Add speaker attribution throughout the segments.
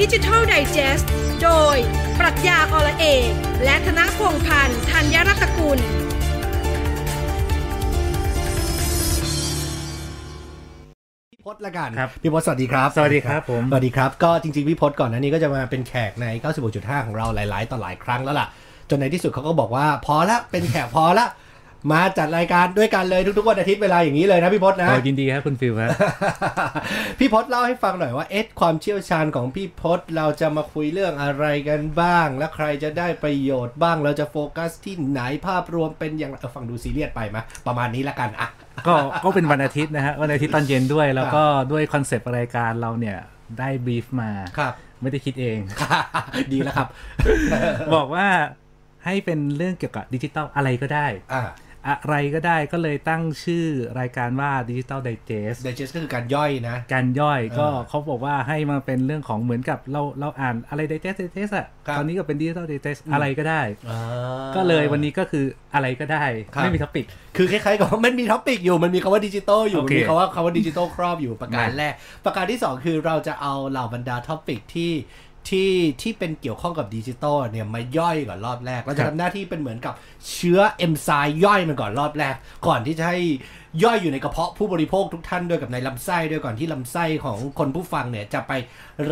Speaker 1: ดิจิทัลไดจ e s t โดย ปรัชญาอละเอกและธนพงษ์พันธ์ธัญรัตนกุล
Speaker 2: พี่พศละกัน
Speaker 3: ครับ
Speaker 2: พี่พศสวัสดีครับ
Speaker 3: สวัสดีครับผม
Speaker 2: สวัสดีครับก็จริงๆพี่พศก่อนหน้านี้ก็จะมาเป็นแขกใน 96.5 ของเราหลายๆ ต่อหลายครั้งแล้วล่ะ จนในที่สุดเขาก็บอกว่าพอละเป็นแขกพอละ มาจัดรายการด้วยกันเลยทุกๆวันอาทิตย์เวลาอย่างนี้เลยนะพี่พศนะ
Speaker 3: โอ้ยินดีครับคุณฟิลครับ
Speaker 2: พี่พศเล่าให้ฟังหน่อยว่าเอ๊ะความเชี่ยวชาญของพี่พศเราจะมาคุยเรื่องอะไรกันบ้าง และใครจะได้ประโยชน์บ้างเราจะโฟกัสที่ไหนภาพรวมเป็นอย่างไรเออฟังดูซีเรียสไปมะประมาณนี้ละกันอะ
Speaker 3: ก็ก็เป็นวันอาทิตย์นะฮะวันอาทิตย์ตอนเย็นด้วย แล้วก็ด้วยคอนเซปต์รายการเราเนี่ยได้บรีฟมา
Speaker 2: ครับ
Speaker 3: ไม่ได้คิดเอง
Speaker 2: ดีแล้วครับ
Speaker 3: บอกว่าให้เป็นเรื่องเกี่ยวกับดิจิตอลอะไรก็ได้
Speaker 2: อ่า
Speaker 3: อะไรก็ได้ก็เลยตั้งชื่อรายการว่าดิจิตอลไดเจส
Speaker 2: เดเจสก็คือการย่อยนะ
Speaker 3: การย่อยก็
Speaker 2: เออ
Speaker 3: เขาบอกว่าให้มาเป็นเรื่องของเหมือนกับเราเราอ่านอะไรไดเจสไดเจสอะ
Speaker 2: ครับ
Speaker 3: ตอนนี้ก็เป็นดิจิตอลไดเจสอะไรก็ได้
Speaker 2: อ่า
Speaker 3: ก็เลยวันนี้ก็คืออะไรก็ได้
Speaker 2: ครับ
Speaker 3: ไม่มีท็อปิก
Speaker 2: คือคล้ายๆกับว่ามันมีท็อปิกอยู่ มันมีคำว่าดิจิตอลอยู่
Speaker 3: โอ
Speaker 2: มัน
Speaker 3: เค
Speaker 2: มีคำว่าคำว่าดิจิตอลครอบอยู่ประการ
Speaker 3: ได้
Speaker 2: แรก ประการที่ 2 คือเราจะเอาเหล่าบรรดาท็อปิกที่ที่ที่เป็นเกี่ยวข้องกับดิจิตอลเนี่ยมาย่อยก่อนรอบแรก เราจะทำหน้าที่เป็นเหมือนกับเชื้อเอนไซม์ย่อยมันก่อนรอบแรก ก่อนที่จะให้ย่อยอยู่ในกระเพาะผู้บริโภคทุกท่านด้วยกับในลำไส้ด้วยก่อนที่ลำไส้ของคนผู้ฟังเนี่ยจะไป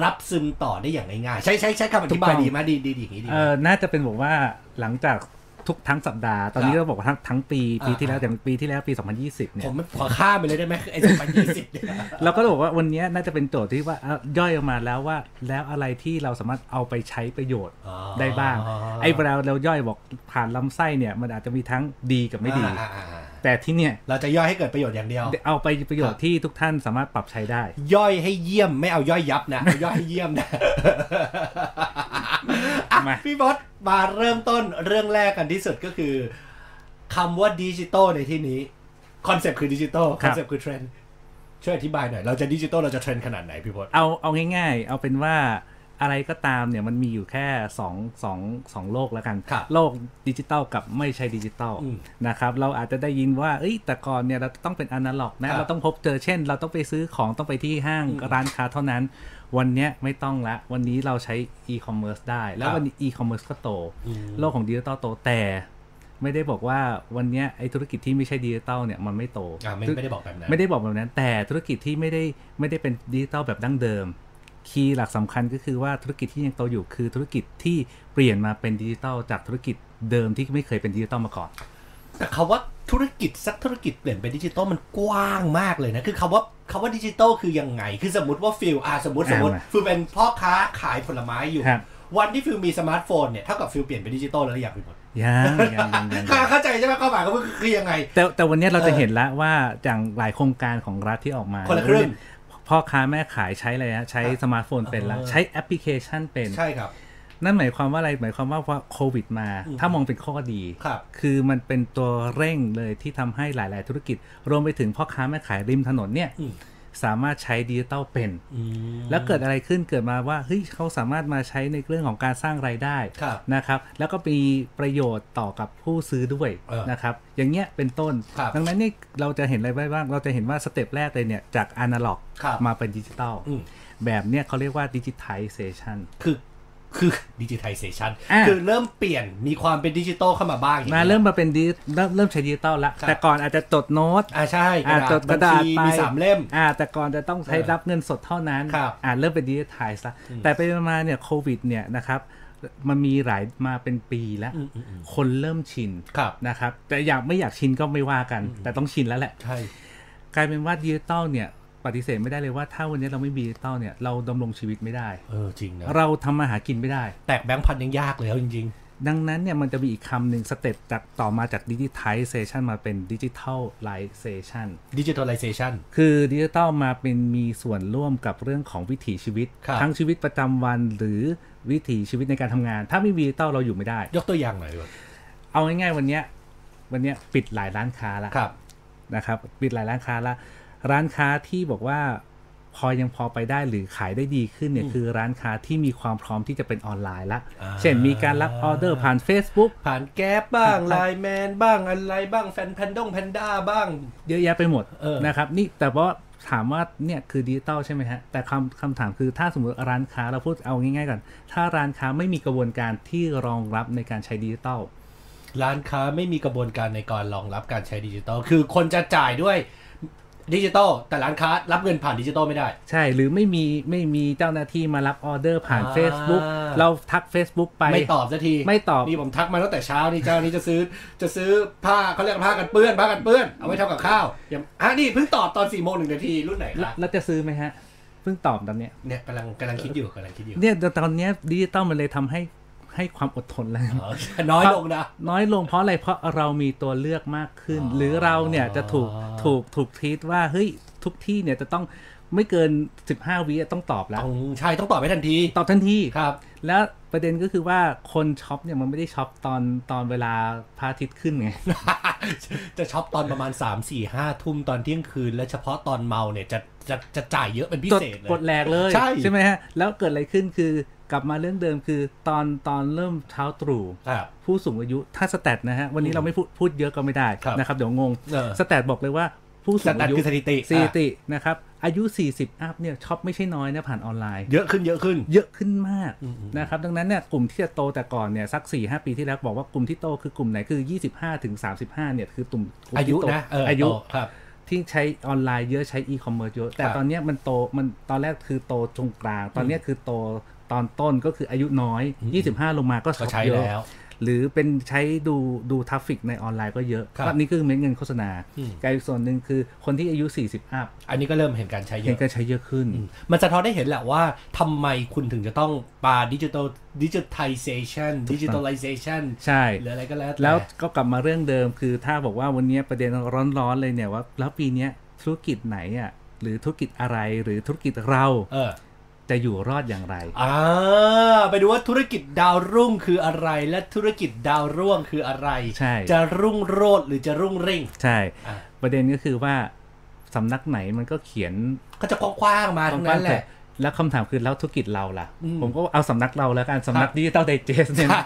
Speaker 2: รับซึมต่อได้อย่างง่ายๆใช้ใช้ใช้คำอธิบายดีไหมดีดีดีอย่างนี้ดีไห
Speaker 3: เอ
Speaker 2: ม
Speaker 3: อน่าจะเป็นบอกว่าหลังจากทุกทั้งสัปดาห์ ตอนนี้ก็บอกว่าทั้งทั้งปี
Speaker 2: อ่า
Speaker 3: ปีที่แล้วแต่ปีที่แล้วปี 2020 เนี่
Speaker 2: ผ
Speaker 3: ย
Speaker 2: มขอข้ามไปเลยได้ไหมไอ้สมัยยี่สิบเนี่ย
Speaker 3: เราก็บอกว่าวันนี้น่าจะเป็นโจทย์ที่ว่าอ่ะย่อยออกมาแล้วว่า แล้วอะไรที่เราสามารถเอาไปใช้ประโยชน์
Speaker 2: อ๋อ
Speaker 3: ได้บ้าง ไอ้เวลาเราย่อยบอกผ่านลำไส้เนี่ยมันอาจจะมีทั้งดีกับ ไม่ดี
Speaker 2: อ่าอ่าอ่า
Speaker 3: แต่ที่เนี่ย
Speaker 2: เราจะย่อยให้เกิดประโยชน์อย่างเดียว
Speaker 3: เอาไปประโยชน์ที่ทุกท่านสามารถปรับใช้ได้
Speaker 2: ย่อยให้เยี่ยมไม่เอาย่อยยับ นะเอาย่อยให้เยี่ยมนะ อ่ะ
Speaker 3: มา
Speaker 2: พี่บอสมาเริ่มต้นเรื่องแรกกันที่สุดก็คือคำว่าดิจิตอลในที่นี้คอนเซปต์คือดิจิตอลคอนเซปต์คือเทรนด์ช่วยอธิบายหน่อย เราจะดิจิตอลเราจะเทรนด์ขนาดไหนพี่บอส
Speaker 3: เอาเอาง่าย ๆ เอาเป็นว่าอะไรก็ตามเนี่ยมันมีอยู่แค่สองสองสองโลกแล้วกัน
Speaker 2: ครับ
Speaker 3: โลกดิจิตอลกับไม่ใช่ดิจิตอล
Speaker 2: อืม
Speaker 3: นะครับเราอาจจะได้ยินว่าเอ้ยแต่ก่อนเนี่ยเราต้องเป็นอนาล็อก
Speaker 2: ครั
Speaker 3: นะ
Speaker 2: บ
Speaker 3: เราต้องพบเจอเช่น เราต้องไปซื้อของต้องไปที่ห้างร้านค้าเท่านั้น วันเนี้ยไม่ต้องละ วันนี้เราใช้อีคอมเมิร์ซได้ แล้
Speaker 2: คว รับ
Speaker 3: วันนี้อีคอมเมิร์ซก็โต
Speaker 2: อืม
Speaker 3: โลกของดิจิตอลโตแต่ ไม่ได้บอกว่าวันเนี้ยไอ้ธุรกิจที่ไม่ใช่ดิจิตอลเนี่ยมันไม่โต
Speaker 2: อ่ะไม่ไม่ได้บอกแบบนั้น
Speaker 3: ไม่ได้บอกแบบนั้น แต่ธุรกิจที่ไม่ได้ไม่ได้เป็นดิจิตอลแบบดั้งเดิม คีย์หลักสำคัญก็คือว่าธุรกิจที่ยังโตอยู่คือธุรกิจที่เปลี่ยนมาเป็นดิจิตอลจากธุรกิจเดิมที่ไม่เคยเป็นดิจิตอลมา ก่อน
Speaker 2: แต่คำว่าธุรกิจสักธุรกิจเปลี่ยนเป็นดิจิตอลมันกว้างมากเลยนะ คือคำว่าคำว่าดิจิตอลคือยังไง คือสมมติว่าฟิลอ่ะสมมติสมมติ
Speaker 3: อ่ามา
Speaker 2: ฟิลเป็นพ่อค้าขายผลไม้อยู่
Speaker 3: ครับ
Speaker 2: วันที่ฟิลมีสมาร์ทโฟนเนี่ยเท่ากับฟิลเปลี่ยนเป็นดิจิตอลแล้วหรือยังพี่บอล
Speaker 3: ยังยังยังยัง
Speaker 2: เข้าใจใช่ไหมความหมายก็คือคือยังไง
Speaker 3: แต่แต่วันนี้เราจะ
Speaker 2: เออ
Speaker 3: เห็นแล้วว่าอย่างหลายโครงการของรัฐที่ออกมา
Speaker 2: คนละครึ่ง
Speaker 3: พ่อค้าแม่ขายใช้อะไรฮะใช้
Speaker 2: ครับ
Speaker 3: สมาร์ทโฟนเป็นละ
Speaker 2: เออ
Speaker 3: ใช้แอปพลิเคชันเป็น
Speaker 2: ใช่ครับ
Speaker 3: นั่นหมายความว่าอะไรหมายความว่าพอโควิดมา
Speaker 2: อืม
Speaker 3: ถ้ามองเป็นข้อดี
Speaker 2: ครับ
Speaker 3: คือมันเป็นตัวเร่งเลยที่ทำให้หลาย ๆ ธุรกิจ รวมไปถึงพ่อค้าแม่ขายริมถนนเนี่ย
Speaker 2: อืม
Speaker 3: สามารถใช้ดิจิตอลเป็น แล้วเกิดอะไรขึ้นเกิดมาว่าเฮ้ยเขาสามารถมาใช้ในเรื่องของการสร้างรายได้
Speaker 2: ครับ
Speaker 3: นะครับ แล้วก็มีประโยชน์ต่อกับผู้ซื้อด้วย
Speaker 2: เออ
Speaker 3: นะครับ อย่างเงี้ยเป็นต้น
Speaker 2: ครับ
Speaker 3: ดังนั้นเนี่ยเราจะเห็นอะไรบ้างเราจะเห็นว่าสเต็ปแรกเลยเนี่ยจากอนาล็อก
Speaker 2: ครับ
Speaker 3: มาเป็นดิจิตอล
Speaker 2: อืม
Speaker 3: แบบเนี้ยเขาเรียกว่าดิจิทัลเซชัน
Speaker 2: คือคือดิจิทัลเซชัน
Speaker 3: อ่ะ
Speaker 2: คือเริ่มเปลี่ยนมีความเป็นดิจิตอลเข้ามาบ้างอย่าง
Speaker 3: มา
Speaker 2: งี้ย
Speaker 3: เริ่มมาเป็นดิจิเริ่มเริ่มใช้ดิจิตอลละ
Speaker 2: ครับ
Speaker 3: แต่ก่อนอาจจะจดโน้ต
Speaker 2: อ่าใช่
Speaker 3: อ่าจดกระดา
Speaker 2: บั
Speaker 3: ษ
Speaker 2: ญชี
Speaker 3: ไป
Speaker 2: มีสามเล่ม
Speaker 3: อ่า แต่ก่อนจะต้องใช้
Speaker 2: เออ
Speaker 3: รับเงินสดเท่านั้น
Speaker 2: ครับ
Speaker 3: อ่าเริ่มเป็นดิจิทัลซะแต่ไปมาเนี่ยโควิดเนี่ยนะครับมันมีหลายมาเป็นปีแล้ว
Speaker 2: อืมอืมอืม
Speaker 3: คนเริ่มชิน
Speaker 2: ครับ
Speaker 3: นะครับ แต่อยากไม่อยากชินก็ไม่ว่ากัน แต่ต้องชินแล้วแหละ
Speaker 2: ใช่
Speaker 3: กลายเป็นว่าดิจิตอลเนี่ยปฏิเสธไม่ได้เลยว่าถ้าวันนี้เราไม่มีดิจิตอลเนี่ยเราดำรงชีวิตไม่ได้
Speaker 2: เออจริงนะ
Speaker 3: เราทำมาหากินไม่ได้
Speaker 2: แตกแบงค์พันยังยากเลยเอาจริง ๆ
Speaker 3: ดังนั้นเนี่ยมันจะมีอีกคำหนึ่งสเต็ปจากต่อมาจากดิจิทัลเซชันมาเป็นดิจิทัลไลเซชัน
Speaker 2: ดิจิทัลไลเซชัน
Speaker 3: คือดิจิทัลมาเป็นมีส่วนร่วมกับเรื่องของวิถีชีวิต
Speaker 2: ครับ
Speaker 3: ทั้งชีวิตประจำวันหรือวิถีชีวิตในการทำงาน ถ้าไม่มีดิจิทัลเราอยู่ไม่ได้
Speaker 2: ยกตัวอย่างหน่อยดีกว่า
Speaker 3: เอาง่ายๆวันเนี้ยวันเนี้ยปิดหลายร้านค้าละ
Speaker 2: ครับ
Speaker 3: นะครับปิดหลายร้านค้าละร้านค้าที่บอกว่าพอยังพอไปได้หรือขายได้ดีขึ้นเนี่ยคือร้านค้าที่มีความพร้อมที่จะเป็นออนไลน์ละ
Speaker 2: อ่า
Speaker 3: เช่นมีการรับออเดอร์ผ่าน Facebook
Speaker 2: ผ่านแก๊ปบ้าง
Speaker 3: ผ่าน
Speaker 2: ไลน์แมนบ้างอะไรบ้างแฟนแพนดงแพนด้าบ้าง
Speaker 3: เยอะแยะไปหมด
Speaker 2: เออ
Speaker 3: นะครับนี่แต่ว่า ถามว่าเนี่ยคือดิจิตอลใช่ไหมฮะ แต่คำคำถามคือถ้าสมมติร้านค้าเราพูดเอาง่ายๆก่อน ถ้าร้านค้าไม่มีกระบวนการที่รองรับในการใช้ดิจิตอล
Speaker 2: ร้านค้าไม่มีกระบวนการในการรองรับการใช้ดิจิตอลคือคนจะจ่ายด้วยดิจิตอลแต่ร้านค้ารับเงินผ่านดิจิตอลไม่ได้
Speaker 3: ใช่หรือไม่มีไม่มีเจ้าหน้าที่มารับออเดอร์ผ่าน
Speaker 2: อ่า
Speaker 3: Facebook เราทัก Facebook ไป
Speaker 2: ไม่ตอบสักที
Speaker 3: ไม่ตอบ
Speaker 2: นี่ผมทักมาตั้งแต่เช้านี่เจ้านี่จะซื้อจะซื้อผ้าเขาเรียกผ้ากันเปื้อนผ้ากันเปื้อนเอาไว้ทำกับข้าวยังอ่ะนี่เพิ่งตอบตอนสี่โมงหนึ่งนาทีรุ่นไหน
Speaker 3: แล้
Speaker 2: ละ
Speaker 3: วแล้วจะซื้อไหมฮะ เพิ่งตอบตอนเนี้ย
Speaker 2: เนี่ยกำลังกำลังคิดอยู่กำลังคิดอยู่
Speaker 3: เนี่ยตอนเนี้ยดิจิตอลมันเลยทำให้ให้ความอดทนแล้ว
Speaker 2: อ๋อ น้อยลงนะ
Speaker 3: น้อยลงเพราะอะไรเพราะเรามีตัวเลือกมากขึ้น
Speaker 2: อ๋อ
Speaker 3: หรือเราเนี่ยจะถูกถูกถูกทีตว่าเฮ้ยทุกที่เนี่ยจะต้องไม่เกิน 15วิอะต้องตอบแล้ว
Speaker 2: ต้องใช่ต้องตอบให้ทันที
Speaker 3: ตอบทันที
Speaker 2: ครับ
Speaker 3: แล้วประเด็นก็คือว่าคนช็อปเนี่ยมันไม่ได้ช็อปตอนตอนเวลาพระอาทิตย์ขึ้นไง
Speaker 2: จะช็อปตอนประมาณ 3 4 5 ทุ่มตอนเที่ยงคืน และเฉพาะตอนเมาเนี่ยจะจะจะจ่ายเยอะเป็นพิ
Speaker 3: กด
Speaker 2: เศษเลย
Speaker 3: กดแหลกเลย
Speaker 2: ใช่
Speaker 3: ไหมฮะ แล้วเกิดอะไรขึ้นคือกลับมาเรื่องเดิมคือตอนตอนเริ่มเช้าตรู่
Speaker 2: ครับ
Speaker 3: ผู้สูงอายุถ้าสแตทนะฮะ วันนี้เราไม่พูดพูดเยอะก็ไม่ได้
Speaker 2: ครับ
Speaker 3: นะครับ เดี๋ยวงง
Speaker 2: เออ
Speaker 3: สแตทบอกเลยว่าผู้สู
Speaker 2: ส
Speaker 3: ง
Speaker 2: แตท
Speaker 3: อายุ
Speaker 2: คือสถิติ
Speaker 3: สถิ
Speaker 2: อ่ะ
Speaker 3: ตินะครับ อายุ 40 อัพเนี่ยช็อปไม่ใช่น้อยนะผ่านออนไลน์
Speaker 2: เยอะขึ้นเยอะขึ้น
Speaker 3: เยอะขึ้นมาก
Speaker 2: อืมๆ
Speaker 3: นะครับ ดังนั้นเนี่ยกลุ่มที่จะโตแต่ก่อนเนี่ยสัก 4 5 ปีที่แล้วบอกว่ากลุ่มที่โตคือกลุ่มไหนคือ 25ถึง35เนี่ยคือกลุ่มกลุ่ม
Speaker 2: อา
Speaker 3: ที่
Speaker 2: ยุ
Speaker 3: โต
Speaker 2: นะเออ
Speaker 3: อายุ
Speaker 2: โตครับ
Speaker 3: ที่ใช้ออนไลน์เยอะใช้อีคอมเมิร์ซเยอะ แต่
Speaker 2: ครับ
Speaker 3: ตอนเนี้ยมันโตมันตอนแรกคือโตตรงกลาง ตอนเนี้ยคือโตตอนต้นก็คืออายุน้อย
Speaker 2: อืม
Speaker 3: 25 ลงมาก็
Speaker 2: ก็
Speaker 3: ช็อป
Speaker 2: ใช้
Speaker 3: เย
Speaker 2: แล้ว
Speaker 3: อะหรือเป็นใช้ดูดูทราฟฟิกในออนไลน์ก็เยอะ
Speaker 2: ครับ
Speaker 3: ก็นี่คือเม็ดเงินโฆษณา
Speaker 2: อืม
Speaker 3: กลายอีกส่วนหนึ่งคือคนที่อายุ 40 อัพ
Speaker 2: อันนี้ก็เริ่มเห็นการใช้เย
Speaker 3: เห็น
Speaker 2: อะ
Speaker 3: การใช้เยอะขึ้น
Speaker 2: มันจะท้อนได้เห็นแหละว่าทำไมคุณถึงจะต้องปาดิจิตอลดิจิทัลเซชันดิจิทัลไลเซชัน
Speaker 3: ใช่
Speaker 2: หรืออะไรก็แล้วต่
Speaker 3: แล้วก็กลับมาเรื่องเดิมคือถ้าบอกว่าวันเนี้ยประเด็นร้อนๆเลยเนี่ยว่า แล้วปีเนี้ยธุรกิจไหนอ่ะหรือธุรกิจอะไรหรือธุรกิจเรา
Speaker 2: เออ
Speaker 3: จะอยู่รอดอย่างไร
Speaker 2: อ่าไปดูว่าธุรกิจดาวรุ่งคืออะไรและธุรกิจดาวร่วงคืออะไร
Speaker 3: ใช่
Speaker 2: จะรุ่งโรจน์หรือจะรุ่งริ่ง
Speaker 3: ใช่
Speaker 2: อ่ะ
Speaker 3: ประเด็นก็คือว่าสำนักไหนมันก็เขียน
Speaker 2: ก็จะกว้างๆมาทั้งนั้นแหละ
Speaker 3: แล้วคำถามคือแล้วธุรกิจเราล่ะ
Speaker 2: อืม
Speaker 3: ผมก็เอาสำนักเราแล้วกันสำนักดิจิตอลไดเจสเนี่ยนะ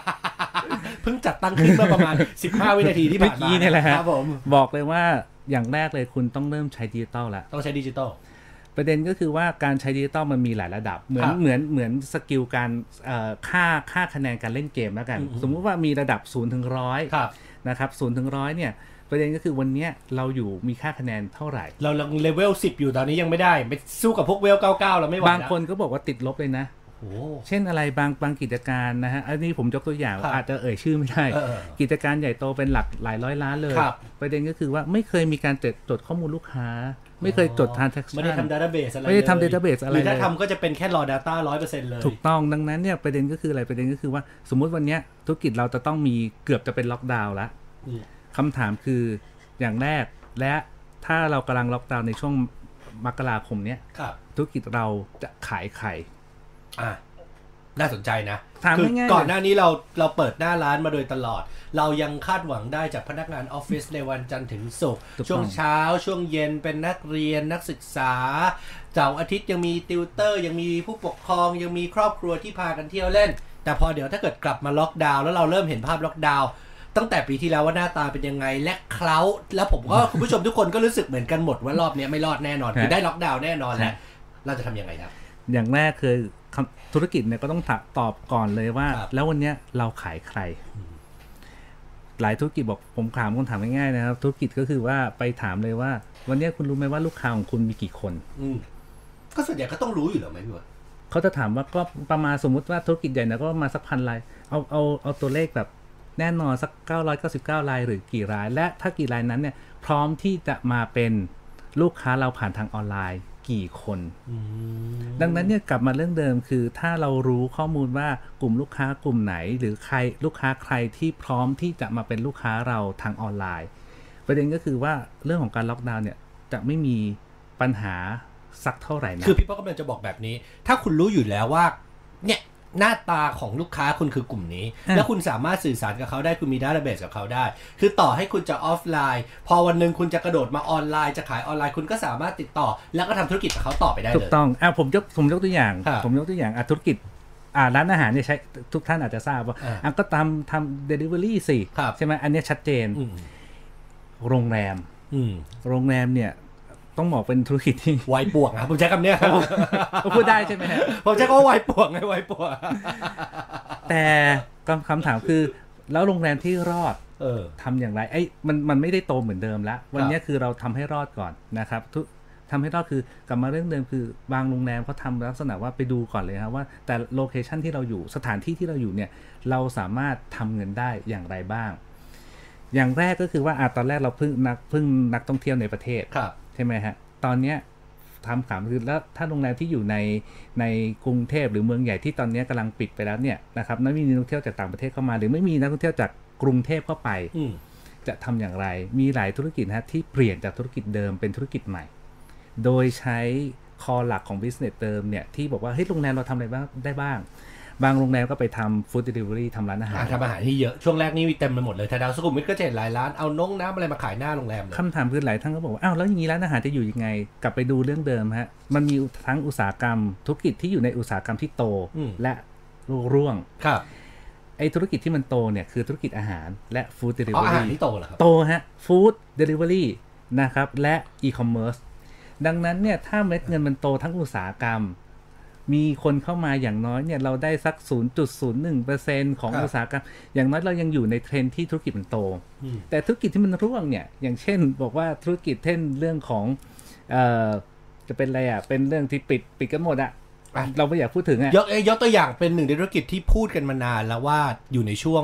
Speaker 2: เพิ่งจัดตั้งขึ้นเมื่อประมาณ 15 วินาทีที่
Speaker 3: เมื่อ
Speaker 2: ผ่านมา
Speaker 3: กี้เนี่ยแหละฮะ
Speaker 2: ครับผม
Speaker 3: บอกเลยว่าอย่างแรกเลยคุณต้องเริ่มใช้ดิจิตอลละ
Speaker 2: ต้องใช้ดิจิตอล
Speaker 3: ประเด็นก็คือว่าการใช้ดิจิตอลมันมีหลายระดับ เหมือ
Speaker 2: ค
Speaker 3: น
Speaker 2: รับ
Speaker 3: เหมือนเหมือนสกิลการเอ่อค่าค่าคะแนนการเล่นเกมแล้วกัน
Speaker 2: อืม
Speaker 3: สมมุติว่ามีระดับ0ูนย์ถึงร้อย
Speaker 2: ครับ
Speaker 3: นะครับศูนย์ถึงร้อยเนี่ยประเด็นก็คือวันเนี้ยเราอยู่มีค่าคะแนนเท่าไหร่
Speaker 2: เราลังเลเวล 10 อยู่ตอนนี้ยังไม่ได้ ไปสู้กับพวกเวล 99 เราไม่ไหว
Speaker 3: บาง
Speaker 2: ะ
Speaker 3: คนก็บอกว่าติดลบเลยนะ
Speaker 2: โอ้โห
Speaker 3: เช่นอะไรบางบางกิจการนะฮะ อันนี้ผมยกตัวอย่าง
Speaker 2: ครับ
Speaker 3: อาจจะเอ่ยชื่อไม่ได้
Speaker 2: เออเออ
Speaker 3: กิจการใหญ่โตเป็นหลักหลายร้อยล้านเลย
Speaker 2: ครับ
Speaker 3: ประเด็นก็คือว่าไม่เคยมีการจดจดข้อมูลลูกค้า ไม่เคยจดทานแท็กชั่น
Speaker 2: ไม่ได้ทำดัตเตอร์เบสอะไร
Speaker 3: ไม่ได้ทำ
Speaker 2: ลย
Speaker 3: database อะ
Speaker 2: ห
Speaker 3: ไร
Speaker 2: รือถ้า
Speaker 3: เลย
Speaker 2: ทำก็จะเป็นแค่รอ Data 100%เลย
Speaker 3: ถูกต้องดังนั้นเนี่ยประเด็นก็คืออะไรประเด็นก็คือว่าสมมุติวันเนี้ยธุรกิจเราจะต้องมีเกือบจะเป็นล็อกดาวน์ละ
Speaker 2: อืม
Speaker 3: คำถามคืออย่างแรก และถ้าเรากำลังล็อกดาวน์ในช่วงมกราคมเนี้ย
Speaker 2: ครับ
Speaker 3: ธุรกิจเราจะขายไข่
Speaker 2: อ่ะน่าสนใจนะ
Speaker 3: ถาม
Speaker 2: คือ
Speaker 3: ง่ายๆ
Speaker 2: ก่อน
Speaker 3: เลย
Speaker 2: หน้านี้เราเราเปิดหน้าร้านมาโดยตลอด เรายังคาดหวังได้จากพนักงานออฟ ฟิศในวันจันทร์ถึงศุกร์
Speaker 3: ถูกต้อง
Speaker 2: ช่วงเช้าช่วงเย็นเป็นนักเรียนนักศึกษาเสาร์อาทิตย์ยังมีติวเตอร์ ยังมีผู้ปกครองยังมีครอบครัวที่พากันเที่ยวเล่น แต่พอเดี๋ยวถ้าเกิดกลับมาล็อกดาวน์แล้วเราเริ่มเห็นภาพล็อกดาวน์ตั้งแต่ปีที่แล้วว่าหน้าตาเป็นยังไงและเคล้าแล้วผมก็ คุณผู้ชมทุกคนก็รู้สึกเหมือนกันหมดว่ารอบเนี้ยไม่รอดแน่นอนคือได้ล็อกดาวน์แน่นอนแหละเราจะทำยังไงครับ
Speaker 3: อย่างแรกคือคำธุรกิจเนี่ยก็ต้องถามตอบก่อนเลยว่า
Speaker 2: ครับ
Speaker 3: แล้ววันเนี้ยเราขายใคร หลายธุรกิจบอกผมถามคำถามง่ายๆนะครับธุรกิจก็คือว่าไปถามเลยว่า วันเนี้ยคุณรู้ไหมว่าลูกค้าของคุณมีกี่คน
Speaker 2: อืมก็ส่วนใหญ่ก็ต้องรู้อยู่แล้วไหมพี่วะ
Speaker 3: เขาจะถามว่าก็ประมาณสมมุติว่าธุรกิจใหญ่นะก็ประมาณสักพันรายเอาเอาเอาตัวเลขแบบแน่นอนสัก 999รายหรือกี่ราย และถ้ากี่รายนั้นเนี่ยพร้อมที่จะมาเป็นลูกค้าเราผ่านทางออนไลน์กี่คน ดังนั้นเนี่ยกลับมาเรื่องเดิมคือถ้าเรารู้ข้อมูลว่ากลุ่มลูกค้ากลุ่มไหน หรือใครลูกค้าใครที่พร้อมที่จะมาเป็นลูกค้าเราทางออนไลน์ ประเด็นก็คือว่าเรื่องของการล็อกดาวน์เนี่ยจะไม่มีปัญหาสักเท่าไหร่นะ
Speaker 2: คือพี่ป๊อกกำลังจะบอกแบบนี้ ถ้าคุณรู้อยู่แล้วว่า เนี่ยหน้าตาของลูกค้าคุณคือกลุ่มนี้
Speaker 3: อ่ะ
Speaker 2: แล้วคุณสามารถสื่อสารกับเขาได้คุณมีด a ต้าเบสกับเขาได้ คือต่อให้คุณจะออฟไลน์ พอวันหนึ่งคุณจะกระโดดมาออนไลน์จะขายออนไลน์คุณก็สามารถติดต่อ แล้วก็ทำธุรกิจกับเขาต่อไปได้
Speaker 3: ถู
Speaker 2: เล
Speaker 3: ก
Speaker 2: ย
Speaker 3: ต้องอ่ะผมยกผมยกตัวอย่าง
Speaker 2: ครับ
Speaker 3: ผมยกตัวอย่างอ่ะธุรกิจอ่ะร้านอาหารเนี่ยใช้ทุกท่านอาจจะทราบว่า
Speaker 2: อ่า
Speaker 3: อ่ะก็ทำทำเดลิเวอรี่สิ
Speaker 2: ครับ
Speaker 3: ใช่ไหมอันเนี้ยชัดเจน
Speaker 2: อืม
Speaker 3: โรงแรม
Speaker 2: อืม
Speaker 3: โรงแรมเนี่ย ต้องบอกเป็นธุรกิจที่
Speaker 2: วัยป่วงครับผมใช้คำเนี้ยครับ
Speaker 3: พูดได้ใช่ไหมฮะ
Speaker 2: ผมใช้คำว่าวัยป่วงไงวัยป่วง
Speaker 3: แต่คำคำถามคือ แล้วโรงแรมที่รอด
Speaker 2: เออ
Speaker 3: ทำอย่างไรไอ้ยมันมันไม่ได้โตเหมือนเดิมละวันเนี้ยคือเราทำให้รอดก่อนนะครับทุกทำให้รอดคือกลับมาเรื่องเดิมคือบางโรงแรมเขาทำลักษณะว่าไปดูก่อนเลยครับว่าแต่โลเคชันที่เราอยู่สถานที่ที่เราอยู่เนี่ยเราสามารถทำเงินได้อย่างไรบ้าง อย่างแรกก็คือว่าอะตอนแรกเราเพึ่งนักเพึ่งนักท่องเที่ยวในประเทศ
Speaker 2: ครับ
Speaker 3: ใช่ไหมฮะ ตอนเนี้ยถามถามคือแล้วถ้าโรงแรมที่อยู่ในในกรุงเทพหรือเมืองใหญ่ที่ตอนเนี้ยกำลังปิดไปแล้วเนี่ยนะครับไม่มีนักท่องเที่ยวจากต่างประเทศเข้ามา หรือไม่มีนักท่องเที่ยวจากกรุงเทพเข้าไป
Speaker 2: อืม
Speaker 3: จะทำอย่างไร มีหลายธุรกิจนะฮะที่เปลี่ยนจากธุรกิจเดิมเป็นธุรกิจใหม่ โดยใช้คอหลักของ business เดิมเนี่ยที่บอกว่าเฮ้ยโรงแรมเราทำอะไรบ้างได้บ้าง บางโรงแรมก็ไปทำ food delivery ทำร้านอาหา
Speaker 2: อ่าร ทำอาหารที่เยอะช่วงแรกนี่มีเต็มไปหมดเลยถ้าดาวสุขุมวิทก็จะเห็นหลายร้านเอาน้องน้ำอะไรมาขายหน้าโรงแรมเลย
Speaker 3: คำถามคือหลายท่านก็บอกว่า อ้าวแล้วอย่างนี้ร้านอาหารจะอยู่ยังไง กลับไปดูเรื่องเดิมฮะ มันมีทั้งอุตสาหกรรม ธุรกิจที่อยู่ในอุตสาหกรรมที่โตและร่วง
Speaker 2: ครับ
Speaker 3: ไอ้ธุรกิจที่มันโตเนี่ยคือธุรกิจอาหารและฟู้ดเดลิ
Speaker 2: อ๋
Speaker 3: เว
Speaker 2: อ
Speaker 3: อ
Speaker 2: อาหาร
Speaker 3: รี่
Speaker 2: ที่โตเหรอครับ
Speaker 3: โตฮะฟู้ดเดลิเวอรี่นะครับ และอีคอมเมิร์ซดังนั้นเนี่ย ถ้าเม็ดเงินมันโตทั้งอุตสาหกรรม มีคนเข้ามาอย่างน้อยเนี่ย เราได้สัก 0.01%ของอุตสาหกรรม อย่างน้อยเรายังอยู่ในเทรนด์ที่ธุรกิจมันโต แต่ธุรกิจที่มันร่วงเนี่ย อย่างเช่น บอกว่าธุรกิจเช่นเรื่องของเอ่อจะเป็นอะไรอ่ะ เป็นเรื่องที่ปิดปิดกันหมดอ่ะ
Speaker 2: อ่ะ
Speaker 3: เราไม่อยากพูดถึงอ่ะ
Speaker 2: ยกเอ้ยยกตัวอย่างเป็นหนึ่งในธุรกิจที่พูดกันมานานแล้วว่าอยู่ในช่วง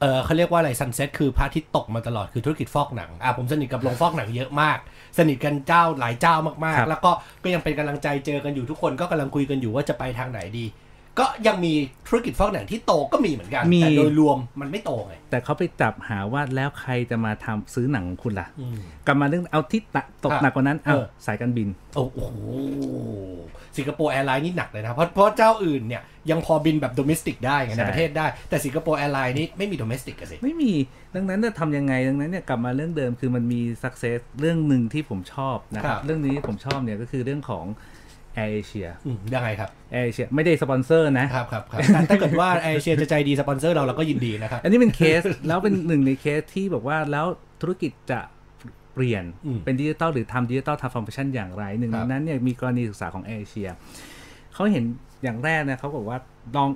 Speaker 2: เออเขาเรียกว่าอะไรซันเซ็ตคือพระอาทิตย์ตกมาตลอดคือธุรกิจฟอกหนังอ่ะผมสนิทกับโรงฟอกหนังเยอะมาก สนิทกันเจ้าหลายเจ้ามาก
Speaker 3: ครับ
Speaker 2: ๆ แล้วก็ก็ยังเป็นกำลังใจเจอกันอยู่ทุกคนก็กำลังคุยกันอยู่ว่าจะไปทางไหนดี ก็ยังมีธุรกิจฟอกหนังที่โตก็มีเหมือนกันแต่โดยรวมมันไม่โตไง
Speaker 3: แต่เขาไปจับหาว่าแล้วใครจะมาทำซื้อหนังของคุณล่ะ
Speaker 2: อืม
Speaker 3: กลับมาเรื่องเอาที่ตะตก
Speaker 2: อ่ะ
Speaker 3: หนักกว่านั้นเอา
Speaker 2: เออ
Speaker 3: สายการบิน
Speaker 2: โอ้โหสิงคโปร์แอร์ไลน์นี่หนักเลยนะเพราะเพราะเจ้าอื่นเนี่ยยังพอบินแบบโดเมสติกได้ไง
Speaker 3: ใช่
Speaker 2: ในประเทศได้แต่สิงคโปร์แอร์ไลน์นี่ไม่มีโดเมสติกอะสิ
Speaker 3: ไม่มีดังนั้นจะทำยังไงดังนั้นเนี่ยกลับมาเรื่องเดิมคือมันมี success เรื่องหนึ่งที่ผมชอบนะค
Speaker 2: ครั
Speaker 3: รับ
Speaker 2: บ
Speaker 3: เรื่องนี้ผมชอบเนี่ยก็คือเรื่องของ Air Asia
Speaker 2: อืมยังไงครับ
Speaker 3: Air Asia ไม่ได้สปอนเซอร์นะ
Speaker 2: ครับครับครับแต่ถ้าเกิดว่าไอเชียจะใจดีสปอนเซอร์เราเราก็ยินดีนะครับ
Speaker 3: อันนี้เป็นเค ส แล้วเป็นหนึ่งในเคสที่บอกว่าแล้วธุรกิจจะเปลี่ยน
Speaker 2: อืม
Speaker 3: เป็นดิจิตอลหรือทำดิจิตอลท r ฟอร์ม a ชันอย่างไรหนึ่ง
Speaker 2: ครับ
Speaker 3: ในนั้นเนี่ยมีกรณีศึกษาของเอเชียเขาเห็นอย่างแรกนะเขาบอกว่าลอง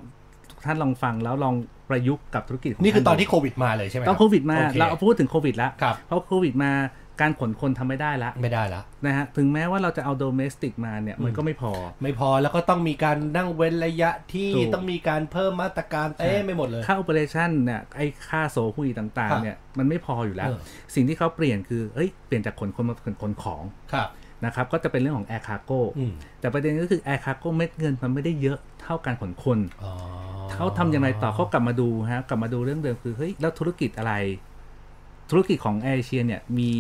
Speaker 3: ทุกท่านลองฟังแล้วลองประยุกต์กับธุรกิจขง
Speaker 2: นี่คือตอน
Speaker 3: ดู
Speaker 2: ที่โควิดมาเลยใช่ไหม
Speaker 3: ตอนโควิดมา
Speaker 2: โค
Speaker 3: เราพูดถึงโควิดแล้ว
Speaker 2: ครับ
Speaker 3: เพราะโควิดมาการขนคนทำไม่ได้ละ
Speaker 2: ไม่ได้ละ
Speaker 3: นะฮะถึงแม้ว่าเราจะเอาโดเมสติกมาเนี่ยมันก็ไม่พอ
Speaker 2: ไม่พอแล้วก็ต้องมีการนั่งเว้นระยะที่
Speaker 3: ถูก
Speaker 2: ต้องมีการเพิ่มมาตรการเต้ไม่หมดเลย
Speaker 3: ค่าโอเปอเรชันเนี่ยไอ้ค่าโซฮุยต่าง
Speaker 2: ครับ
Speaker 3: ๆเนี่ยมันไม่พออยู่แล้ว
Speaker 2: เออ
Speaker 3: สิ่งที่เขาเปลี่ยนคือเอ้ยเปลี่ยนจากขนคนมาเป็นขนของ
Speaker 2: ครับ
Speaker 3: นะครับก็จะเป็นเรื่องของแอร์คาโก้
Speaker 2: อืม
Speaker 3: แต่ประเด็นก็คือแอร์คาโก้เม็ดเงินมันไม่ได้เยอะเท่าการขนคน
Speaker 2: อ๋อ
Speaker 3: เขาทำอย่างไรต่อเขากลับมาดูฮะกลับมาดูเรื่องเดิมคือเฮ้ยแล้วธุรกิจอะไร ธุรกิจของเอเชียเนี่ยมี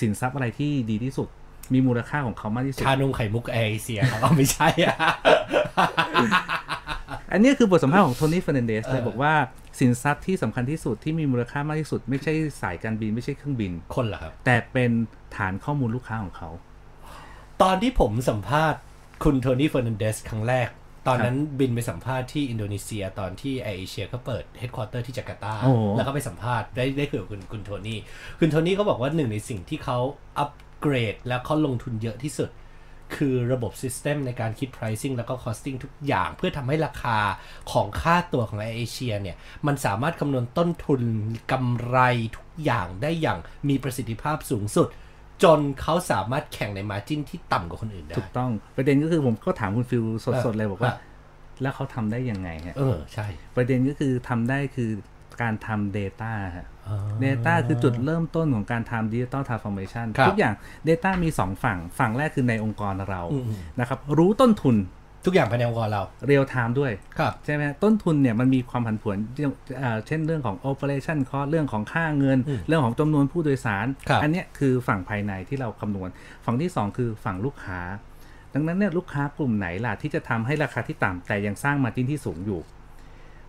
Speaker 3: สินทรัพย์อะไรที่ดีที่สุด มีมูลค่าของเขามากที่สุด
Speaker 2: ชานมไข่มุกเอเชียครับอ๋อไม่ใช่อะ
Speaker 3: อันนี้คือบทสัมภาษณ์ของโทนี่เฟรนเดสเล
Speaker 2: เอ
Speaker 3: ย
Speaker 2: อ
Speaker 3: บอกว่าสินทรัพย์ที่สำคัญที่สุดที่มีมูลค่ามากที่สุด ไม่ใช่สายการบินไม่ใช่เครื่องบิน
Speaker 2: คนเหรอครับ
Speaker 3: แต่เป็นฐานข้อมูลลูกค้าของเขา
Speaker 2: ตอนที่ผมสัมภาษณ์คุณโทนี่เฟอร์นันเดสครั้งแรก ตอนนั้นบินไปสัมภาษณ์ที่อินโดนีเซียตอนที่ไอเอเชียเขาเปิดเฮดค q อ a เตอร์ที่จาการ์ตา
Speaker 3: โอ้โห
Speaker 2: แล้วก็ไปสัมภาษณ์ได้ได้คุยกับคุณคุณโทนี่ คุณโทนี่เขาบอกว่าหนึ่งในสิ่งที่เขาอัปเกรด แล้วเขาลงทุนเยอะที่สุด คือระบบซิสเต็มในการคิด pricing แล้วก็ costing ทุกอย่างเพื่อทำให้ราคาของค่าตัวของไอเอเชียเนี่ย มันสามารถคำนวณต้นทุนกำไรทุกอย่างได้อย่างมีประสิทธิภาพสูงสุด จนเขาสามารถแข่งในมาจิ้นที่ต่ำกว่าคนอื่นได้
Speaker 3: ถูกต้องประเด็นก็คือผมก็ถามคุณฟิลสดๆเลยบอกว่า
Speaker 2: เออ
Speaker 3: แล้วเขาทำได้ยังไงฮะ
Speaker 2: เออ ใช่
Speaker 3: ประเด็นก็คือทำได้คือการทำ Data ฮะ Data คือจุดเริ่มต้นของการทำดิจิตอลทาร์ฟอร์เมชัน
Speaker 2: ครับ
Speaker 3: ทุกอย่าง Data มี 2 ฝั่ง ฝั่งแรกคือในองค์กรเรา
Speaker 2: อืม
Speaker 3: นะครับรู้ต้นทุน
Speaker 2: ทุกอย่างภายในองค์กรเรา
Speaker 3: เรียลไทม์ด้วย
Speaker 2: ครับ
Speaker 3: ใช่ไหมต้นทุนเนี่ยมันมีความผันผวนเอ่อเช่นเรื่องของ operation cost เรื่องของค่าเงิน
Speaker 2: อืม
Speaker 3: เรื่องของจำนวนผู้โดยสาร
Speaker 2: ครับ
Speaker 3: อัเนี้ยคือฝั่งภายในที่เราคำนวณ ฝั่งที่ 2 คือฝั่งลูกค้า ดังนั้นเนี่ยลูกค้ากลุ่มไหนล่ะที่จะทำให้ราคาที่ต่ำแต่ยังสร้างมาจิ้นที่สูงอยู่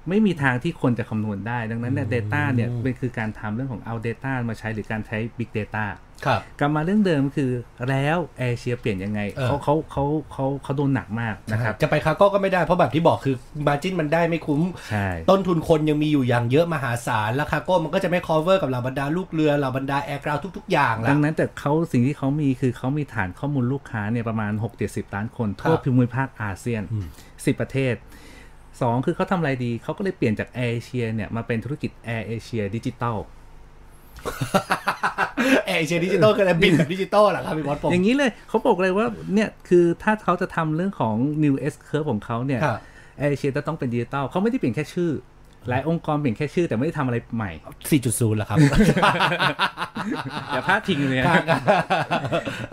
Speaker 3: ไม่มีทางที่คนจะคำนวณได้ ดังนั้นเนี่ย Data เนี่ยเป็นคือการทำเรื่องของเอา Data มาใช้หรือการใช้ Big Data
Speaker 2: ครับ
Speaker 3: กลับมาเรื่องเดิมคือแล้วเอเชียเปลี่ยนยังไง
Speaker 2: เออ
Speaker 3: เขาเขาเขาเขาเขาโดนหนักมากนะครับ
Speaker 2: จะไปคาโก้ก็ไม่ได้เพราะแบบที่บอกคือมาจิ้นมันได้ไม่คุ้ม
Speaker 3: ใช่
Speaker 2: ต้นทุนคนยังมีอยู่อย่างเยอะมหาศาล แล้วคาโก้มันก็จะไม่ cover กับเหล่าบรรดาลูกเรือเหล่าบรรดาแอร์กราวทุก ๆ อย่างละ
Speaker 3: ดังนั้นแต่เขาสิ่งที่เขามีคือเขามีฐานข้อมูลลูกค้าเนี่ยประมาณ 6 70 ล้านคน ทั่ว
Speaker 2: ครับ
Speaker 3: ภูมิภาคอาเซียน 10 ประเทศ 2 คือเขาทำอะไรดี เขาก็เลยเปลี่ยนจากแอร์เอเชียเนี่ยมาเป็นธุรกิจแอร์เอเชียดิจิตอล
Speaker 2: แอร์เชียดิจิตอลคืออะไรบินแบบดิจิตอลเหรอครับพี่บอสผม
Speaker 3: อย่างนี้เลยเขาบอกเลยว่าเนี่ยคือถ้าเขาจะทำเรื่องของ New S Curve ของเขาเนี่ย
Speaker 2: ครับ
Speaker 3: แอร์เอเชียจะต้องเป็นดิจิตอลเขาไม่ได้เปลี่ยนแค่ชื่อ หลายองค์กรเปลี่ยนแค่ชื่อแต่ไม่ได้ทำอะไรใหม่
Speaker 2: 4.0เหรอครับ
Speaker 3: อย่าพลาดทิ้งเลยนะ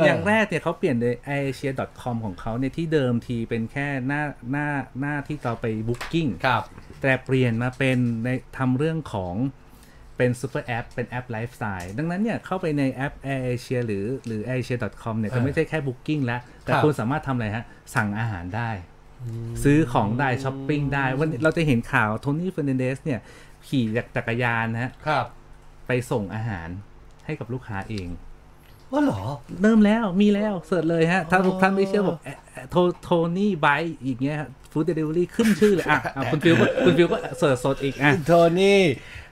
Speaker 3: อย่างแรกเนี่ยเขาเปลี่ยนเลย asia.com ของเขาเนี่ยที่เดิมทีเป็นแค่หน้าหน้าหน้าที่เราไปบุ๊กิ้ง
Speaker 2: ครับ
Speaker 3: แต่เปลี่ยนมาเป็นในทำเรื่องของเป็นซูเปอร์แอปเป็นแอปไลฟ์สไตล์ดังนั้นเนี่ยเข้าไปในแอป Air Asia หรือหรือ asia.com เนี่ย
Speaker 2: เอ
Speaker 3: เขา
Speaker 2: อ
Speaker 3: ไม่ใช่แค่บุ๊กิ้งแล้ว แต่
Speaker 2: ครับ
Speaker 3: คุณสามารถทำอะไรฮะ สั่งอาหารได้ ซื้อของได้ช้อปปิ้งได้วันนี้เราจะเห็นข่าวโทนี่เฟอร์นันเดสเนี่ยขี่จากจักรยานนะฮะ
Speaker 2: ครับ
Speaker 3: ไปส่งอาหารให้กับลูกค้าเอง
Speaker 2: ว่าเหรอ
Speaker 3: เริ่มแล้วมีแล้วเสิร์ชเลยฮะ ถ้า
Speaker 2: อ๋อ
Speaker 3: ทุกท่านไม่เชื่อผมแอะแอะโทโทนี่ไบค์อย่างเงี้ยฟู้ดเดลิเวอรี่ขึ้นชื่อเลยอ่ะอ่ะคุณฟิวก็คุณฟิวก็เสิร์ชสดอีกอ่ะ
Speaker 2: โทนี่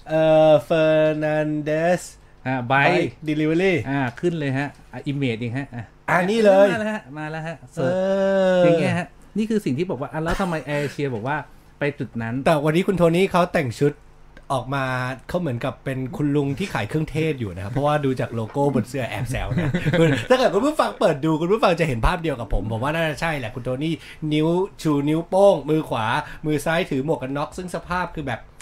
Speaker 2: เอ่อเฟอร์นันเดส
Speaker 3: อ่ะไบ
Speaker 2: ไป
Speaker 3: ค์
Speaker 2: ดิลิเวอรี่
Speaker 3: อ่ะขึ้นเลยฮะอ่ะอิมเมจอีกฮะอ่ะ
Speaker 2: อันนี้เลย
Speaker 3: มาแล้วฮะมาแล้วฮะ
Speaker 2: เอ
Speaker 3: เสิร์ช
Speaker 2: อ
Speaker 3: อ
Speaker 2: อย่าง
Speaker 3: เงี้ยฮะนี่คือสิ่งที่บอกว่าอ่ะแล้วทำไมเอเชียบอกว่าไปจุดนั้น
Speaker 2: แต่วันนี้คุณโทนี่เขาแต่งชุดออกมาเขาเหมือนกับเป็นคุณลุงที่ขายเครื่องเทศอยู่นะครับ เพราะว่าดูจากโลโก้บนเสื้อแอบแซวนะคุณถ้าเกิดคุณผู้ฟังเปิดดูคุณผู้ฟังจะเห็นภาพเดียวกับผม ผมว่าน่าจะใช่แหละคุณโทนี่นิ้วชูนิ้วโป้ง มือขวา มือซ้ายถือหมวกกันน็อกซึ่งสภาพคือแบบ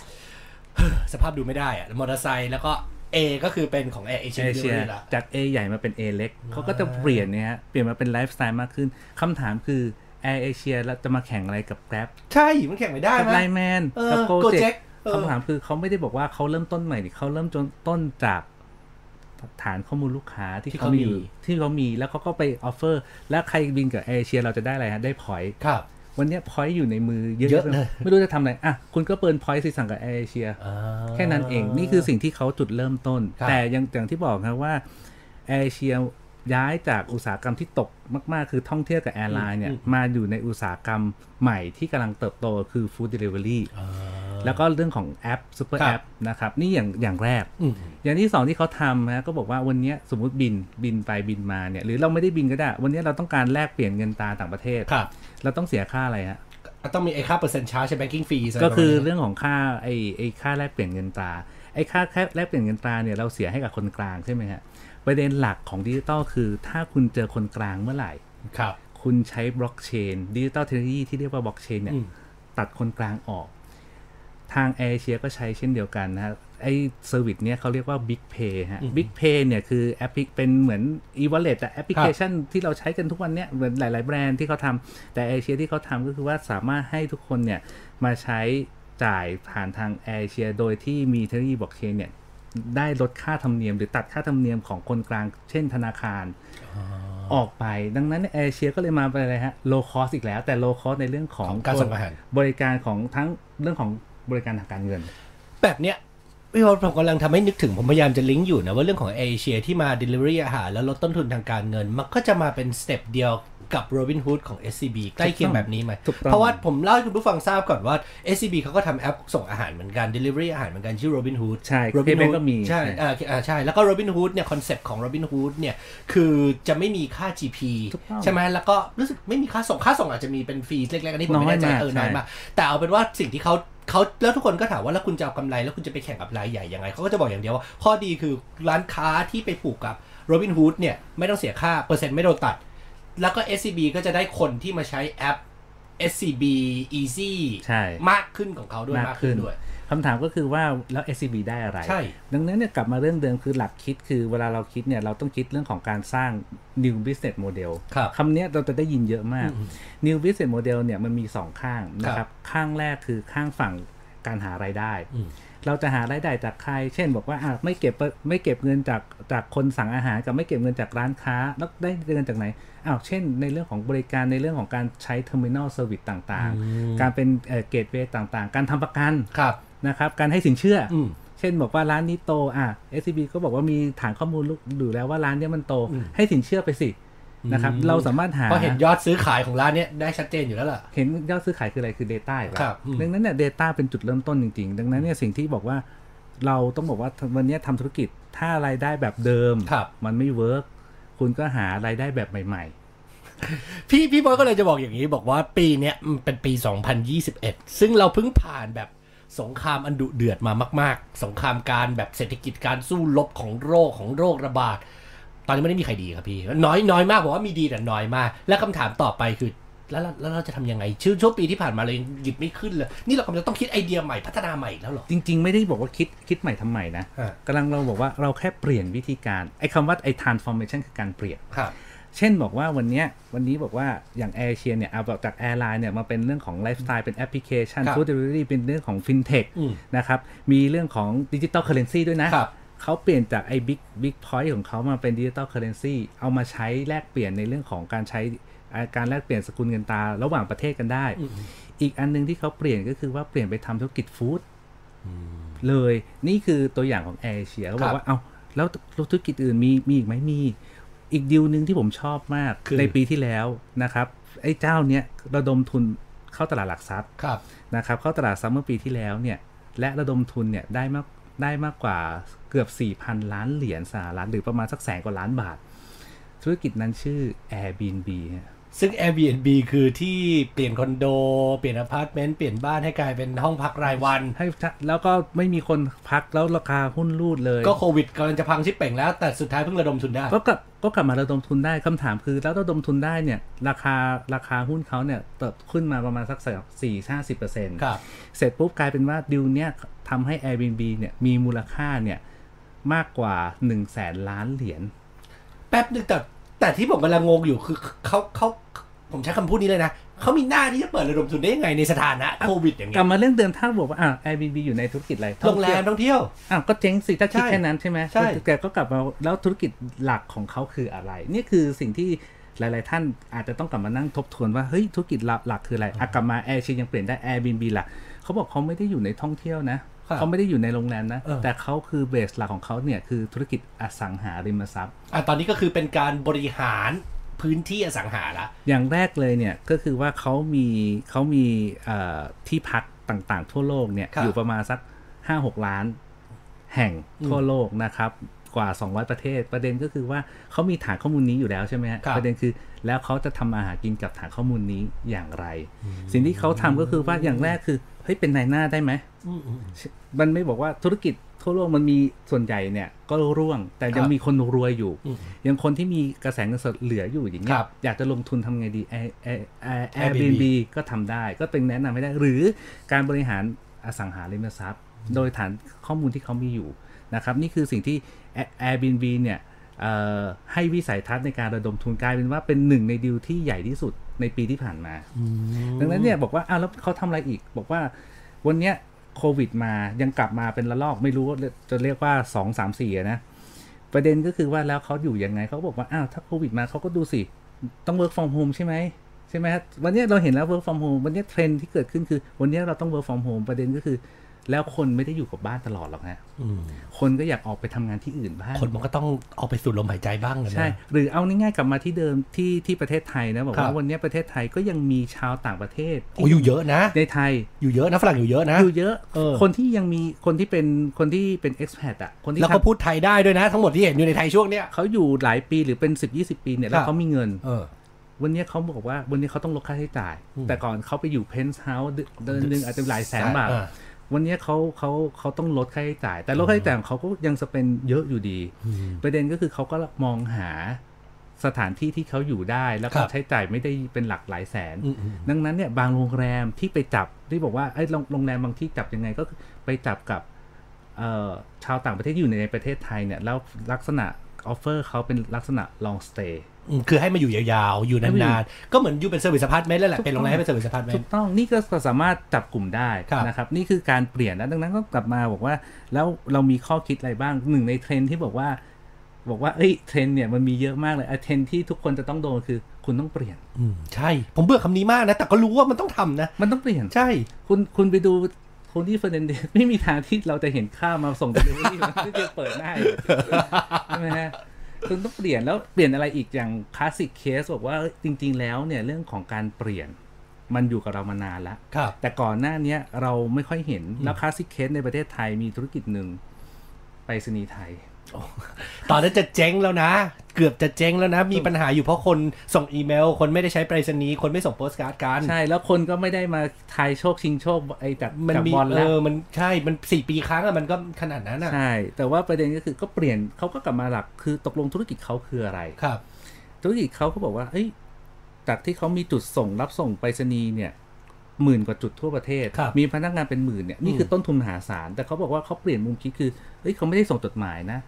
Speaker 2: สภาพดูไม่ได้อะมอเตอร์ไซค์แล้วก็ A ก็คือเป็นของ Air
Speaker 3: เอ
Speaker 2: Asia
Speaker 3: เชีย
Speaker 2: Delivery ละ
Speaker 3: จาก A ใหญ่มาเป็น A เล็กเขาก็จะเปลี่ยนเนี่ยฮะเปลี่ยนมาเป็นไลฟ์สไตล์มากขึ้นคำถามคือ Air Asia แล้วจะมาแข่งอะไรกับ Grab
Speaker 2: ใช่ มันแข่งไม่ได้
Speaker 3: กับ
Speaker 2: มั้
Speaker 3: ไล
Speaker 2: ย
Speaker 3: แมน
Speaker 2: เออ
Speaker 3: กับโกเจ็
Speaker 2: Gojek
Speaker 3: ก
Speaker 2: เออ
Speaker 3: คำถามคือเขาไม่ได้บอกว่าเขาเริ่มต้นใหม่นี่เขาเริ่มจนต้นจากฐานข้อมูลลูกค้าที่เขามีที่เขามีแล้วเขาก็ไปออฟเฟอร์ แล้วใครบินกับเอเชียเราจะได้อะไรฮะ ได้พอยต์
Speaker 2: ครับ
Speaker 3: วันเนี้พอยต์อยู่ในมือเยอะ
Speaker 2: เยอะเลย
Speaker 3: ไม่รู้จะทำอะไรอ่ะคุณก็เปิดพอยต์สิสั่งกับเอเชีย แค่นั้นเองนี่คือสิ่งที่เขาจุดเริ่มต้น
Speaker 2: ครับ
Speaker 3: แต่ยังอย่างที่บอกครับว่าเอเชียย้ายจากอุตสาหกรรมที่ตกมาก ๆ คือท่องเที่ยวกับแอร์ไลน์เนี่ย
Speaker 2: อืม
Speaker 3: มาอยู่ในอุตสาหกรรมใหม่ที่กำลังเติบโตคือฟู้ดเดลิเวอรี่
Speaker 2: อ่า
Speaker 3: แล้วก็เรื่องของแอปซูเปอร์
Speaker 2: ครั
Speaker 3: แอบ ปนะครับนี่อย่างอย่างแรก
Speaker 2: อืม
Speaker 3: อย่างที่สองที่เขาทำนะก็บอกว่าวันเนี้ยสมมติบินบินไปบินมาเนี่ยหรือเราไม่ได้บินก็ได้ วันเนี้ยเราต้องการแลกเปลี่ยนเงินตราต่างประเทศ
Speaker 2: ครับ
Speaker 3: เราต้องเสียค่าอะไรฮะ
Speaker 2: ต้องมีไอ้ค่าเปอร์เซ็นต์ชาร์จแบงกิ้งฟรี
Speaker 3: ก็คือเรื่องของค่าไอ้ไอ้ค่าแลกเปลี่ยนเงินตราไอ้ค่าแลกเปลี่ยนเงินตราเนี่ยเราเสียให้กับคนกลางใช่ไหมฮะประเด็นหลักของดิจิตอลคือ ถ้าคุณเจอคนกลางเมื่อไหร่
Speaker 2: ครับ
Speaker 3: คุณใช้บล็อกเชนดิจิตอลเทคโนโลยีที่เรียกว่าบล็อกเชนเนี่ย
Speaker 2: อืม
Speaker 3: ตัดคนกลางออก ทางเอเชียก็ใช้เช่นเดียวกันนะฮะไอ้เซอร์วิสเนี่ยเขาเรียกว่า Big Pay ฮะ Big Pay เนี่ยคือแอปพลิเป็นเหมือน e-wallet แต่แอปพลิเคชันที่เราใช้กันทุกวันเนี่ยเหมือนหลาย ๆ แบรนด์ที่เขาทำแต่เอเชียที่เขาทำก็คือว่าสามารถให้ทุกคนเนี่ยมาใช้จ่ายผ่านทางเอเชียโดยที่มีเทคโนโลยีบล็อกเชนเนี่ยได้ลดค่าธรรมเนียม หรือตัดค่าธรรมเนียมของคนกลาง เช่นธนาคาร ออกไปดังนั้นเอเชียก็เลยมาเป็นอะไรฮะโลคอสอีกแล้ว แต่โลคอสในเรื่องของ
Speaker 2: ของการส่งอาหาร
Speaker 3: บริการของทั้งเรื่องของบริการทางการเงิน
Speaker 2: แบบเนี้ยพี่วอลผมกำลังทำให้นึกถึงผมพยายามจะลิงก์อยู่นะว่าเรื่องของเอเชียที่มา Delivery อาหารแล้วลดต้นทุนทางการเงิน มันก็จะมาเป็นสเต็ปเดียวกับ Robin Hood ของ SCB ใกล้เคียงแบบนี้ไหม
Speaker 3: ถูกต้อง
Speaker 2: เพราะว่าผมเล่าให้คุณผู้ฟังทราบก่อนว่า SCB เขาก็ทำแอปส่งอาหารเหมือนกัน Delivery อาหารเหมือนกันชื่อ Robin Hood
Speaker 3: ใช่
Speaker 2: โร
Speaker 3: เค
Speaker 2: บิน
Speaker 3: เบ
Speaker 2: ฮู
Speaker 3: น
Speaker 2: ด
Speaker 3: ก็มี
Speaker 2: ใช่อ่าอ่าใช่ แล้วก็โรบินฮูดเนี่ยคอนเซปต์ของโรบินฮูดเนี่ย คือจะไม่มีค่า GP
Speaker 3: ถูกต้อง
Speaker 2: ใช่ไหมแล้วก็รู้สึกไม่มีค่าส่งค่าส่งอาจจะมีเป็นฟรีเล็กๆอันนี้ผมไม่แน่ใจ
Speaker 3: น้อยมาก
Speaker 2: เออน้อย
Speaker 3: ใช่
Speaker 2: มากแต่เอาเป็นว่าสิ่งที่เขาเขาแล้วทุกคนก็ถามว่าแล้วคุณจะเอากำไรแล้วคุณจะไปแข่งกับรายใหญ่ยังไงเขาก็จะบอกอย่างเดียวว่า ข้อดีคือร้านค้าที่ไปผูกกับโรบินฮูดเนี่ยไม่ต้องเสียค่าเปอร์เซ็นต์ไม่โดนตัด แล้วก็ SCB ก็จะได้คนที่มาใช้แอป SCB Easy
Speaker 3: ใช่
Speaker 2: มากขึ้นของเขาด้วยมากขึ้นด้วย
Speaker 3: คำถามก็คือว่าแล้ว SCB ได้อะไร
Speaker 2: ใช่
Speaker 3: ดังนั้นเนี่ยกลับมาเรื่องเดิมคือหลักคิดคือเวลาเราคิดเนี่ยเราต้องคิดเรื่องของการสร้าง new business model
Speaker 2: ครับ
Speaker 3: คำเนี้ยเราจะได้ยินเยอะมาก new business model เนี่ยมันมี 2 ข้างนะค
Speaker 2: ครั
Speaker 3: รับบ ข้างแรกคือข้างฝั่ง การหารายได้
Speaker 2: อืม
Speaker 3: เราจะหารายได้จากใคร เช่น บอกว่าอ่ะไม่เก็บไม่เก็บเงินจากจากคนสั่งอาหารกับไม่เก็บเงินจากร้านค้าแล้วได้เงินจากไหนอ้าวเช่น ในเรื่องของบริการในเรื่องของการใช้เทอร์มินอลเซอร์วิสต่างๆ การเป็นเกตเวย์ต่างๆ การทำประกัน
Speaker 2: ครับ
Speaker 3: นะครับการให้สินเชื่ออ
Speaker 2: อืม
Speaker 3: เช่นบอกว่าร้านนี้โต อ่ะ SCB ก็บอกว่ามีฐานข้อมูลอยู่แล้วว่าร้านเนี้ยมันโต
Speaker 2: อืม
Speaker 3: ให้สินเชื่อไปสินะครับ เราสามารถหา
Speaker 2: เพราะเห็นยอดซื้อขายของร้านเนี้ยได้ชัดเจนอยู่แล้วล่ะ
Speaker 3: เห็นยอดซื้อขายคืออะไรคือ Data อีกแล้ว
Speaker 2: ครับอืม
Speaker 3: ดังนั้นเนี่ย Data เป็นจุดเริ่มต้นจริง ๆ ดังนั้นเนี่ยสิ่งที่บอกว่าเราต้องบอกว่าวันเนี้ยทำธุรกิจถ้ารายได้แบบเดิม
Speaker 2: ครับ
Speaker 3: มันไม่เวิร์กคุณก็หารายได้แบบใหม่
Speaker 2: พี่พี่บอยก็เลยจะบอกอย่างนี้บอกว่าปีเนี้ยมันเป็นปี 2021 ซึ่งเราเพิ่งผ่านแบบสงครามอันดุเดือดมามาก ๆ สงครามการแบบเศรษฐกิจการสู้รบของโรคของโรคระบาด ตอนนี้ไม่ได้มีใครดีครับพี่ น้อยน้อยมากผมว่ามีดีแต่น้อยมาก และคำถามต่อไปคือ แล้วเราแล้วเราจะทำยังไงชื่อช่วงปีที่ผ่านมาเลยงหยิบไม่ขึ้นเลย นี่เรากำลังจะต้องคิดไอเดียใหม่พัฒนาใหม่อีกแล้วเหรอ
Speaker 3: ๆ จริง ๆ ไม่ได้บอกว่าคิดคิดใหม่ทำใหม่นะ
Speaker 2: ฮะ
Speaker 3: กำลังเราบอกว่าเราแค่เปลี่ยนวิธีการไอ้คำว่าไอ้ transformation คือการเปลี่ยน
Speaker 2: ครับ
Speaker 3: เช่นบอกว่าวันเนี้ยวันนี้บอกว่าอย่างแอร์เชียเนี่ยเอาจากแอร์ไลน์เนี่ยมาเป็นเรื่องของไลฟ์สไตล์เป็นแอปพลิเคชัน
Speaker 2: ครับ
Speaker 3: ฟู้ดเดลิเวอรี่เป็นเรื่องของฟินเทค
Speaker 2: อืม
Speaker 3: นะครับ มีเรื่องของดิจิตอลเคอร์เรนซีด้วยนะครับ เขาเปลี่ยนจากไอ้บิ๊กบิ๊กพอยต์ของเขามาเป็นดิจิตอลเคอร์เรนซีเอามาใช้แลกเปลี่ยนในเรื่องของการใช้อ่าการแลกเปลี่ยนสกุลเงินตราระหว่างประเทศกันได้ อีกอันหนึงที่เขาเปลี่ยนก็คือว่าเปลี่ยนไปทำธุรกิจฟู้ด เลยนี่คือตัวอย่างของแอร์เอเชียเขาบ
Speaker 2: ค
Speaker 3: อ
Speaker 2: รับ
Speaker 3: กว่าเอาแล้วธุรกิจอื่นมีมีอีกไหมมี อีกดีลหนึ่งที่ผมชอบมาก
Speaker 2: คือ
Speaker 3: ในปีที่แล้วนะครับ ไอ้เจ้าเนี้ยระดมทุนเข้าตลาดหลักทรัพย์
Speaker 2: ครับ
Speaker 3: นะครับ เข้าตลาดซัมเมอร์ปีที่แล้วเนี่ย และระดมทุนเนี่ยได้มากได้มากกว่าเกือบ 4,000 ล้านเหรียญสหรัฐหรือประมาณสักแสนกว่าล้านบาท ธุรกิจนั้นชื่อ Airbnb ฮะ
Speaker 2: ซึ่ง Airbnb คือที่เปลี่ยนคอนโด เปลี่ยนอพาร์ตเมนต์เปลี่ยนบ้านให้กลายเป็นห้องพักรายวัน
Speaker 3: ให้แล้วก็ไม่มีคนพักแล้วราคาหุ้นรูดเลย
Speaker 2: ก็โควิดกำลังจะพังชิปเป่งแล้ว แต่สุดท้ายเพิ่งระดมทุนได้
Speaker 3: ก็กลับก็กลับมาระดมทุนได้คำถามคือแล้วระดมทุนได้เนี่ย ราคาราคาหุ้นเขาเนี่ยเติบขึ้นมาประมาณสักสี่ห้าสิบเปอร์เซ็นต์
Speaker 2: ครับ
Speaker 3: เสร็จปุ๊บกลายเป็นว่าดิวเนี่ยทำให้ Airbnb เนี่ยมีมูลค่าเนี่ยมากกว่า1นึ่งแสนล้านเหรียญ
Speaker 2: แป๊บนึงแต่แต่ที่ผมกำลังงงอยู่คือเขาเขาผมใช้คำพูดนี้เลยนะเขามีหน้าที่จะเปิดระดมทุนได้ยังไงในสถานะโควิดอย่าง
Speaker 3: กลั
Speaker 2: เงี้
Speaker 3: บ
Speaker 2: ย
Speaker 3: มาเรื่องเดิมถ้าบอกว่าอ่า Airbnb อยู่ในธุรกิจอะไร
Speaker 2: โรงแรม
Speaker 3: ท่อเที่ยว
Speaker 2: ท่องเที่ยว
Speaker 3: อ้าวก็เจ๊งสิถ้าคิด
Speaker 2: ใช่
Speaker 3: แค่นั้นใช่ไหม
Speaker 2: ใช่
Speaker 3: แต่ก็กลับมาแล้วธุรกิจหลักของเขาคืออะไร นี่คือสิ่งที่หลาย ๆ ท่านอาจจะต้องกลับมานั่งทบทวนว่าเฮ้ยธุรกิจหลักคืออะไรอ่ะกลับมาแอร์เชียยังเปลี่ยนได้ Airbnb ล่ะเขาบอกเขาไม่ได้อยู่ในท่องเที่ยวนะ
Speaker 2: ครับ
Speaker 3: เขาไม่ได้อยู่ในโรงแรมนะ
Speaker 2: เออ
Speaker 3: แต่เขาคือเบสหลักของเขาเนี่ยคือธุรกิจอสังหาริมทรัพย์
Speaker 2: อ่ะตอนนี้ก็คือเป็นการบริหารพื้นที่อสังหาละ
Speaker 3: อย่างแรกเลยเนี่ยก็คือว่าเขามีเขามีเอ่อที่พักต่างๆ ทั่วโลกเนี่ย
Speaker 2: ครับ
Speaker 3: อยู่ประมาณสัก 5-6 ล้านแห่งทั่วโลกนะครับกว่า 200 ประเทศ ประเด็นก็คือว่าเขามีฐานข้อมูลนี้อยู่แล้วใช่ไหมฮะ
Speaker 2: ครับ
Speaker 3: ประเด็นคือแล้วเขาจะทำอาหารกินกับฐานข้อมูลนี้อย่างไร สิ่งที่เขาทำก็คือว่าอย่างแรกคือเฮ้ยเป็นนายหน้าได้ไหม มันไม่บอกว่าธุรกิจทั่วโลกมันมีส่วนใหญ่เนี่ยก็ร่วง แต่
Speaker 2: ค
Speaker 3: ยัง
Speaker 2: รับ
Speaker 3: มีคนรวยอยู่
Speaker 2: อืม
Speaker 3: ยังคนที่มีกระแสเงินสดเหลืออยู่อย่างเงี้
Speaker 2: ค
Speaker 3: ย
Speaker 2: รับ
Speaker 3: อยากจะลงทุนทำไงดีแอร์แอร์แอร์
Speaker 2: Airbnb
Speaker 3: Airbnb ก็ทำได้ก็เป็นแนะนำให้ได้ หรือการบริหารอสังหาริมทรัพย์ โดยฐานข้อมูลที่เขามีอยู่นะครับนี่คือสิ่งที่ Air- Airbnb เนี่ยเอ่อให้วิสัยทัศน์ในการระดมทุนกลายเป็นว่าเป็นหนึ่งในดีลที่ใหญ่ที่สุดในปีที่ผ่านมา ดังนั้นเนี่ยบอกว่าอ้าวแล้วเขาทำอะไรอีก บอกว่าวันเนี้ยโควิดมายังกลับมาเป็นระลอกไม่รู้ว่าจะเรียกว่าสองสามสี่นะ ประเด็นก็คือว่าแล้วเขาอยู่ยังไงเขาบอกว่าอ้าวถ้าโควิดมาเขาก็ดูสิ ต้อง work from home ใช่ไหมใช่ไหมฮะวันเนี้ยเราเห็นแล้ว work from home วันเนี้ยเทรนด์ที่เกิดขึ้นคือ วันเนี้ยเราต้อง work from home ประเด็นก็คือ แล้วคนไม่ได้อยู่กับบ้านตลอดหรอกนะคนก็อยากออกไปทำงานที่อื่นบ้าง
Speaker 2: คนมันก็ต้องเอาไปสูดลมหายใจบ้างเลยนะ
Speaker 3: ใช่ หรือเอาง่ายๆกลับมาที่เดิมที่ที่ประเทศไทยนะบอก
Speaker 2: ครั
Speaker 3: ว่า
Speaker 2: บ
Speaker 3: วันเนี้ยประเทศไทยก็ยังมีชาวต่างประเทศ
Speaker 2: โอ้อยู่เยอะนะ
Speaker 3: ในไทย
Speaker 2: อยู่เยอะนะฝรั่งอยู่เยอะนะ
Speaker 3: อยู่เยอะ
Speaker 2: เออ
Speaker 3: คนที่ยังมีคนที่เป็นคนที่เป็นเอ็กซ์แพดอะคนที่
Speaker 2: แล้วก็
Speaker 3: ทำ
Speaker 2: พูดไทยได้ด้วยนะ ทั้งหมดที่เห็นอยู่ในไทยช่วงเนี้ย
Speaker 3: เขาอยู่หลายปีหรือเป็น 10 20 ปีเนี่ย แล้
Speaker 2: ครั
Speaker 3: ว
Speaker 2: บ
Speaker 3: เขามีเงิน
Speaker 2: เออ
Speaker 3: วันนี้เขาบอกว่าวันนี้เขาต้องลดค่าใช้จ่าย
Speaker 2: อืม
Speaker 3: แต่ก่อนเขาไปอยู่เพนท์เฮาส์เดือนหนึ่งอาจจะหลายแสนบาท
Speaker 2: อ่า
Speaker 3: วันนี้เขาเขาเขาต้องลดค่าใช้จ่าย แต่ลดค่าใช้จ่ายของเขาก็ยังสเปนเยอะอยู่ดี ประเด็นก็คือเขาก็มองหาสถานที่ที่เขาอยู่ได้ แล้ว
Speaker 2: ครั
Speaker 3: ก็
Speaker 2: บ
Speaker 3: ใช้จ่ายไม่ได้เป็นหลักหลายแสน
Speaker 2: อืมอืม
Speaker 3: ดังนั้นเนี่ยบางโรงแรมที่ไปจับที่บอกว่าไอ้ยโรงโรงแรมบางที่จับยังไงก็คือไปจับกับเอ่อชาวต่างประเทศที่อยู่ในประเทศไทยเนี่ยแล้วลักษณะ ออฟเฟอร์เขาเป็นลักษณะ long stay
Speaker 2: อืมคือให้มาอยู่ยาวๆ อยู่
Speaker 3: ให้มาอยู่
Speaker 2: นานๆ ก็เหมือนอยู่เป็นเซอร์วิสพาร์ทเมนต์แล้วแหละเป็นโรงแรมให้เป็นเซอร์วิสพาร์ทเมน
Speaker 3: ถู
Speaker 2: ต์
Speaker 3: กต้องนี่ก็สามารถจับกลุ่มได้
Speaker 2: ครับ
Speaker 3: นะครับนี่คือการเปลี่ยนนะดังนั้นก็กลับมาบอกว่า แล้วเรามีข้อคิดอะไรบ้างหนึ่งในเทรนด์ที่บอกว่า บอกว่าเอ้ยเทรนด์เนี่ยมันมีเยอะมากเลยอ่ะเทรนด์ที่ทุกคนจะต้องโดนคือคุณต้องเปลี่ยน
Speaker 2: ืมใช่ ผมเบื่อคำนี้มากนะ แต่ก็รู้ว่ามันต้องทำนะ
Speaker 3: มันต้องเปลี่ยน
Speaker 2: ใช่
Speaker 3: คุณคุณไปดูโทนี่เฟอร์เนนเดสไม่มีทางที่เราจะเห็นข้าวมาส่งเดลิเวอรี่ที่จะเปิดหน้าอยู่ ใช่ไหมฮะคุณต้องเปลี่ยนแล้วเปลี่ยนอะไรอีกอย่างคลาสสิกเคสบอกว่าเอ้ยจริง ๆ แล้วเนี่ยเรื่องของการเปลี่ยนมันอยู่กับเรามานานแล้ว
Speaker 2: ครับ
Speaker 3: แต่ก่อนหน้าเนี้ยเราไม่ค่อยเห็น แล้วคลาสสิกเคสในประเทศไทยมีธุรกิจหนึ่งไปรษณีย์ไทย
Speaker 2: ตอนนั้นจะเจ๊งแล้วนะ เกือบจะเจ๊งแล้วนะ มีปัญหาอยู่เพราะคนส่งอีเมล คนไม่ได้ใช้ไปรษณีย์ คนไม่ส่งโปสการ์ดกัน
Speaker 3: ใช่แล้วคนก็ไม่ได้มาทายโชคชิงโชคไอ้จาก
Speaker 2: มัน
Speaker 3: จาก
Speaker 2: มี
Speaker 3: บอล
Speaker 2: เอ
Speaker 3: แล้ว
Speaker 2: อ มันใช่ มันสี่ปีครั้งอะมันก็ขนาดนั้นอะ
Speaker 3: ใช่ แต่ว่าประเด็นก็คือก็เปลี่ยนเขาก็กลับมาหลักคือตกลงธุรกิจเขาคืออะไร
Speaker 2: ครับ
Speaker 3: ธุรกิจเขาก็บอกว่าเอ้ยจากที่เขามีจุดส่งรับส่งไปรษณีย์เนี่ยหมื่นกว่าจุดทั่วประเทศ
Speaker 2: ครับ
Speaker 3: มีพนักงานเป็นหมื่นเนี่ยนี่คือต้นทุนมหาศาล แต่เขาบอกว่าเขาเปลี่ยนมุมคิดคือเอ้ยเขาไม่ได้ส่งจดหมายนะ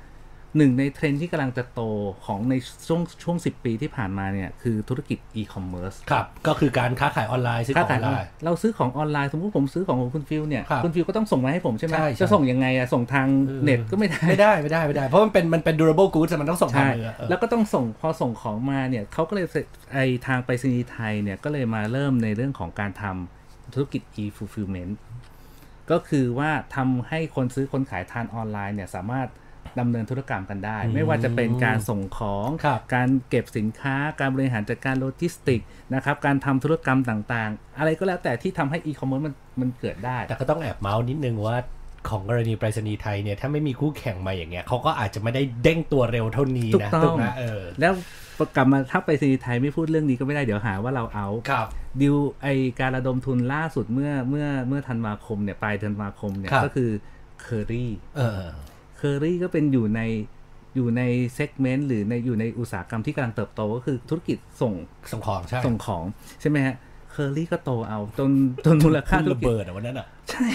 Speaker 3: หนึ่งในเทรนด์ที่กำลังจะโตของในช่วงช่วง 10 ปีที่ผ่านมาเนี่ยคือธุรกิจอีคอมเมิร์ซ
Speaker 2: ครับ ก็คือการค้าขายออนไลน์ซื้อของออนไลน์
Speaker 3: เราซื้อของออนไลน์ สมมติผมซื้อของของคุณฟิลเนี่ย
Speaker 2: ครับ
Speaker 3: ณฟิลก็ต้องส่งมาให้ผมใช่ไหม
Speaker 2: ใช่ใช่
Speaker 3: จะส่งยังไงอะส่งทางเน็ตก็ไม่ได้
Speaker 2: ไม่ได้ไม่ได้ไม่ได้ เพราะมันเป็นมันเป็น durable goods อะมันต้องส่งผ่า
Speaker 3: ใช่
Speaker 2: นมืออะเออ
Speaker 3: แล้วก็ต้องส่งพอส่งของมาเนี่ยเขาก็เลยไอทางไปรษณีย์ไทยเนี่ยก็เลยมาเริ่มในเรื่องของการทำธุรกิจ e-fulfillment ก็คือว่าทำให้คนซื้อคนขายทานออนไลน์เนี่ยสามารถดำเนินธุรกรรมกันได้ ไม่ว่าจะเป็นการส่งของ
Speaker 2: ครับ
Speaker 3: การเก็บสินค้าการบริหารจัดการโลจิสติกส์นะครับการทำธุรกรรมต่างๆ อะไรก็แล้วแต่ที่ทำให้อีคอมเมิร์ซมันมันเกิดได้
Speaker 2: แต่ก็ต้องแอบเมาส์นิดนึงว่าของกรณีไปรษณีย์ไทยเนี่ย ถ้าไม่มีคู่แข่งมาอย่างเงี้ยเขาก็อาจจะไม่ได้เด้งตัวเร็วเท่านี้
Speaker 3: ถูก
Speaker 2: นะ
Speaker 3: ต้อง
Speaker 2: ไหมเออ
Speaker 3: แล้วกลับมาถ้าไปรษณีย์ไทยไม่พูดเรื่องนี้ก็ไม่ได้เดี๋ยวหาว่าเราเอา
Speaker 2: ครับ
Speaker 3: ดิวไอการระดมทุนล่าสุดเมื่อเมื่อเมื่อธันวาคมเนี่ยปลายธันวาคมเนี่ย
Speaker 2: ครับ
Speaker 3: ก็คือเคอรี่
Speaker 2: เออ
Speaker 3: เคอรี่ก็เป็นอยู่ในอยู่ในเซกเมนต์หรือในอยู่ในอุตสาหกรรมที่กำลังเติบโตก็คือธุรกิจส่ง
Speaker 2: ส่งของใช่
Speaker 3: ส่งของใช่ไหมฮะเคอรี่ก็โตเอาจนจนมูลค่า
Speaker 2: ค่า
Speaker 3: ธุร
Speaker 2: ระ
Speaker 3: กิจ
Speaker 2: เบิดอะวันนั้นอะ
Speaker 3: ใช่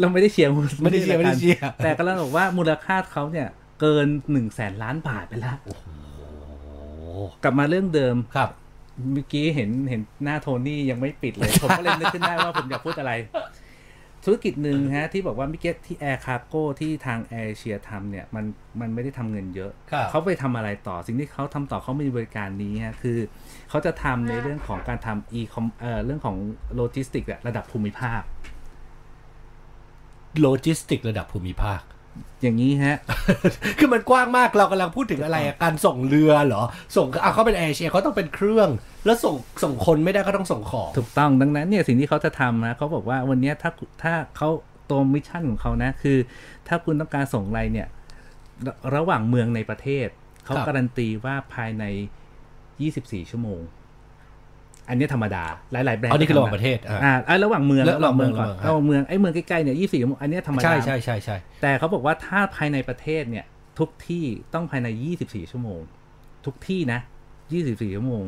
Speaker 3: เราไม่ได้เชียร์น
Speaker 2: ไม่ได้เชียร์ไม่ได้เชียร์
Speaker 3: แต่กำลังบอกว่ามูลค่าเขาเนี่ยเกิน1นึ่งแสนล้านบาทไปแล้วกลับมาเรื่องเดิม
Speaker 2: ครับ
Speaker 3: เมื่อกี้เห็นเห็นหน้าโทนี่ยังไม่ปิดเลย ผมก็เลยนึกขึ้นได้ว่าผมอยากพูดอะไร ธุรกิจหนึ่งฮะ ที่บอกว่าเมื่อกี้ที่แอร์คาโก้ที่ทางแอร์เอเชียทำเนี่ย มันมันไม่ได้ทำเงินเยอะ
Speaker 2: ครับ
Speaker 3: เขาไปทำอะไรต่อสิ่งที่เขาทำต่อเขามีบริการนี้ฮะ คือ เขาจะทำในเรื่องของการทำอีคอมเอ่อเรื่องของโลจิสติกส์อะระดับภูมิภาค
Speaker 2: โลจิสติกระดับภูมิภาค
Speaker 3: อย่างนี้ฮะ
Speaker 2: คือมันกว้างมากเรากำลังพูดถึงอะไรอะการส่งเรือเหรอ ส่งอ่ะเขาเป็นแอร์เชียเขาต้องเป็นเครื่อง แล้วส่งส่งคนไม่ได้ก็ต้องส่งของ
Speaker 3: ถูกต้องดังนั้นเนี่ยสิ่งที่เขาจะทำนะเขาบอกว่าวันเนี้ยถ้าถ้าเขาตัวมิชชั่นของเขานะคือ ถ้าคุณต้องการส่งอะไรเนี่ยระระหว่างเมืองในประเทศ เขา
Speaker 2: ครับ
Speaker 3: การันตีว่าภายใน 24 ชั่วโมง อันเนี้ยธรรมดาหลาย ๆ แบรนด์
Speaker 2: อันนี้คือระหว่างประเทศอ่ะ
Speaker 3: อ่าอ่าระหว่างเมือง
Speaker 2: แล้ว
Speaker 3: ระหว่างเมืองก่อน
Speaker 2: ระ
Speaker 3: ระ
Speaker 2: ห
Speaker 3: ห
Speaker 2: ว่า
Speaker 3: ว่างง
Speaker 2: เมื
Speaker 3: เมื
Speaker 2: อง
Speaker 3: องไอ้เมืองใกล้ ๆ เนี่ย 24 ชั่วโมงอันเนี้ยธรรมดา
Speaker 2: ใช่ใช่ใช่ใช่
Speaker 3: แต่เขาบอกว่าถ้าภายในประเทศเนี่ยทุกที่ต้องภายใน 24 ชั่วโมง ทุกที่นะ 24 ชั่วโมง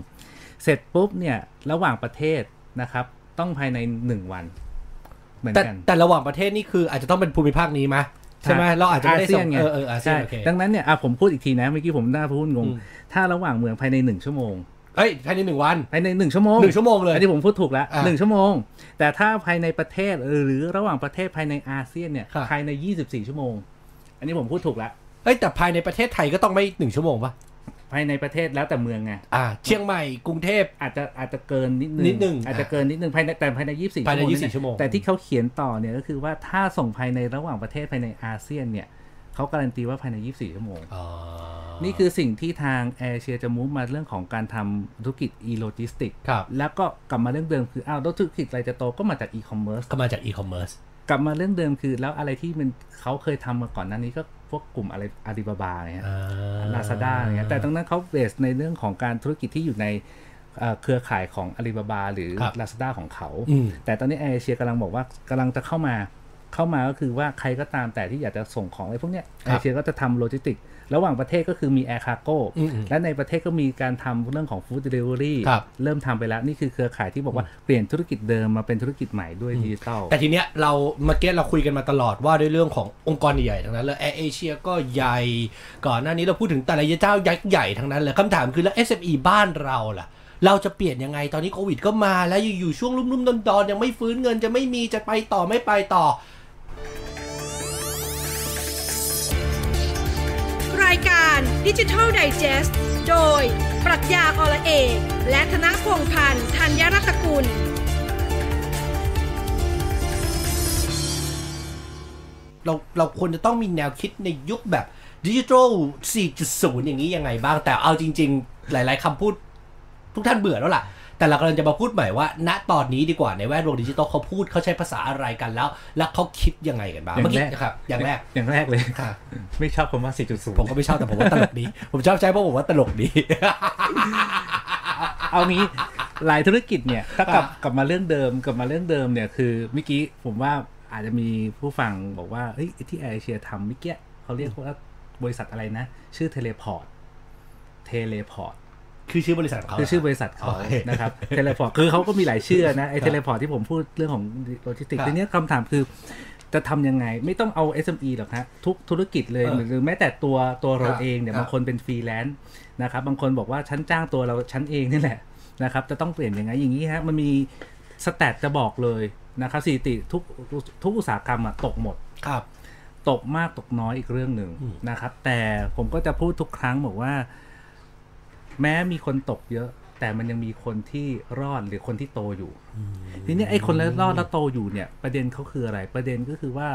Speaker 3: เสร็จปุ๊บเนี่ยระหว่างประเทศนะครับ ต้องภายใน 1 วัน เหมือน
Speaker 2: แต่
Speaker 3: กัน
Speaker 2: แต่ระหว่างประเทศนี่คืออาจจะต้องเป็นภูมิภาคนี้ไหมใช่ไหมเราอาจจะไม่ได้ส่งเออเอออาเซียน
Speaker 3: ใช่
Speaker 2: โอเค
Speaker 3: ดังนั้นเนี่ยอ่ะผมพูดอีกทีนะเมื่อกี้ผมหน้าพูดงง
Speaker 2: อืม
Speaker 3: ถ้าระหว่างเมืองภายใน 1 ชั่วโมง
Speaker 2: เฮ้ยภายในหนึ่งวัน
Speaker 3: ภายใน 1 ชั่วโมง
Speaker 2: หนึ่งชั่วโมงเลย
Speaker 3: อันนี้ผมพูดถูกแล้ว
Speaker 2: อ่ะ
Speaker 3: หนึ่งชั่วโมง แต่ถ้าภายในประเทศหรือระหว่างประเทศภายในอาเซียนเนี่ย
Speaker 2: ครับ
Speaker 3: ภายใน 24 ชั่วโมง อันนี้ผมพูดถูกแล้ว
Speaker 2: เอ้ยแต่ภายในประเทศไทยก็ต้องไม่หนึ่งชั่วโมงป่ะ
Speaker 3: ภายในประเทศแล้วแต่เมืองไง
Speaker 2: อ่า เชียงใหม่กรุงเทพ
Speaker 3: อาจจะอาจจะเกินนิดนึง
Speaker 2: นิดนึง
Speaker 3: อาจจะเกินนิดนึงภายในแต่ภายใน 24
Speaker 2: ภายใน
Speaker 3: เ
Speaker 2: 24ชั่วโมง
Speaker 3: แต่ที่เขาเขียนต่อเนี่ยก็คือว่าถ้าส่งภายในระหว่างประเทศภายในอาเซียนเนี่ยเขาการันตีว่าภายใน 24 ชั่วโมง
Speaker 2: อ๋อ
Speaker 3: นี่คือสิ่งที่ทางแอร์เชียจะมุ่งมาเรื่องของการทำธุรกิจ e logistic
Speaker 2: ครับ
Speaker 3: แล้วก็กลับมาเรื่องเดิมคืออ้าวแล้วธุรกิจอะไรจะโตก็มาจาก e commerce
Speaker 2: ก็มาจากอีคอมเมิร์ซ
Speaker 3: กลับมาเรื่องเดิมคือแล้วอะไรที่มันเขาเคยทำมาก่อนหน้านี้ก็พวกกลุ่มอะไรอาลีบาบาเนี่ย ลาซาด้าอะไรเงี้ยแต่ตรงนั้นเขาเบสในเรื่องของการธุรกิจที่อยู่ในเอ่อเครือข่ายของอาลีบาบาหรือ
Speaker 2: ครับ
Speaker 3: ลาซาด้าของเขา
Speaker 2: อืม
Speaker 3: แต่ตอนนี้เอเชียกำลังบอกว่ากำลังจะเข้ามาเข้ามาก็คือว่าใครก็ตามแต่ที่อยากจะส่งของอะไรพวกเนี้ยเอเชียก็จะทำโลจิสติก ระหว่างประเทศก็คือมี Air Cargo
Speaker 2: อืมอืม
Speaker 3: และในประเทศก็มีการทำเรื่องของ Food Delivery
Speaker 2: ครับ
Speaker 3: เริ่มทำไปแล้ว นี่คือเครือข่ายที่บอกว่าเปลี่ยนธุรกิจเดิมมาเป็นธุรกิจใหม่ด้วยดิจิตอล
Speaker 2: แต่ทีเนี้ยเราเมื่อกี้เราคุยกันมาตลอดว่าด้วยเรื่องขององค์กรใหญ่ๆทั้งนั้นเลยแอร์เอเชียก็ใหญ่ ก่อนหน้านี้เราพูดถึงแต่ละเจ้ายักษ์ใหญ่ทั้งนั้นเลยคำถามคือแล้ว SME บ้านเราล่ะ เราจะเปลี่ยนยังไงตอนนี้โควิดก็มาแล้วอยู่ๆช่วงลุ่มๆดอนๆยังไม่ฟื้นเงินจะไม่มีจะไปต่อไม่ไปต่อ
Speaker 1: รายการดิจิทัลไดจ e s t โดย ปรัชญาอละเอกและธนพงษ์พันธ์ธัญรัตนกุล
Speaker 2: เราเราควรจะต้องมีแนวคิดในยุคแบบดิจิทัล 4.0 อย่างนี้ยังไงบ้าง แต่เอาจริง ๆ หลาย ๆคำพูดทุกท่านเบื่อแล้วล่ะ แต่เรากำลังจะมาพูดใหม่ว่า ณตอนนี้ดีกว่าในแวดวงดิจิทัลเขาพูดเขาใช้ภาษาอะไรกันแล้ว แล้วเขาคิดยังไงกันบ้าง
Speaker 3: อย่าง
Speaker 2: เมื่อกี้
Speaker 3: แรก
Speaker 2: นะครับ อย่างแรก
Speaker 3: อย่างแรกเลย
Speaker 2: ค่ะ
Speaker 3: ไม่ชอบคำว่า 4.0
Speaker 2: ผมก็ไม่ชอบแต่ผมว่าตลกดี ผมชอบใช้เพราะผมว่าตลกดี
Speaker 3: เอานี้หลายธุรกิจเนี่ยถ้ากลับกลับมาเรื่องเดิมกลับมาเรื่องเดิมเนี่ยคือเมื่อกี้ผมว่าอาจจะมีผู้ฟังบอกว่าเฮ้ยไอ้ที่แอร์เอเชียทำเมื่อกี้เขาเรียกว่าบริษัทอะไรนะ ชื่อเทเลพอร์ตเทเลพอร์ต
Speaker 2: คือชื่อบริษัทของเขา
Speaker 3: คือชื่อบริษัทเขา
Speaker 2: โอเค
Speaker 3: นะครับเทเลพอร์ตคือเขาก็มีหลายชื่อนะไอ้เทเลพอร์ตที่ผมพูดเรื่องของโลจิสติก
Speaker 2: ครับ
Speaker 3: ทีเนี้ยคำถามคือจะทำยังไงไม่ต้องเอา SME หรอกฮะทุกธุรกิจเลย
Speaker 2: เออ
Speaker 3: หรือแม้แต่ตัวตัวเรา
Speaker 2: ครับ
Speaker 3: เองเนี่ย
Speaker 2: ครับ
Speaker 3: บางคนเป็นฟรีแลนซ์ นะครับบางคนบอกว่าฉันจ้างตัวเราฉันเองนี่แหละนะครับจะต้องเปลี่ยนอย่างไงอย่างนี้ฮะมันมีสแตทจะบอกเลยนะครับสถิติทุกทุกอุตสาหกรรมอะตกหมด
Speaker 2: ครับ
Speaker 3: ตกมากตกน้อยอีกเรื่องหนึ่ง
Speaker 2: อืม
Speaker 3: นะครับ แต่ผมก็จะพูดทุกครั้งบอกว่า แม้มีคนตกเยอะ แต่มันยังมีคนที่รอดหรือคนที่โตอยู่ ทีนี้ไอ้คนรอดแล้วโตอยู่เนี่ยประเด็นเขาคืออะไร ประเด็นก็คือว่า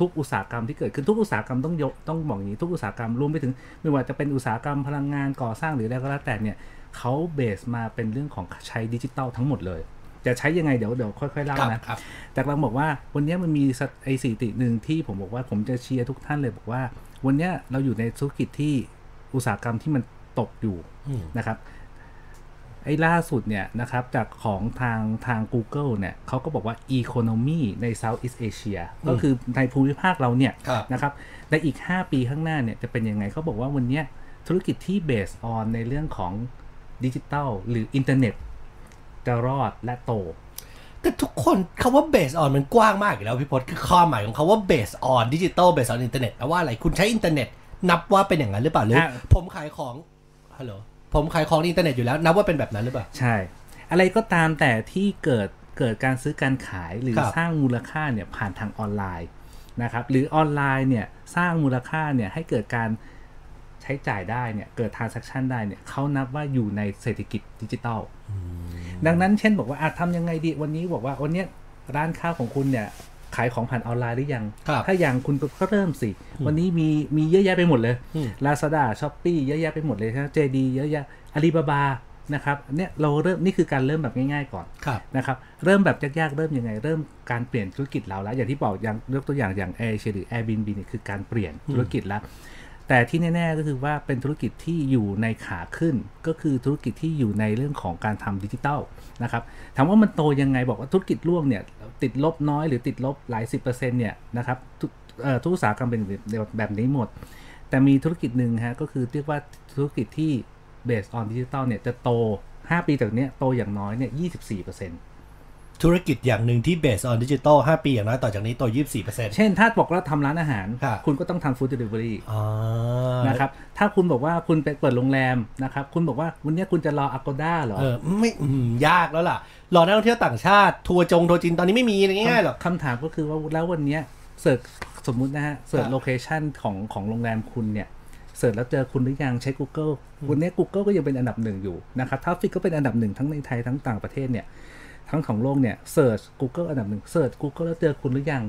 Speaker 3: ทุกอุตสาหกรรมที่เกิดขึ้นทุกอุตสาหกรรมต้องยกต้องบอกอย่างนี้ทุกอุตสาหกรรมรวมไปถึง ไม่ว่าจะเป็นอุตสาหกรรมพลังงานก่อสร้างหรืออะไรก็แล้วแต่เนี่ยเขาเบสมาเป็นเรื่องของใช้ดิจิตอลทั้งหมดเลย จะใช้ยังไงเดี๋ยวเดี๋ยวค่อยๆเล่า
Speaker 2: ครับ
Speaker 3: นะ
Speaker 2: ครับ
Speaker 3: แต่กำลังบอกว่าวันนี้มันมีสไอสีติหนึ่งที่ผมบอกว่าผมจะเชียร์ทุกท่านเลยบอกว่า วันนี้เราอยู่ในธุรกิจที่อุตสาหกรรมที่มันตกอยู่
Speaker 2: อืม
Speaker 3: นะครับ ไอ้ล่าสุดเนี่ยนะครับจากของทางทาง Google เนี่ยเขาก็บอกว่า Economy ใน Southeast Asia ก็คือในภูมิภาคเราเนี่ย
Speaker 2: ครับ
Speaker 3: นะครับในอีก 5 ปีข้างหน้าเนี่ยจะเป็นยังไงเขาบอกว่าวันเนี้ยธุรกิจที่เบสออนในเรื่องของดิจิทัลหรืออินเทอร์เน็ตจะรอดและโต
Speaker 2: แต่ทุกคนคำว่า based on มันกว้างมากอยู่แล้วพี่พศคือความหมายของคำว่า based on digital based on internet แปลว่าอะไรคุณใช้อินเทอร์เน็ต นับว่าเป็นอย่างนั้นหรือเปล่าหรือ
Speaker 3: ฮะ
Speaker 2: ผมขายของฮัลโหลผมขายของในอินเทอร์เน็ตอยู่แล้ว นับว่าเป็นแบบนั้นหรือเปล่า
Speaker 3: ใช่ อะไรก็ตามแต่ที่เกิดเกิดการซื้อการขายหรือ
Speaker 2: ครับ
Speaker 3: สร้างมูลค่าเนี่ยผ่านทางออนไลน์นะครับหรือออนไลน์เนี่ยสร้างมูลค่าเนี่ยให้เกิดการใช้จ่ายได้เนี่ยเกิด transaction ได้เนี่ยเขานับว่าอยู่ในเศรษฐกิจดิจิทัลดังนั้นเช่นบอกว่าอาจทำยังไงดีวันนี้บอกว่าวันเนี้ยร้านค้าของคุณเนี่ยขายของผ่านออนไลน์หรือยัง
Speaker 2: ครับ
Speaker 3: ถ้าอย่างคุณก็เริ่มสิ วันนี้มีมีเยอะแยะไปหมดเลย
Speaker 2: อืม
Speaker 3: Lazada s h o p e e เยอะแยะไปหมดเลยนะ JD เยอะแยะ Alibaba นะครับเนี่ยเราเริ่มนี่คือการเริ่มแบบง่ายๆก่อน
Speaker 2: ครับ
Speaker 3: นะครับเริ่มแบบยากๆ เริ่มยังไง เริ่มการเปลี่ยนธุรกิจเราแล้วอย่างที่บอกอย่างยกตัวอย่างอย่าง Air Asia หรือ Airbnb เนี่ยคือการเปลี่ยนธุรกิจแล้ว แต่ที่แน่ๆก็คือว่าเป็นธุรกิจที่อยู่ในขาขึ้น ก็คือธุรกิจที่อยู่ในเรื่องของการทำดิจิทัลนะครับถามว่ามันโตยังไงบอกว่าธุรกิจร่วงเนี่ยติดลบน้อยหรือติดลบหลายสิบเปอร์เซ็นต์เนี่ยนะครับทุกเอ่อทุกอุตสาหกรรมเป็นแบบแบบนี้หมด แต่มีธุรกิจหนึ่งฮะก็คือเรียกว่าธุรกิจที่ based on digital เนี่ยจะโต 5 ปีจากเนี้ยโตอย่างน้อยเนี่ย24%
Speaker 2: ธุรกิจอย่างหนึ่งที่ based on digital 5 ปีอย่างน้อยต่อจากนี้โตัว 24เปอร์เซ็นต์
Speaker 3: เช่นถ้าบอกว่าทำร้านอาหาร
Speaker 2: ครับ
Speaker 3: คุณก็ต้องทำ food delivery นะครับถ้าคุณบอกว่าคุณไปเปิดโรงแรมนะครับคุณบอกว่าวันเนี้ยคุณจะรอ Agoda เหรอ
Speaker 2: เออไม่อืมยากแล้วล่ะรอนักท่องเที่ยวต่างชาติ ทัวร์จงทัวร์จีนตอนนี้ไม่มีง่ายๆหรอก
Speaker 3: คำถามก็คือว่าแล้ววันเนี้ยเสิร์ชสมมุตินะฮะเสิร์ช
Speaker 2: ครับ
Speaker 3: โลเคชันของของโรงแรมคุณเนี่ยเสิร์ชแล้วเจอคุณหรือยังใช้ Google วันเนี้ย Google ก็ยังเป็นอันดับหนึ่งอยู่นะครับทราฟฟิกก็เป็นอันดับหนึ่งทั้งในไทยทั้งต่างประเทศเนี่ยทั้งของโลกเนี่ยเสิร์ช Google อันดับหนึ่งเสิร์ช Google แล้วเจอคุณหรือยัง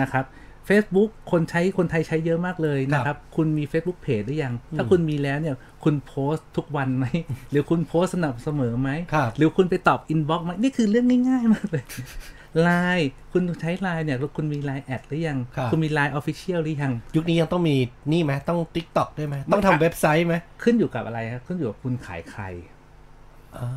Speaker 3: นะครับ Facebook คนใช้คนไทยใช้เยอะมากเลยนะครับ คุณมี Facebook Page หรือยัง ถ้าคุณมีแล้วเนี่ยคุณโพสต์ทุกวันไหม หรือคุณโพสต์สนับเสมอไหม
Speaker 2: ครับ
Speaker 3: หรือคุณไปตอบอินบ็อกซ์ไหมนี่คือเรื่องง่าย ๆ มากเลย ไลน์คุณใช้ไลน์เนี่ยแล้วคุณมีไลน์แอดหรือยัง
Speaker 2: ครับ
Speaker 3: ณมีไลน์ออฟฟิเชียลหรือยัง
Speaker 2: ยุคนี้ยังต้องมีนี่ไหมต้อง TikTok ด้วยไหมต้อง
Speaker 3: มันอะ
Speaker 2: ทำเว็บไซต์ไหม
Speaker 3: ขึ้นอยู่กับอะไรครับขึ้นอยู่กับคุณขายใคร
Speaker 2: อ่า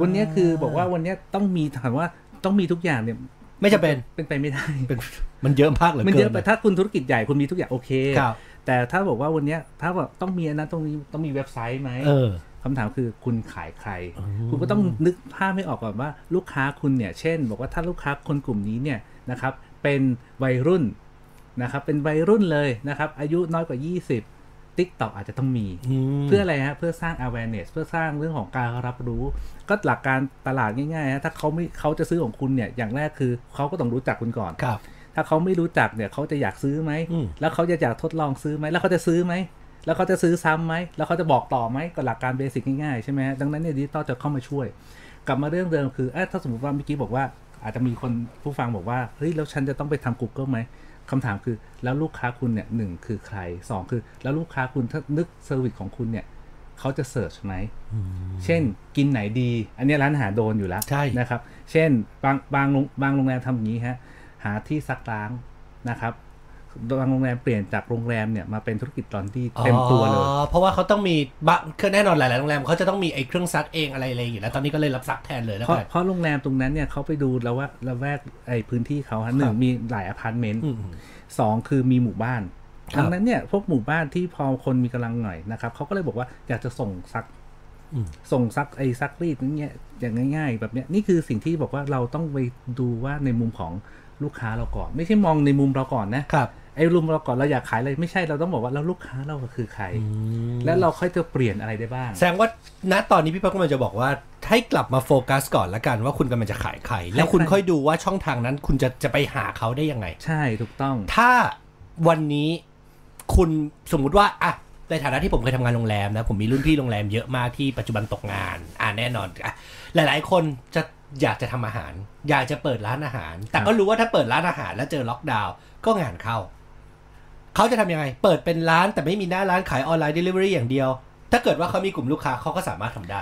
Speaker 3: วันเนี้ยคือบอกว่าวันเนี้ยต้องมีถามว่าต้องมีทุกอย่างเนี่ย
Speaker 2: ไม่จะเป็น
Speaker 3: เป็นไปไม่ได้
Speaker 2: เป็นมันเยอะมากเหลือ
Speaker 3: มัน
Speaker 2: เกิ
Speaker 3: เยอะ
Speaker 2: น
Speaker 3: ไปถ้าคุณธุรกิจใหญ่คุณมีทุกอย่างโอเค
Speaker 2: ครับ
Speaker 3: แต่ถ้าบอกว่าวันเนี้ยถ้าแบบต้องมีอันนั้นต้องมีต้องมีเว็บไซต์ไหม
Speaker 2: เออ
Speaker 3: คำถามคือคุณขายใคร คุณก็ต้องนึกภาพไม่ออกก่อนว่าลูกค้าคุณเนี่ย เช่น บอกว่าถ้าลูกค้าคนกลุ่มนี้เนี่ยนะครับ เป็นวัยรุ่นนะครับ เป็นวัยรุ่นเลยนะครับ อายุน้อยกว่า 20 t i k t o k อาจจะต้องมี
Speaker 2: อืม
Speaker 3: เพื่ออะไรฮะ เพื่อสร้าง awareness เพื่อสร้างเรื่องของการรับรู้ ก็หลักการตลาดง่ายๆฮะถ้าเขาไม่เขาจะซื้อของคุณเนี่ย อย่างแรกคือเขาก็ต้องรู้จักคุณก่อน
Speaker 2: ครับ
Speaker 3: ถ้าเขาไม่รู้จักเนี่ยเขาจะอยากซื้อไหม
Speaker 2: อืม
Speaker 3: แล้วเขาจะอยากทดลองซื้อไหม แล้วเขาจะซื้อไหม แล้วเขาจะซื้อซ้ำไหม แล้วเขาจะบอกต่อไหมก็หลักการเบสิกง่ายๆใช่ไหมฮะดังนั้นเนี่ยดิจิตอลจะเข้ามาช่วย กลับมาเรื่องเดิมคือเอะถ้าสมมติว่าเมื่อกี้บอกว่า อาจจะมีคนผู้ฟังบอกว่า เฮ้ย แล้วฉันจะต้องไปทำ Google ไหมคำถามคือ แล้วลูกค้าคุณเนี่ยหนึ่งคือใครสองคือ แล้วลูกค้าคุณถ้านึกเซอร์วิสของคุณเนี่ยเขาจะเสิร์ชไหม เช่นกินไหนดี อันเนี้ยร้านอาหารโดนอยู่แล้ว
Speaker 2: ใช่
Speaker 3: นะครับ เช่นบางบางโรงบางโรงแรมทำอย่างนี้ฮะหาที่ซักล้างนะครับบางโรงแรมเปลี่ยนจากโรงแรมเนี่ยมาเป็นธุรกิจลอนดี้เต็มตัวเลย
Speaker 2: อ๋อเพราะว่าเขาต้องมีบะคือแน่นอนหลาย ๆ โรงแรมเขาจะต้องมีไอ้เครื่องซักเองอะไรอะไรอยู่แล้ว ตอนนี้ก็เลยรับซักแทนเลยแล้ว
Speaker 3: เพราะ
Speaker 2: กัน
Speaker 3: เพราะโรงแรมตรงนั้นเนี่ยเขาไปดูแล้วว่าละแวกไอ้พื้นที่เขาฮะหนึ่งมีหลายอพาร์ตเมนต์
Speaker 2: อืม
Speaker 3: สองคือมีหมู่บ้าน
Speaker 2: ครับ
Speaker 3: ดังนั้นเนี่ยพวกหมู่บ้านที่พอคนมีกำลังหน่อยนะครับเขาก็เลยบอกว่าอยากจะส่งซัก
Speaker 2: อืม
Speaker 3: ส่งซักไอ้ซักรีดอย่างเงี้ยอย่างง่าย ๆ แบบเนี้ยนี่คือสิ่งที่บอกว่าเราต้องไปดูว่าในมุมของลูกค้าเราก่อน ไม่ใช่มองในมุมเราก่อนนะครับ ไอ้มุมเราก่อนเราอยากขายอะไรไม่ใช่เราต้องบอกว่าแล้วลูกค้าเราคือใคร แล้วเราค่อยจะเปลี่ยนอะไรได้บ้าง
Speaker 2: แสดงว่าณตอนนี้พี่เพักก็มันจะบอกว่าให้กลับมาโฟกัสก่อนละกันว่าคุณกำลังจะขายใครแล้วคุณ
Speaker 3: ใคร
Speaker 2: ค่อยดูว่าช่องทางนั้น คุณจะจะไปหาเขาได้ยังไง
Speaker 3: ใช่ถูกต้อง
Speaker 2: ถ้าวันนี้คุณสมมุติว่าอะในฐานะที่ผมเคยทำงานโรงแรมนะผมมีรุ่นพี่โรงแรมเยอะมากที่ปัจจุบันตกงาน อ่าแน่นอนอะหลาย ๆ คนจะอยากจะทำอาหาร อยากจะเปิดร้านอาหาร แต่
Speaker 3: ครับ
Speaker 2: ก็รู้ว่าถ้าเปิดร้านอาหารแล้วเจอล็อกดาวน์ก็งานเข้า เขาจะทำยังไง เปิดเป็นร้านแต่ไม่มีหน้าร้านขายออนไลน์เดลิเวอรี่อย่างเดียว ถ้าเกิดว่าเขามีกลุ่มลูกค้าเขาก็สามารถทำได้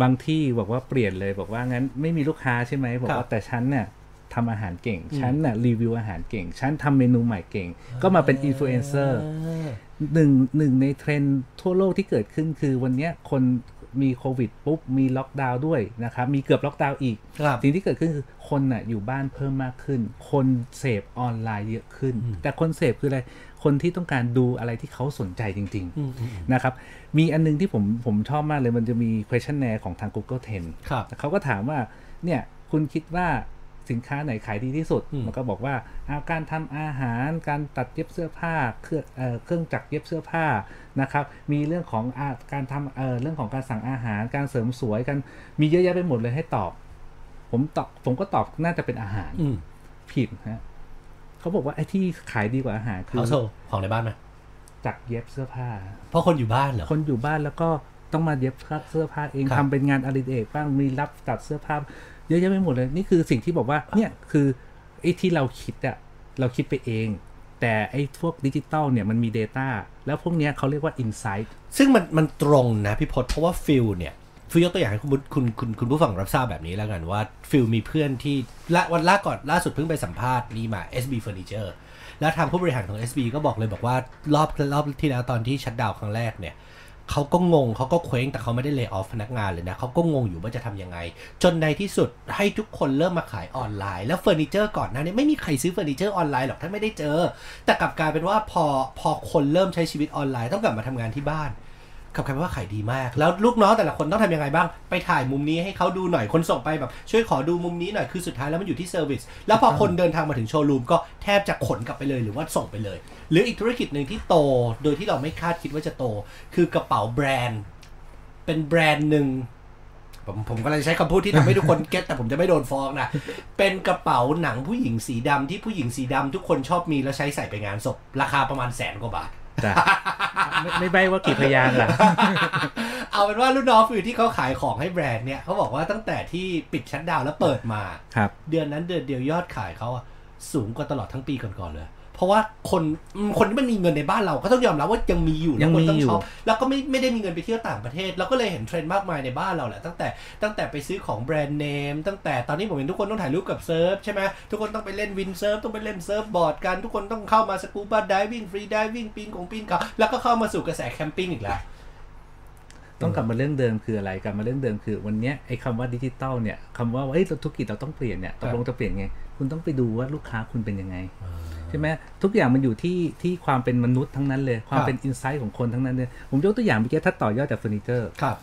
Speaker 3: บางที่บอกว่าเปลี่ยนเลยบอกว่างั้นไม่มีลูกค้าใช่ไหมบอก
Speaker 2: ครั
Speaker 3: ว่า
Speaker 2: บ
Speaker 3: แต่ฉันเนี่ยทำอาหารเก่ง ฉันน่ะรีวิวอาหารเก่ง ฉันทำเมนูใหม่เก่ง ก็มาเป็นอินฟลูเอนเซอร์หนึ่งหนึ่งในเทรนด์ทั่วโลกที่เกิดขึ้นคือวันเนี้ยคนมีโควิดปุ๊บ มีล็อกดาวน์ด้วยนะครับมีเกือบล็อกดาวน์อีก
Speaker 2: ครับ
Speaker 3: สิ่งที่เกิดขึ้นคือคนน่ะอยู่บ้านเพิ่มมากขึ้น คนเสพออนไลน์เยอะขึ้น แต่คนเสพคืออะไร คนที่ต้องการดูอะไรที่เขาสนใจจริง
Speaker 2: อืมอืม
Speaker 3: ๆ นะครับ มีอันนึงที่ผมผมชอบมากเลยมันจะมี questionnaire ของทาง Google 10
Speaker 2: ครับ
Speaker 3: เขาก็ถามว่า เนี่ย คุณคิดว่าสินค้าไหนขายดีที่สุด
Speaker 2: อืม
Speaker 3: มันก็บอกว่าอาการทำอาหาร การตัดเย็บเสื้อผ้า เครื่องเอ่อเครื่องจักรเย็บเสื้อผ้า นะครับ มีเรื่องของอาการทำเอ่อเรื่องของการสั่งอาหาร การเสริมสวย กันมีเยอะแยะไปหมดเลยให้ตอบ ผมตอบ ผมก็ตอบน่าจะเป็นอาหาร
Speaker 2: อืม
Speaker 3: ผิดฮะเขาบอกว่าไอ้ที่ขายดีกว่าอาหารคือ
Speaker 2: เอาโซ่ของในบ้านไหม
Speaker 3: จักรเย็บเสื้อผ้า
Speaker 2: เพราะคนอยู่บ้านเหรอ
Speaker 3: คนอยู่บ้านแล้วก็ต้องมาเย็บเสื้อผ้าเอง
Speaker 2: ครับ
Speaker 3: ทำเป็นงานอดิเรกบ้างมีรับตัดเสื้อผ้าเยอะแยะไปหมดเลย นี่คือสิ่งที่บอกว่าเนี่ยคือไอ้ที่เราคิดอะเราคิดไปเอง แต่ไอ้พวกดิจิตอลเนี่ยมันมี Data แล้วพวกเนี้ยเขาเรียกว่า Insight
Speaker 2: ซึ่งมันมันตรงนะพี่พศเพราะว่าฟิลเนี่ยฟิลยกตัวอย่างให้คุณผู้คุณคุณคุณผู้ฟังรับทราบแบบนี้แล้วกันว่าฟิลมีเพื่อนที่ละวันล่าก่อนล่าสุดเพิ่งไปสัมภาษณ์นี่มา SB Furniture แล้วทางผู้บริหารของ SB ก็บอกเลยบอกว่ารอบรอบที่แล้วตอนที่ชัดดาวน์ครั้งแรกเนี่ยเขาก็งงเขาก็เคว้งแต่เขาไม่ได้เล y o ออฟพนักงานเลยนะเขาก็งงอยู่ว่าจะทำยังไง จนในที่สุดให้ทุกคนเริ่มมาขายออนไลน์ แล้วเฟอร์นิเจอร์ก่อนหน้านี้ไม่มีใครซื้อเฟอร์นิเจอร์ออนไลน์หรอกถ้าไม่ได้เจอ แต่กลับกลายเป็นว่าพอพอคนเริ่มใช้ชีวิตออนไลน์ต้องกลับมาทำงานที่บ้าน ขับคำว่าขายดีมาก แล้วลูกน้องแต่ละคนต้องทำยังไงบ้าง ไปถ่ายมุมนี้ให้เขาดูหน่อยคนส่งไปแบบ ช่วยขอดูมุมนี้หน่อยคือสุดท้ายแล้วมันอยู่ที่เซอร์วิสแล้วพอคนเดินทางมาถึงโชว์รูมก็แทบจะขนกลับไปเลยหรือว่าส่งไปเลย หรืออีกธุรกิจหนึ่งที่โต โดยที่เราไม่คาดคิดว่าจะโต คือกระเป๋าแบรนด์ เป็นแบรนด์หนึ่ง ผมผมกำลังใช้คำพูดที่ทำให้ทุกคน เก็ตแต่ผมจะไม่โดนฟ้องนะ เป็นกระเป๋าหนังผู้หญิงสีดำที่ผู้หญิงสีดำทุกคนชอบมีแล้วใช้ใส่ไปงานศพราคาประมาณแสนกว่าบาท
Speaker 3: จ้ะ ไม่ไม่ใบว่ากี่พยางค์ล่ะ
Speaker 2: เอาเป็นว่ารุ่นน้องฟิวที่เขาขายของให้แบรนด์เนี่ยเขาบอกว่าตั้งแต่ที่ปิดชัดดาวน์แล้วเปิดมา
Speaker 3: ครับ
Speaker 2: เดือนนั้นเดือนเดียวยอดขายเขาอะสูงกว่าตลอดทั้งปีก่อนๆเลย เพราะว่าคนอืมคนที่มันมีเงินในบ้านเราก็ต้องยอมรับว่ายังมีอยู่
Speaker 3: ยัง
Speaker 2: ค
Speaker 3: มี
Speaker 2: นต้อง
Speaker 3: อยู่
Speaker 2: ชอบแล้วก็ไม่ไม่ได้มีเงินไปเที่ยวต่างประเทศ เราก็เลยเห็นเทรนด์มากมายในบ้านเราแหละตั้งแต่ตั้งแต่ไปซื้อของแบรนด์เนมตั้งแต่ตอนนี้ผมเห็นทุกคนต้องถ่ายรูปกับเซิร์ฟใช่ไหมทุกคนต้องไปเล่นวินเซิร์ฟต้องไปเล่นเซิร์ฟบอร์ดกันทุกคนต้องเข้ามาสกูบ้าดิวิ่งฟรีดิวิ่งปีนกงปีนเขาแล้วก็เข้ามาสู่กระแสแคมปิ้งอีกแล้ว
Speaker 3: ต้องกลับมาเรื่องเดิมคืออะไรกลับมาเรื่องเดิมคือวันเนี้ยไอ้คำว่าดิจิตอลเนี่ยคำว่าเอ้ยธุรกิจเราต้องเปลี่ยนเนี่ยตกลงจะเปลี่ยนไง คุณต้องไปดูว่าลูกค้าคุณเป็นยังไง ใช่ไหมทุกอย่างมันอยู่ที่ที่ความเป็นมนุษย์ทั้งนั้นเลย ความเป็นอินไซต์ของคนทั้งนั้นเลยผมยกตัวอย่างเมื่อกี้ถ้าต่อยอดจากเฟอร์นิเจอร์
Speaker 2: ครับ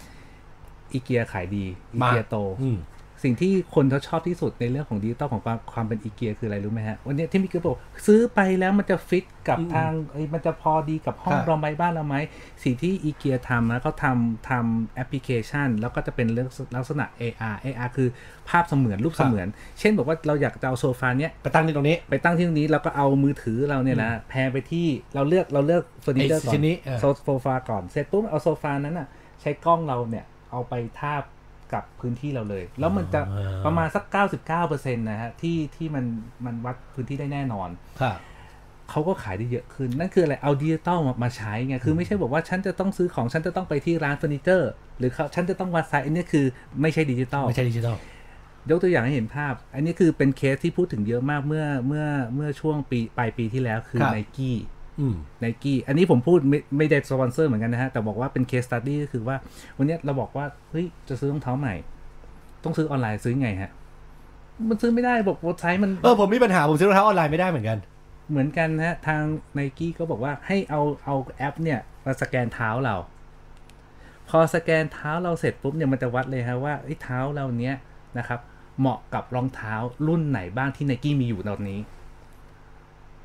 Speaker 3: อีเกียขายดีอี
Speaker 2: มา
Speaker 3: เกียโต
Speaker 2: อืม
Speaker 3: สิ่งที่คนเขาชอบที่สุดในเรื่องของดิจิตอลของความความเป็นอีเกียคืออะไรรู้ไหมฮะ วันเนี้ยที่มีกระบอกซื้อไปแล้วมันจะฟิตกับ
Speaker 2: อืม
Speaker 3: ทางเอ้ยมันจะพอดีกับห้อง
Speaker 2: ครับ
Speaker 3: เราไหมบ้านเราไหมสิ่งที่อีเกียทำนะเขาทำทำแอปพลิเคชัน แล้วก็จะเป็นเรื่องลักษณะ AR AR คือภาพเสมือนรูป
Speaker 2: ครั
Speaker 3: เส
Speaker 2: บ
Speaker 3: มือน เช่นบอกว่าเราอยากจะเอาโซฟาเนี้ย
Speaker 2: ไปตั้งที่ตรงนี้
Speaker 3: ไปตั้งที่ตรงนี้แล้วก็เอามือถือเราเนี่ยนะแพนไปที่เราเลือกเราเลือกเฟอร์นิเจอร์
Speaker 2: ไอ้
Speaker 3: ก่อ
Speaker 2: ชิ้
Speaker 3: น
Speaker 2: นนี้เออ
Speaker 3: โซฟาก่อนเสร็จปุ๊บเอาโซฟานั้นอ่ะใช้กล้องเราเนี่ยเอาไปทาบกับพื้นที่เราเลย แล้วมันจะ ประมาณสัก 99%นะฮะที่ที่มันมันวัดพื้นที่ได้แน่นอน
Speaker 2: ครับ
Speaker 3: เขาก็ขายได้เยอะขึ้น นั่นคืออะไร เอาดิจิตอลมามาใช้ไง คือไม่ใช่บอกว่าฉันจะต้องซื้อของฉันจะต้องไปที่ร้านเฟอร์นิเจอร์ หรือเขาฉันจะต้องวัดไซส์อันนี้คือไม่ใช่ดิจิตอล
Speaker 2: ไม่ใช่ดิจิทัล
Speaker 3: ยกตัวอย่างให้เห็นภาพ อันนี้คือเป็นเคสที่พูดถึงเยอะมากเมื่อเมื่อเมื่อช่วงปีปลายปีที่แล้วคือ
Speaker 2: ครับ
Speaker 3: ไนกี้
Speaker 2: อืม
Speaker 3: ไนกี้อันนี้ผมพูดไม่ไม่ได้สปอนเซอร์เหมือนกันนะฮะ แต่บอกว่าเป็นเคสตัดดี้ก็คือว่า วันเนี้ยเราบอกว่า เฮ้ย จะซื้อรองเท้าใหม่ ต้องซื้อออนไลน์ซื้อไงฮะ มันซื้อไม่ได้บอกว่าไซส์มัน
Speaker 2: เออผมมีปัญหา ผมซื้อรองเท้าออนไลน์ไม่ได้เหมือนกัน
Speaker 3: เหมือนกันนะฮะ ทางไนกี้ก็บอกว่าให้เอาเอาแอปเนี่ย มาสแกนเท้าเรา พอสแกนเท้าเราเสร็จปุ๊บเนี่ยมันจะวัดเลยฮะว่าเอ้ยเท้าเราเนี้ยนะครับ เหมาะกับรองเท้ารุ่นไหนบ้างที่ไนกี้มีอยู่ตอนนี้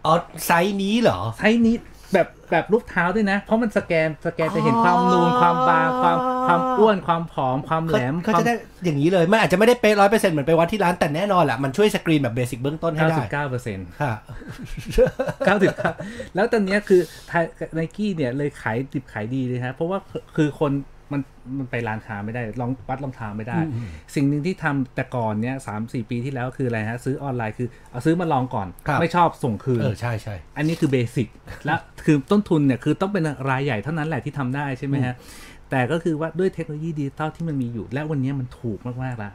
Speaker 2: อ๋อไซส์นี้เหรอ
Speaker 3: ใช้นี้แบบแบบรูปเท้าด้วยนะ เพราะมันสแกนสแกนจะเห็น
Speaker 2: อ๋อ
Speaker 3: ความนูนความบางความความอ้วนความผอมความแหลม
Speaker 2: เขา
Speaker 3: ควา
Speaker 2: จะ
Speaker 3: ม
Speaker 2: ได้อย่างนี้เลยมันอาจจะไม่ได้เป๊ะร้อยเปอร์เซ็นต์เหมือนไปวัดที่ร้านแต่แน่นอนแหละมันช่วยสกรีนแบบเบสิกเบื้องต้นให้
Speaker 3: เก้า
Speaker 2: ได้
Speaker 3: สิบเก้าเปอร์เซ็นต์
Speaker 2: ค่ะ
Speaker 3: เก้าสิบแล้วตอนเนี้ยคือไนกี้เนี่ยเลยขายดิบขายดีเลยฮะเพราะว่าคือคือคนมันมันไปร้านค้าไม่ได้ลองวัดรองเท้าไม่ได้ สิ่งหนึ่งที่ทำแต่ก่อนเนี้ยสามสี่ปีที่แล้วคืออะไรฮะซื้อออนไลน์คือเอาซื้อมาลองก่อน
Speaker 2: ครับ
Speaker 3: ไม่ชอบส่งคืน
Speaker 2: เออใช่ใช่
Speaker 3: อันนี้คือเบสิก และคือต้นทุนเนี่ยคือต้องเป็นรายใหญ่เท่านั้นแหละที่ทำได้ใช่ไหมฮะ แต่ก็คือว่าด้วยเทคโนโลยีดิจิตอลที่มันมีอยู่ และวันนี้มันถูกมากๆละ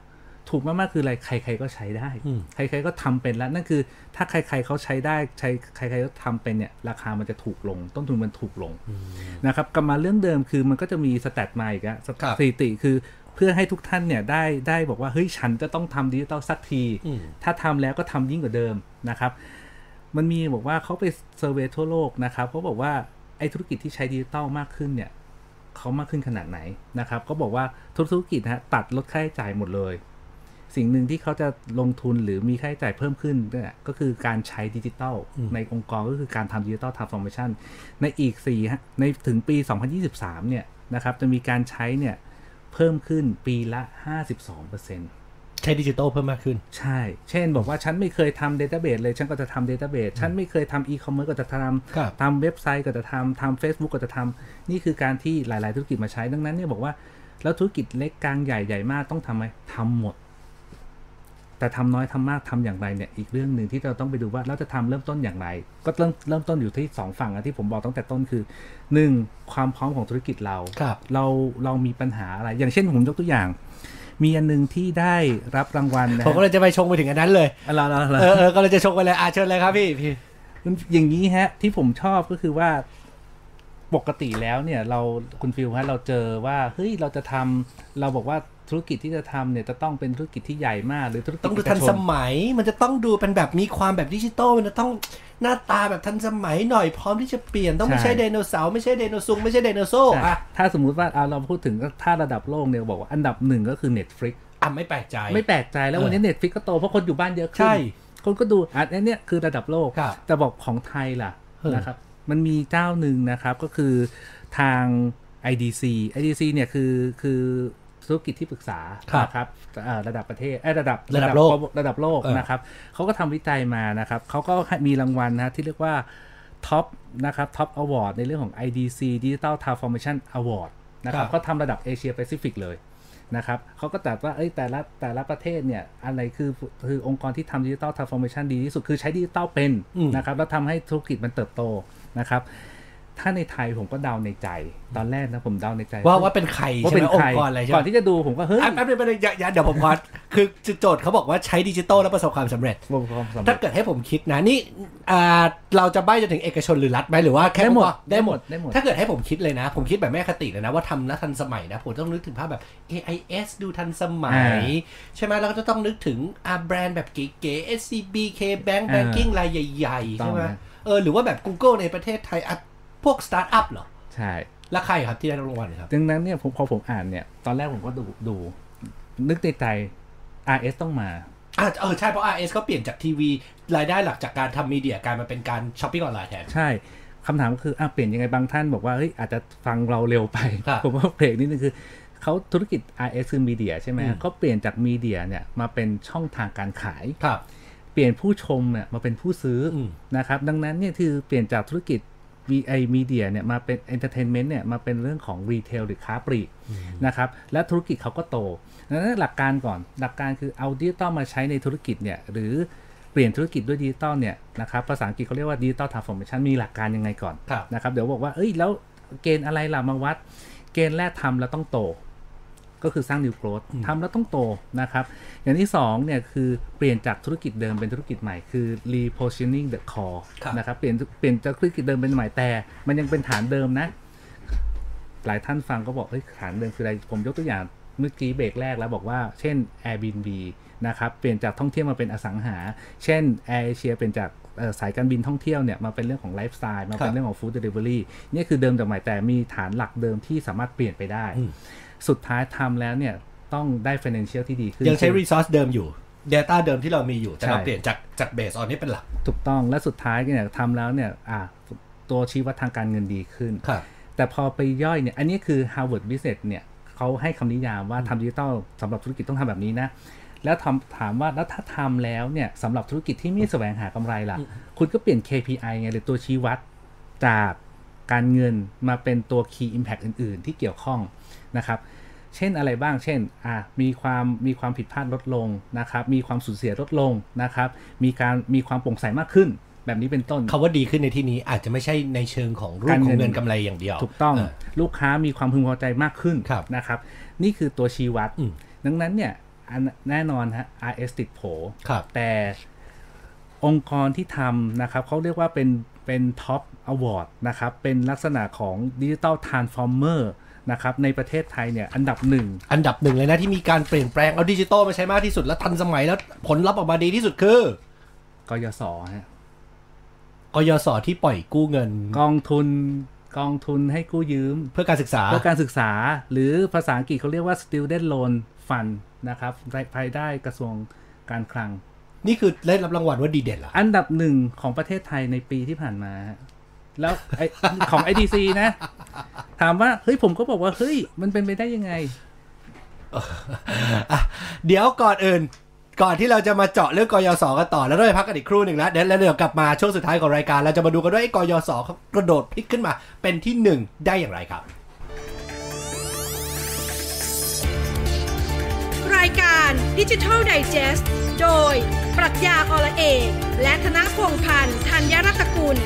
Speaker 3: ถูกมากๆคืออะไรใคร ๆก็ใช้ได้
Speaker 2: อืม
Speaker 3: ใครๆก็ทำเป็นแล้วนั่นคือ ถ้าใคร ๆเขาใช้ได้ใช้ใครๆก็ทำเป็นเนี่ยราคามันจะถูกลง ต้นทุนมันถูกลงนะครับกลับมาเรื่องเดิมคือมันก็จะมีสแตทมาอีกอะส
Speaker 2: ครับ
Speaker 3: ถิติคือเพื่อให้ทุกท่านเนี่ยได้ได้บอกว่าเฮ้ยฉันจะต้องทำดิจิตอลสักที
Speaker 2: อืม
Speaker 3: ถ้าทำแล้วก็ทำยิ่งกว่าเดิมนะครับ มันมีบอกว่าเขาไปเซอร์เวยทั่วโลกนะครับเขาบอกว่าไอ้ธุรกิจที่ใช้ดิจิตอลมากขึ้นเนี่ยเขามากขึ้นขนาดไหนนะครับเขาบอกว่าทุกธุรกิจนะฮะตัดลดค่าใช้จ่ายหมดเลย สิ่งหนึ่งที่เขาจะลงทุนหรือมีค่าใช้จ่ายเพิ่มขึ้นเนี่ยก็คือการใช้ดิจิตอล
Speaker 2: อืม
Speaker 3: ในองค์กรก็คือการทำดิจิตอลทาร์ฟอร์เมชันในอีก4ฮะในถึงปี 2023 เนี่ยนะครับจะมีการใช้เนี่ยเพิ่มขึ้นปีละ 52%
Speaker 2: ใช้ดิจิตอลเพิ่มมากขึ้น
Speaker 3: ใช่ เช่นบอกว่าฉันไม่เคยทำเดต้าเบสเลย ฉันก็จะทำเดต้าเบส ฉันไม่เคยทำอีคอมเมิร์ซก็จะท
Speaker 2: ครับ
Speaker 3: ำทำเว็บไซต์ก็จะทำทำ Facebook ก็จะทำ นี่คือการที่หลาย ๆ ธุรกิจมาใช้ ดังนั้นเนี่ยบอกว่า แล้วธุรกิจเล็กกลางใหญ่ใหญ่มากต้องทำไหมทำหมด แต่ทำน้อยทำมากทำอย่างไรเนี่ยอีกเรื่องหนึ่งที่เราต้องไปดูว่าเราจะทำเริ่มต้นอย่างไร ก็เริ่มเริ่มต้นอยู่ที่สองฝั่งอะที่ผมบอกตั้งแต่ต้นคือหนึ่งความพร้อมของธุรกิจเรา
Speaker 2: ครับ
Speaker 3: เราเรามีปัญหาอะไร อย่างเช่นผมยกตัวอย่าง มีอันหนึ่งที่ได้รับรางวัลนะ
Speaker 2: ผมก็เลยจะไปชงไปถึงอันนั้นเลย
Speaker 3: อะไรอะไร
Speaker 2: เออเออก็เลยจะชงไปเลยอ่ะเชิญเลยครับพี่พี่
Speaker 3: อย่างนี้ฮะ ที่ผมชอบก็คือว่าปกติแล้วเนี่ย เราคุณฟิลฮะเราเจอว่าเฮ้ยเราจะทำเราบอกว่าธุรกิจที่จะทำเนี่ยจะต้องเป็นธุรกิจที่ใหญ่มากหรือธุรกิจ
Speaker 2: ต้องดู
Speaker 3: เก
Speaker 2: ทัน
Speaker 3: ช
Speaker 2: สมัย มันจะต้องดูเป็นแบบมีความแบบดิจิตอลมันจะต้องหน้าตาแบบทันสมัยหน่อยพร้อมที่จะเปลี่ยนต้องไม่ใช่ไดโนเสาร์ไม่ใช่ไดโนซุงไม่ใช่ไดโนโซ
Speaker 3: ใช่
Speaker 2: อ่ะ
Speaker 3: ถ้าสมมุติว่าเอาเราพูดถึงถ้าระดับโลกเนี่ยบอกว่าอันดับหนึ่งก็คือ Netflix
Speaker 2: อ่ะไม่แปลกใจ
Speaker 3: ไม่แปลกใจแล้ว
Speaker 2: เออ
Speaker 3: วันนี้ Netflix ก็โตเพราะคนอยู่บ้านเยอะขึ้น
Speaker 2: ใช่
Speaker 3: คนก็ดูอันนี้คือระดับโลก
Speaker 2: ครับ
Speaker 3: แต่บอกของไทยล่ะ
Speaker 2: เออ
Speaker 3: นะครับ มันมีเจ้าหนึ่งนะครับก็คือทาง IDC IDC เนี่ยคือคือธุรกิจที่ปรึกษา
Speaker 2: ครับ
Speaker 3: นะครับเอ่อระดับประเทศเอ้ยระดับ
Speaker 2: ระดับโลก
Speaker 3: ระดับโลก
Speaker 2: เออ
Speaker 3: นะครับเขาก็ทำวิจัยมานะครับเขาก็ให้มีรางวัลนะที่เรียกว่าท็อปนะครับท็อปอวอร์ดในเรื่องของ IDC Digital Transformation Award นะครับเขาทำระดับเอเชียแปซิฟิกเลย นะครับเขาก็จัดว่าเอ้ยแต่ละแต่ละประเทศเนี่ยอะไรคือคือองค์กรที่ทำดิจิตอลทาร์ฟอร์เมชันดีที่สุด คือใช้ดิจิตอลเป็น
Speaker 2: อืม
Speaker 3: นะครับแล้วทำให้ธุรกิจมันเติบโตนะครับ ถ้าในไทยผมก็เดาในใจ ตอนแรกนะผมเดาในใจ
Speaker 2: ว่าว่าเป็นใคร
Speaker 3: ว่า
Speaker 2: ใช่
Speaker 3: เป็
Speaker 2: ไหม
Speaker 3: น
Speaker 2: อง
Speaker 3: ใคร
Speaker 2: ค์กรอะไรใช่
Speaker 3: ก่
Speaker 2: ไห
Speaker 3: อ
Speaker 2: ม
Speaker 3: นที่จะดูผมก็เฮ้ย
Speaker 2: อ่ะแป๊บนึงแป๊บนึงอย่าอย่าเดี๋ยวผมขอ คือจุดโจทย์เขาบอกว่าใช้ดิจิตอลแล้วประสบความสำเร็จ
Speaker 3: รวมความสำเร็
Speaker 2: ถ้า
Speaker 3: จ
Speaker 2: เกิดให้ผมคิดนะนี่อ่าเราจะใบจนถึงเอกชนหรือรัฐไหมหรือว่าแค่
Speaker 3: ได้หม
Speaker 2: พว
Speaker 3: ด
Speaker 2: กได้หมด
Speaker 3: ได้หมด
Speaker 2: ถ้าเกิดให้ผมคิดเลยนะ ผมคิดแบบแม่คติเลยนะว่าทำแล้วทันสมัยนะ ผมต้องนึกถึงภาพแบบ AIS ดูทันสมั
Speaker 3: อ่
Speaker 2: ย ใช่ไหมแล้วก็จะต้องนึกถึงอ่าแบรนด์แบบเก๋ๆ SCB K Bank
Speaker 3: อ่า
Speaker 2: Banking รายใหญ่ๆ
Speaker 3: ต้อ
Speaker 2: ใช่
Speaker 3: ง
Speaker 2: ไหม
Speaker 3: นะ
Speaker 2: เออหรือว่าแบบ Google ในประเทศไทยอ่ะพวกสตาร์ทอัพเหรอ
Speaker 3: ใช่
Speaker 2: แล้วใครครับที่ได้รางวัลครับ
Speaker 3: ดังนั้นเนี่ยผมพอผมอ่านเนี่ย ตอนแรกผมก็ดูดู นึกในใจ RS ต้องมา
Speaker 2: อ่ะเออใช่เพราะ RS ก็เปลี่ยนจากทีวีรายได้หลักจากการทำมีเดียกลายมาเป็นการช้อปปิ้งออนไลน์แทน
Speaker 3: ใช่คำถามก็คืออ่ะเปลี่ยนยังไงบางท่านบอกว่าเฮ้ยอาจจะฟังเราเร็วไป
Speaker 2: ครับ
Speaker 3: ผมว่าเบรกนิดนึงคือ เขาธุรกิจ RS คือมีเดียใช่ไหม
Speaker 2: อืม
Speaker 3: เขาเปลี่ยนจากมีเดียเนี่ยมาเป็นช่องทางการขาย
Speaker 2: ครับ
Speaker 3: เปลี่ยนผู้ชมเนี่ยมาเป็นผู้ซื้ออ
Speaker 2: ม
Speaker 3: นะครับ ดังนั้นเนี่ยคือเปลี่ยนจากธุรกิจ VI Media เนี่ยมาเป็น Entertainment เนี่ยมาเป็นเรื่องของรีเทลหรือค้าปลีกนะครับ และธุรกิจเขาก็โตดังนั้นหลักการก่อนหลักการคือเอาดิจิตอลมาใช้ในธุรกิจเนี่ยหรือเปลี่ยนธุรกิจด้วยดิจิตอลเนี่ยนะครับภาษาอังกฤษเขาเรียกว่าดิจิตอลทาร์ฟอร์เมชันมีหลักการยังไงก่อน
Speaker 2: ครับ
Speaker 3: นะครับ เดี๋ยวบอกว่าเอ้ยแล้วเกณฑ์อะไรล่ะมาวัด เกณฑ์แรกทำแล้วต้องโต ก็คือสร้าง new growth ทำแล้วต้องโตนะครับ อย่างที่สองเนี่ยคือเปลี่ยนจากธุรกิจเดิมเป็นธุรกิจใหม่คือ repositioning the core
Speaker 2: ครับ
Speaker 3: นะครับเปลี่ยนเปลี่ยนจากธุรกิจเดิมเป็นใหม่แต่ มันยังเป็นฐานเดิมนะ หลายท่านฟังก็บอกเฮ้ยฐานเดิมคืออะไรผมยกตัวอย่างเมื่อกี้เบรกแรกแล้วบอกว่า เช่น Airbnb นะครับเปลี่ยนจากท่องเที่ยวมาเป็นอสังหา เช่น Air Asia เป็นจากเอ่อสายการบินท่องเที่ยวเนี่ยมาเป็นเรื่องของไลฟ์สไตล์มาเป็
Speaker 2: ครั
Speaker 3: น
Speaker 2: บ
Speaker 3: เรื่องของฟู้ดเดลิเวอรี่นี่ยคือเดิมแต่ใหม่แต่มีฐานหลักเดิมที่สามารถเปลี่ยนไปได้ สุดท้ายทำแล้วเนี่ยต้องได้ financial ที่ดีขึ้น
Speaker 2: ยังใช้ resource เดิมอยู่ Data เดิมที่เรามีอยู่ แต่เรา
Speaker 3: ใช่
Speaker 2: เปลี่ยนจากจาก base on นี้เป็นหลัก
Speaker 3: ถูกต้องและสุดท้ายเนี่ยทำแล้วเนี่ยอ่ะตัวชี้วัดทางการเงินดีขึ้น
Speaker 2: ครับ
Speaker 3: แต่พอไปย่อยเนี่ย อันนี้คือ Harvard Business เนี่ยเขาให้คำนิยามว่าทำดิจิตอลสำหรับธุรกิจต้องทำแบบนี้นะ แล้วทำถามว่าแล้วถ้าทำแล้วเนี่ยสำหรับธุรกิจที่ไม่แสวงหากำไรล่ะ คุณก็เปลี่ยน KPI ไงหรือตัวชี้วัดจากการเงินมาเป็นตัว Key Impact อื่น ๆ ที่เกี่ยวข้องนะครับ เช่นอะไรบ้าง เช่นอ่ะมีความมีความผิดพลาดลดลงนะครับ มีความสูญเสียลดลงนะครับ มีการมีความโปร่งใสมากขึ้น แบบนี้เป็นต้น
Speaker 2: คำว่าดีขึ้นในที่นี้อาจจะไม่ใช่ในเชิงของรูป
Speaker 3: การ
Speaker 2: ข
Speaker 3: เงิน
Speaker 2: องเงินกำไรอย่างเดียว
Speaker 3: ถูกต้อง
Speaker 2: เออ
Speaker 3: ลูกค้ามีความพึงพอใจมากขึ้น
Speaker 2: ครับ
Speaker 3: นะครับ นี่คือตัวชี้วัด
Speaker 2: อืม
Speaker 3: ดังนั้นเนี่ยอันแน่นอนฮะ RS ติดโผ
Speaker 2: ครับ
Speaker 3: แต่องค์กรที่ทำนะครับเขาเรียกว่าเป็นเป็นท็อปอวอร์ดนะครับเป็นลักษณะของดิจิ t a ลทรานส์ฟอร์เมอร์นะครับในประเทศไทยเนี่ยอันดับหนึ่ง
Speaker 2: อันดับหนึ่งเลยนะที่มีการเปลี่ยนแปลงเอาดิจิตอลมาใช้มากที่สุดแล้วทันสมัยแล้วผลลัพธ์ออกมาดีที่สุดคือก
Speaker 3: ยศฮะ
Speaker 2: กยศที่ปล่อยกู้เงิน
Speaker 3: กองทุนกองทุนให้กู้ยืม
Speaker 2: เพื่อการศึกษา
Speaker 3: เพื่อการศึกษาหรือภาษาอังกฤษเขาเรียกว่า student loan fund นะครับภายได้กระทรวงการคลัง
Speaker 2: นี่คือได้รับรางวัลว่าดีเด่นเหรอ
Speaker 3: อันดับหนึ่งของประเทศไทยในปีที่ผ่านมาฮะแล้วไอ ของ IDC นะ ถามว่า เฮ้ย ผมก็บอกว่า เฮ้ย มันเป็นไปได้ยังไง
Speaker 2: อ่ะเดี๋ยวก่อนอื่น ก่อนที่เราจะมาเจาะเรื่องกยศกันต่อแล้วเราจะพักกันอีกครู่หนึ่งแล้วเดี๋ยวแล้วเดี๋ยวกลับมาช่วงสุดท้ายของรายการ เราจะมาดูกันว่าไอ้กยศเขากระโดดพลิกขึ้นมาเป็นที่หนึ่งได้อย่างไรครับ
Speaker 1: รายการดิจิทัลไดจ e s t โดย ปรัชญาอละเอกและธนพงษ์พันธ์ธัญรัตนกุล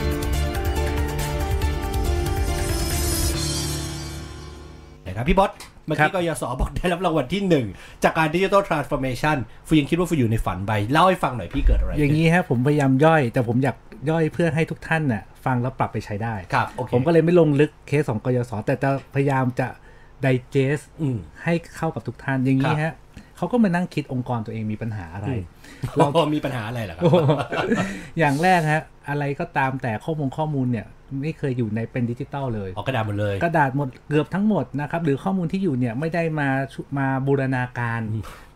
Speaker 2: นะครับพี่บอสเมื่อ
Speaker 3: ครั
Speaker 2: กี้
Speaker 3: บ
Speaker 2: กยศบอกได้รับรางวัลที่หนึ่งจากการดิจิ t a ลทรานส์ฟอร์เมชันฟูยังคิดว่าฟูอยู่ในฝันไปเล่าให้ฟังหน่อยพี่เกิดอะไร
Speaker 3: อย่าง
Speaker 2: นี้
Speaker 3: นี้ฮะ ผมพยายามย่อย แต่ผมอยากย่อยเพื่อให้ทุกท่านน่ะฟังแล้วปรับไปใช้ได้
Speaker 2: ครับโอเค
Speaker 3: ผมก็เลยไม่ลงลึกเคสของกยศแต่จะพยายามจะ digest
Speaker 2: อืม
Speaker 3: ให้เข้ากับทุกท่าน อย่างนี้
Speaker 2: ครับ
Speaker 3: ฮะเขาก็มานั่งคิดองค์กรตัวเองมีปัญหาอะไร
Speaker 2: เราพอมีปัญหาอะไรเหรอครับ
Speaker 3: โอ้โหอย่างแรกฮะ อะไรก็ตามแต่ข้อมูลข้อมูลเนี่ย ไม่เคยอยู่ในเป็นดิจิตอลเลย
Speaker 2: ออกกระดาษหมดเลย
Speaker 3: กระดาษหมดเกือบทั้งหมดนะครับ หรือข้อมูลที่อยู่เนี่ยไม่ได้มาชุมาบูรณาการ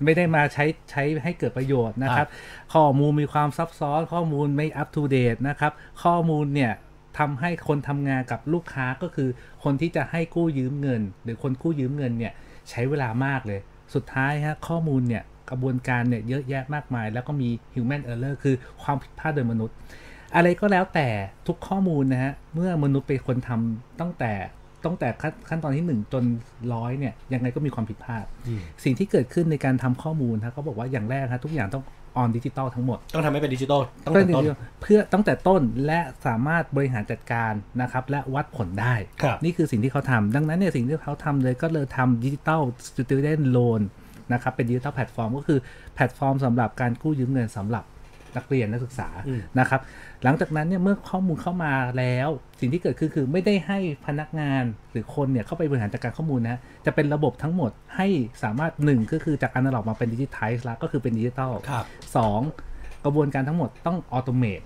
Speaker 3: ไม่ได้มาใช้ใช้ให้เกิดประโยชน์นะครับ ข้อมูลมีความซับซ้อนข้อมูลไม่อัปทูเดตนะครับ ข้อมูลเนี่ยทำให้คนทำงานกับลูกค้าก็คือคนที่จะให้กู้ยืมเงิน หรือคนกู้ยืมเงินเนี่ยใช้เวลามากเลย สุดท้ายฮะข้อมูลเนี่ยกระบวนการเนี่ยเยอะแยะมากมาย แล้วก็มี human error คือความผิดพลาดโดยมนุษย์ อะไรก็แล้วแต่ทุกข้อมูลนะฮะ เมื่อมนุษย์เป็นคนทำตั้งแต่ตั้งแต่ขั้นขั้นตอนที่ 1 จนร้อยเนี่ย ยังไงก็มีความผิดพลาด
Speaker 2: อืม
Speaker 3: สิ่งที่เกิดขึ้นในการทำข้อมูลฮะเขาบอกว่าอย่างแรกฮะทุกอย่างต้องออนดิจิตอลทั้งหมด
Speaker 2: ต้องทำให้เป็นดิจิตอลต้องแต่ต้น
Speaker 3: เพื่อตั้งแต่ต้นและสามารถบริหารจัดการนะครับ และวัดผลได้
Speaker 2: ครับ
Speaker 3: นี่คือสิ่งที่เขาทำดังนั้นเนี่ยสิ่งที่เขาทำเลยก็เลยทำดิจิตอลสตูดิโอโลน นะครับเป็นดิจิตอลแพลตฟอร์มก็คือแพลตฟอร์มสำหรับการกู้ยืมเงินสำหรับนักเรียนนักศึกษา
Speaker 2: อืม
Speaker 3: นะครับหลังจากนั้นเนี่ยเมื่อข้อมูลเข้ามาแล้ว สิ่งที่เกิดขึ้นคือไม่ได้ให้พนักงานหรือคนเนี่ยเข้าไปบริหารจัดการข้อมูลนะจะเป็นระบบทั้งหมดให้สามารถหนึ่งก็คือจากอนาล็อกมาเป็นดิจิทัลแล้วก็คือเป็นดิจิตอล
Speaker 2: ครับ
Speaker 3: สองกระบวนการทั้งหมดต้องออโตเมต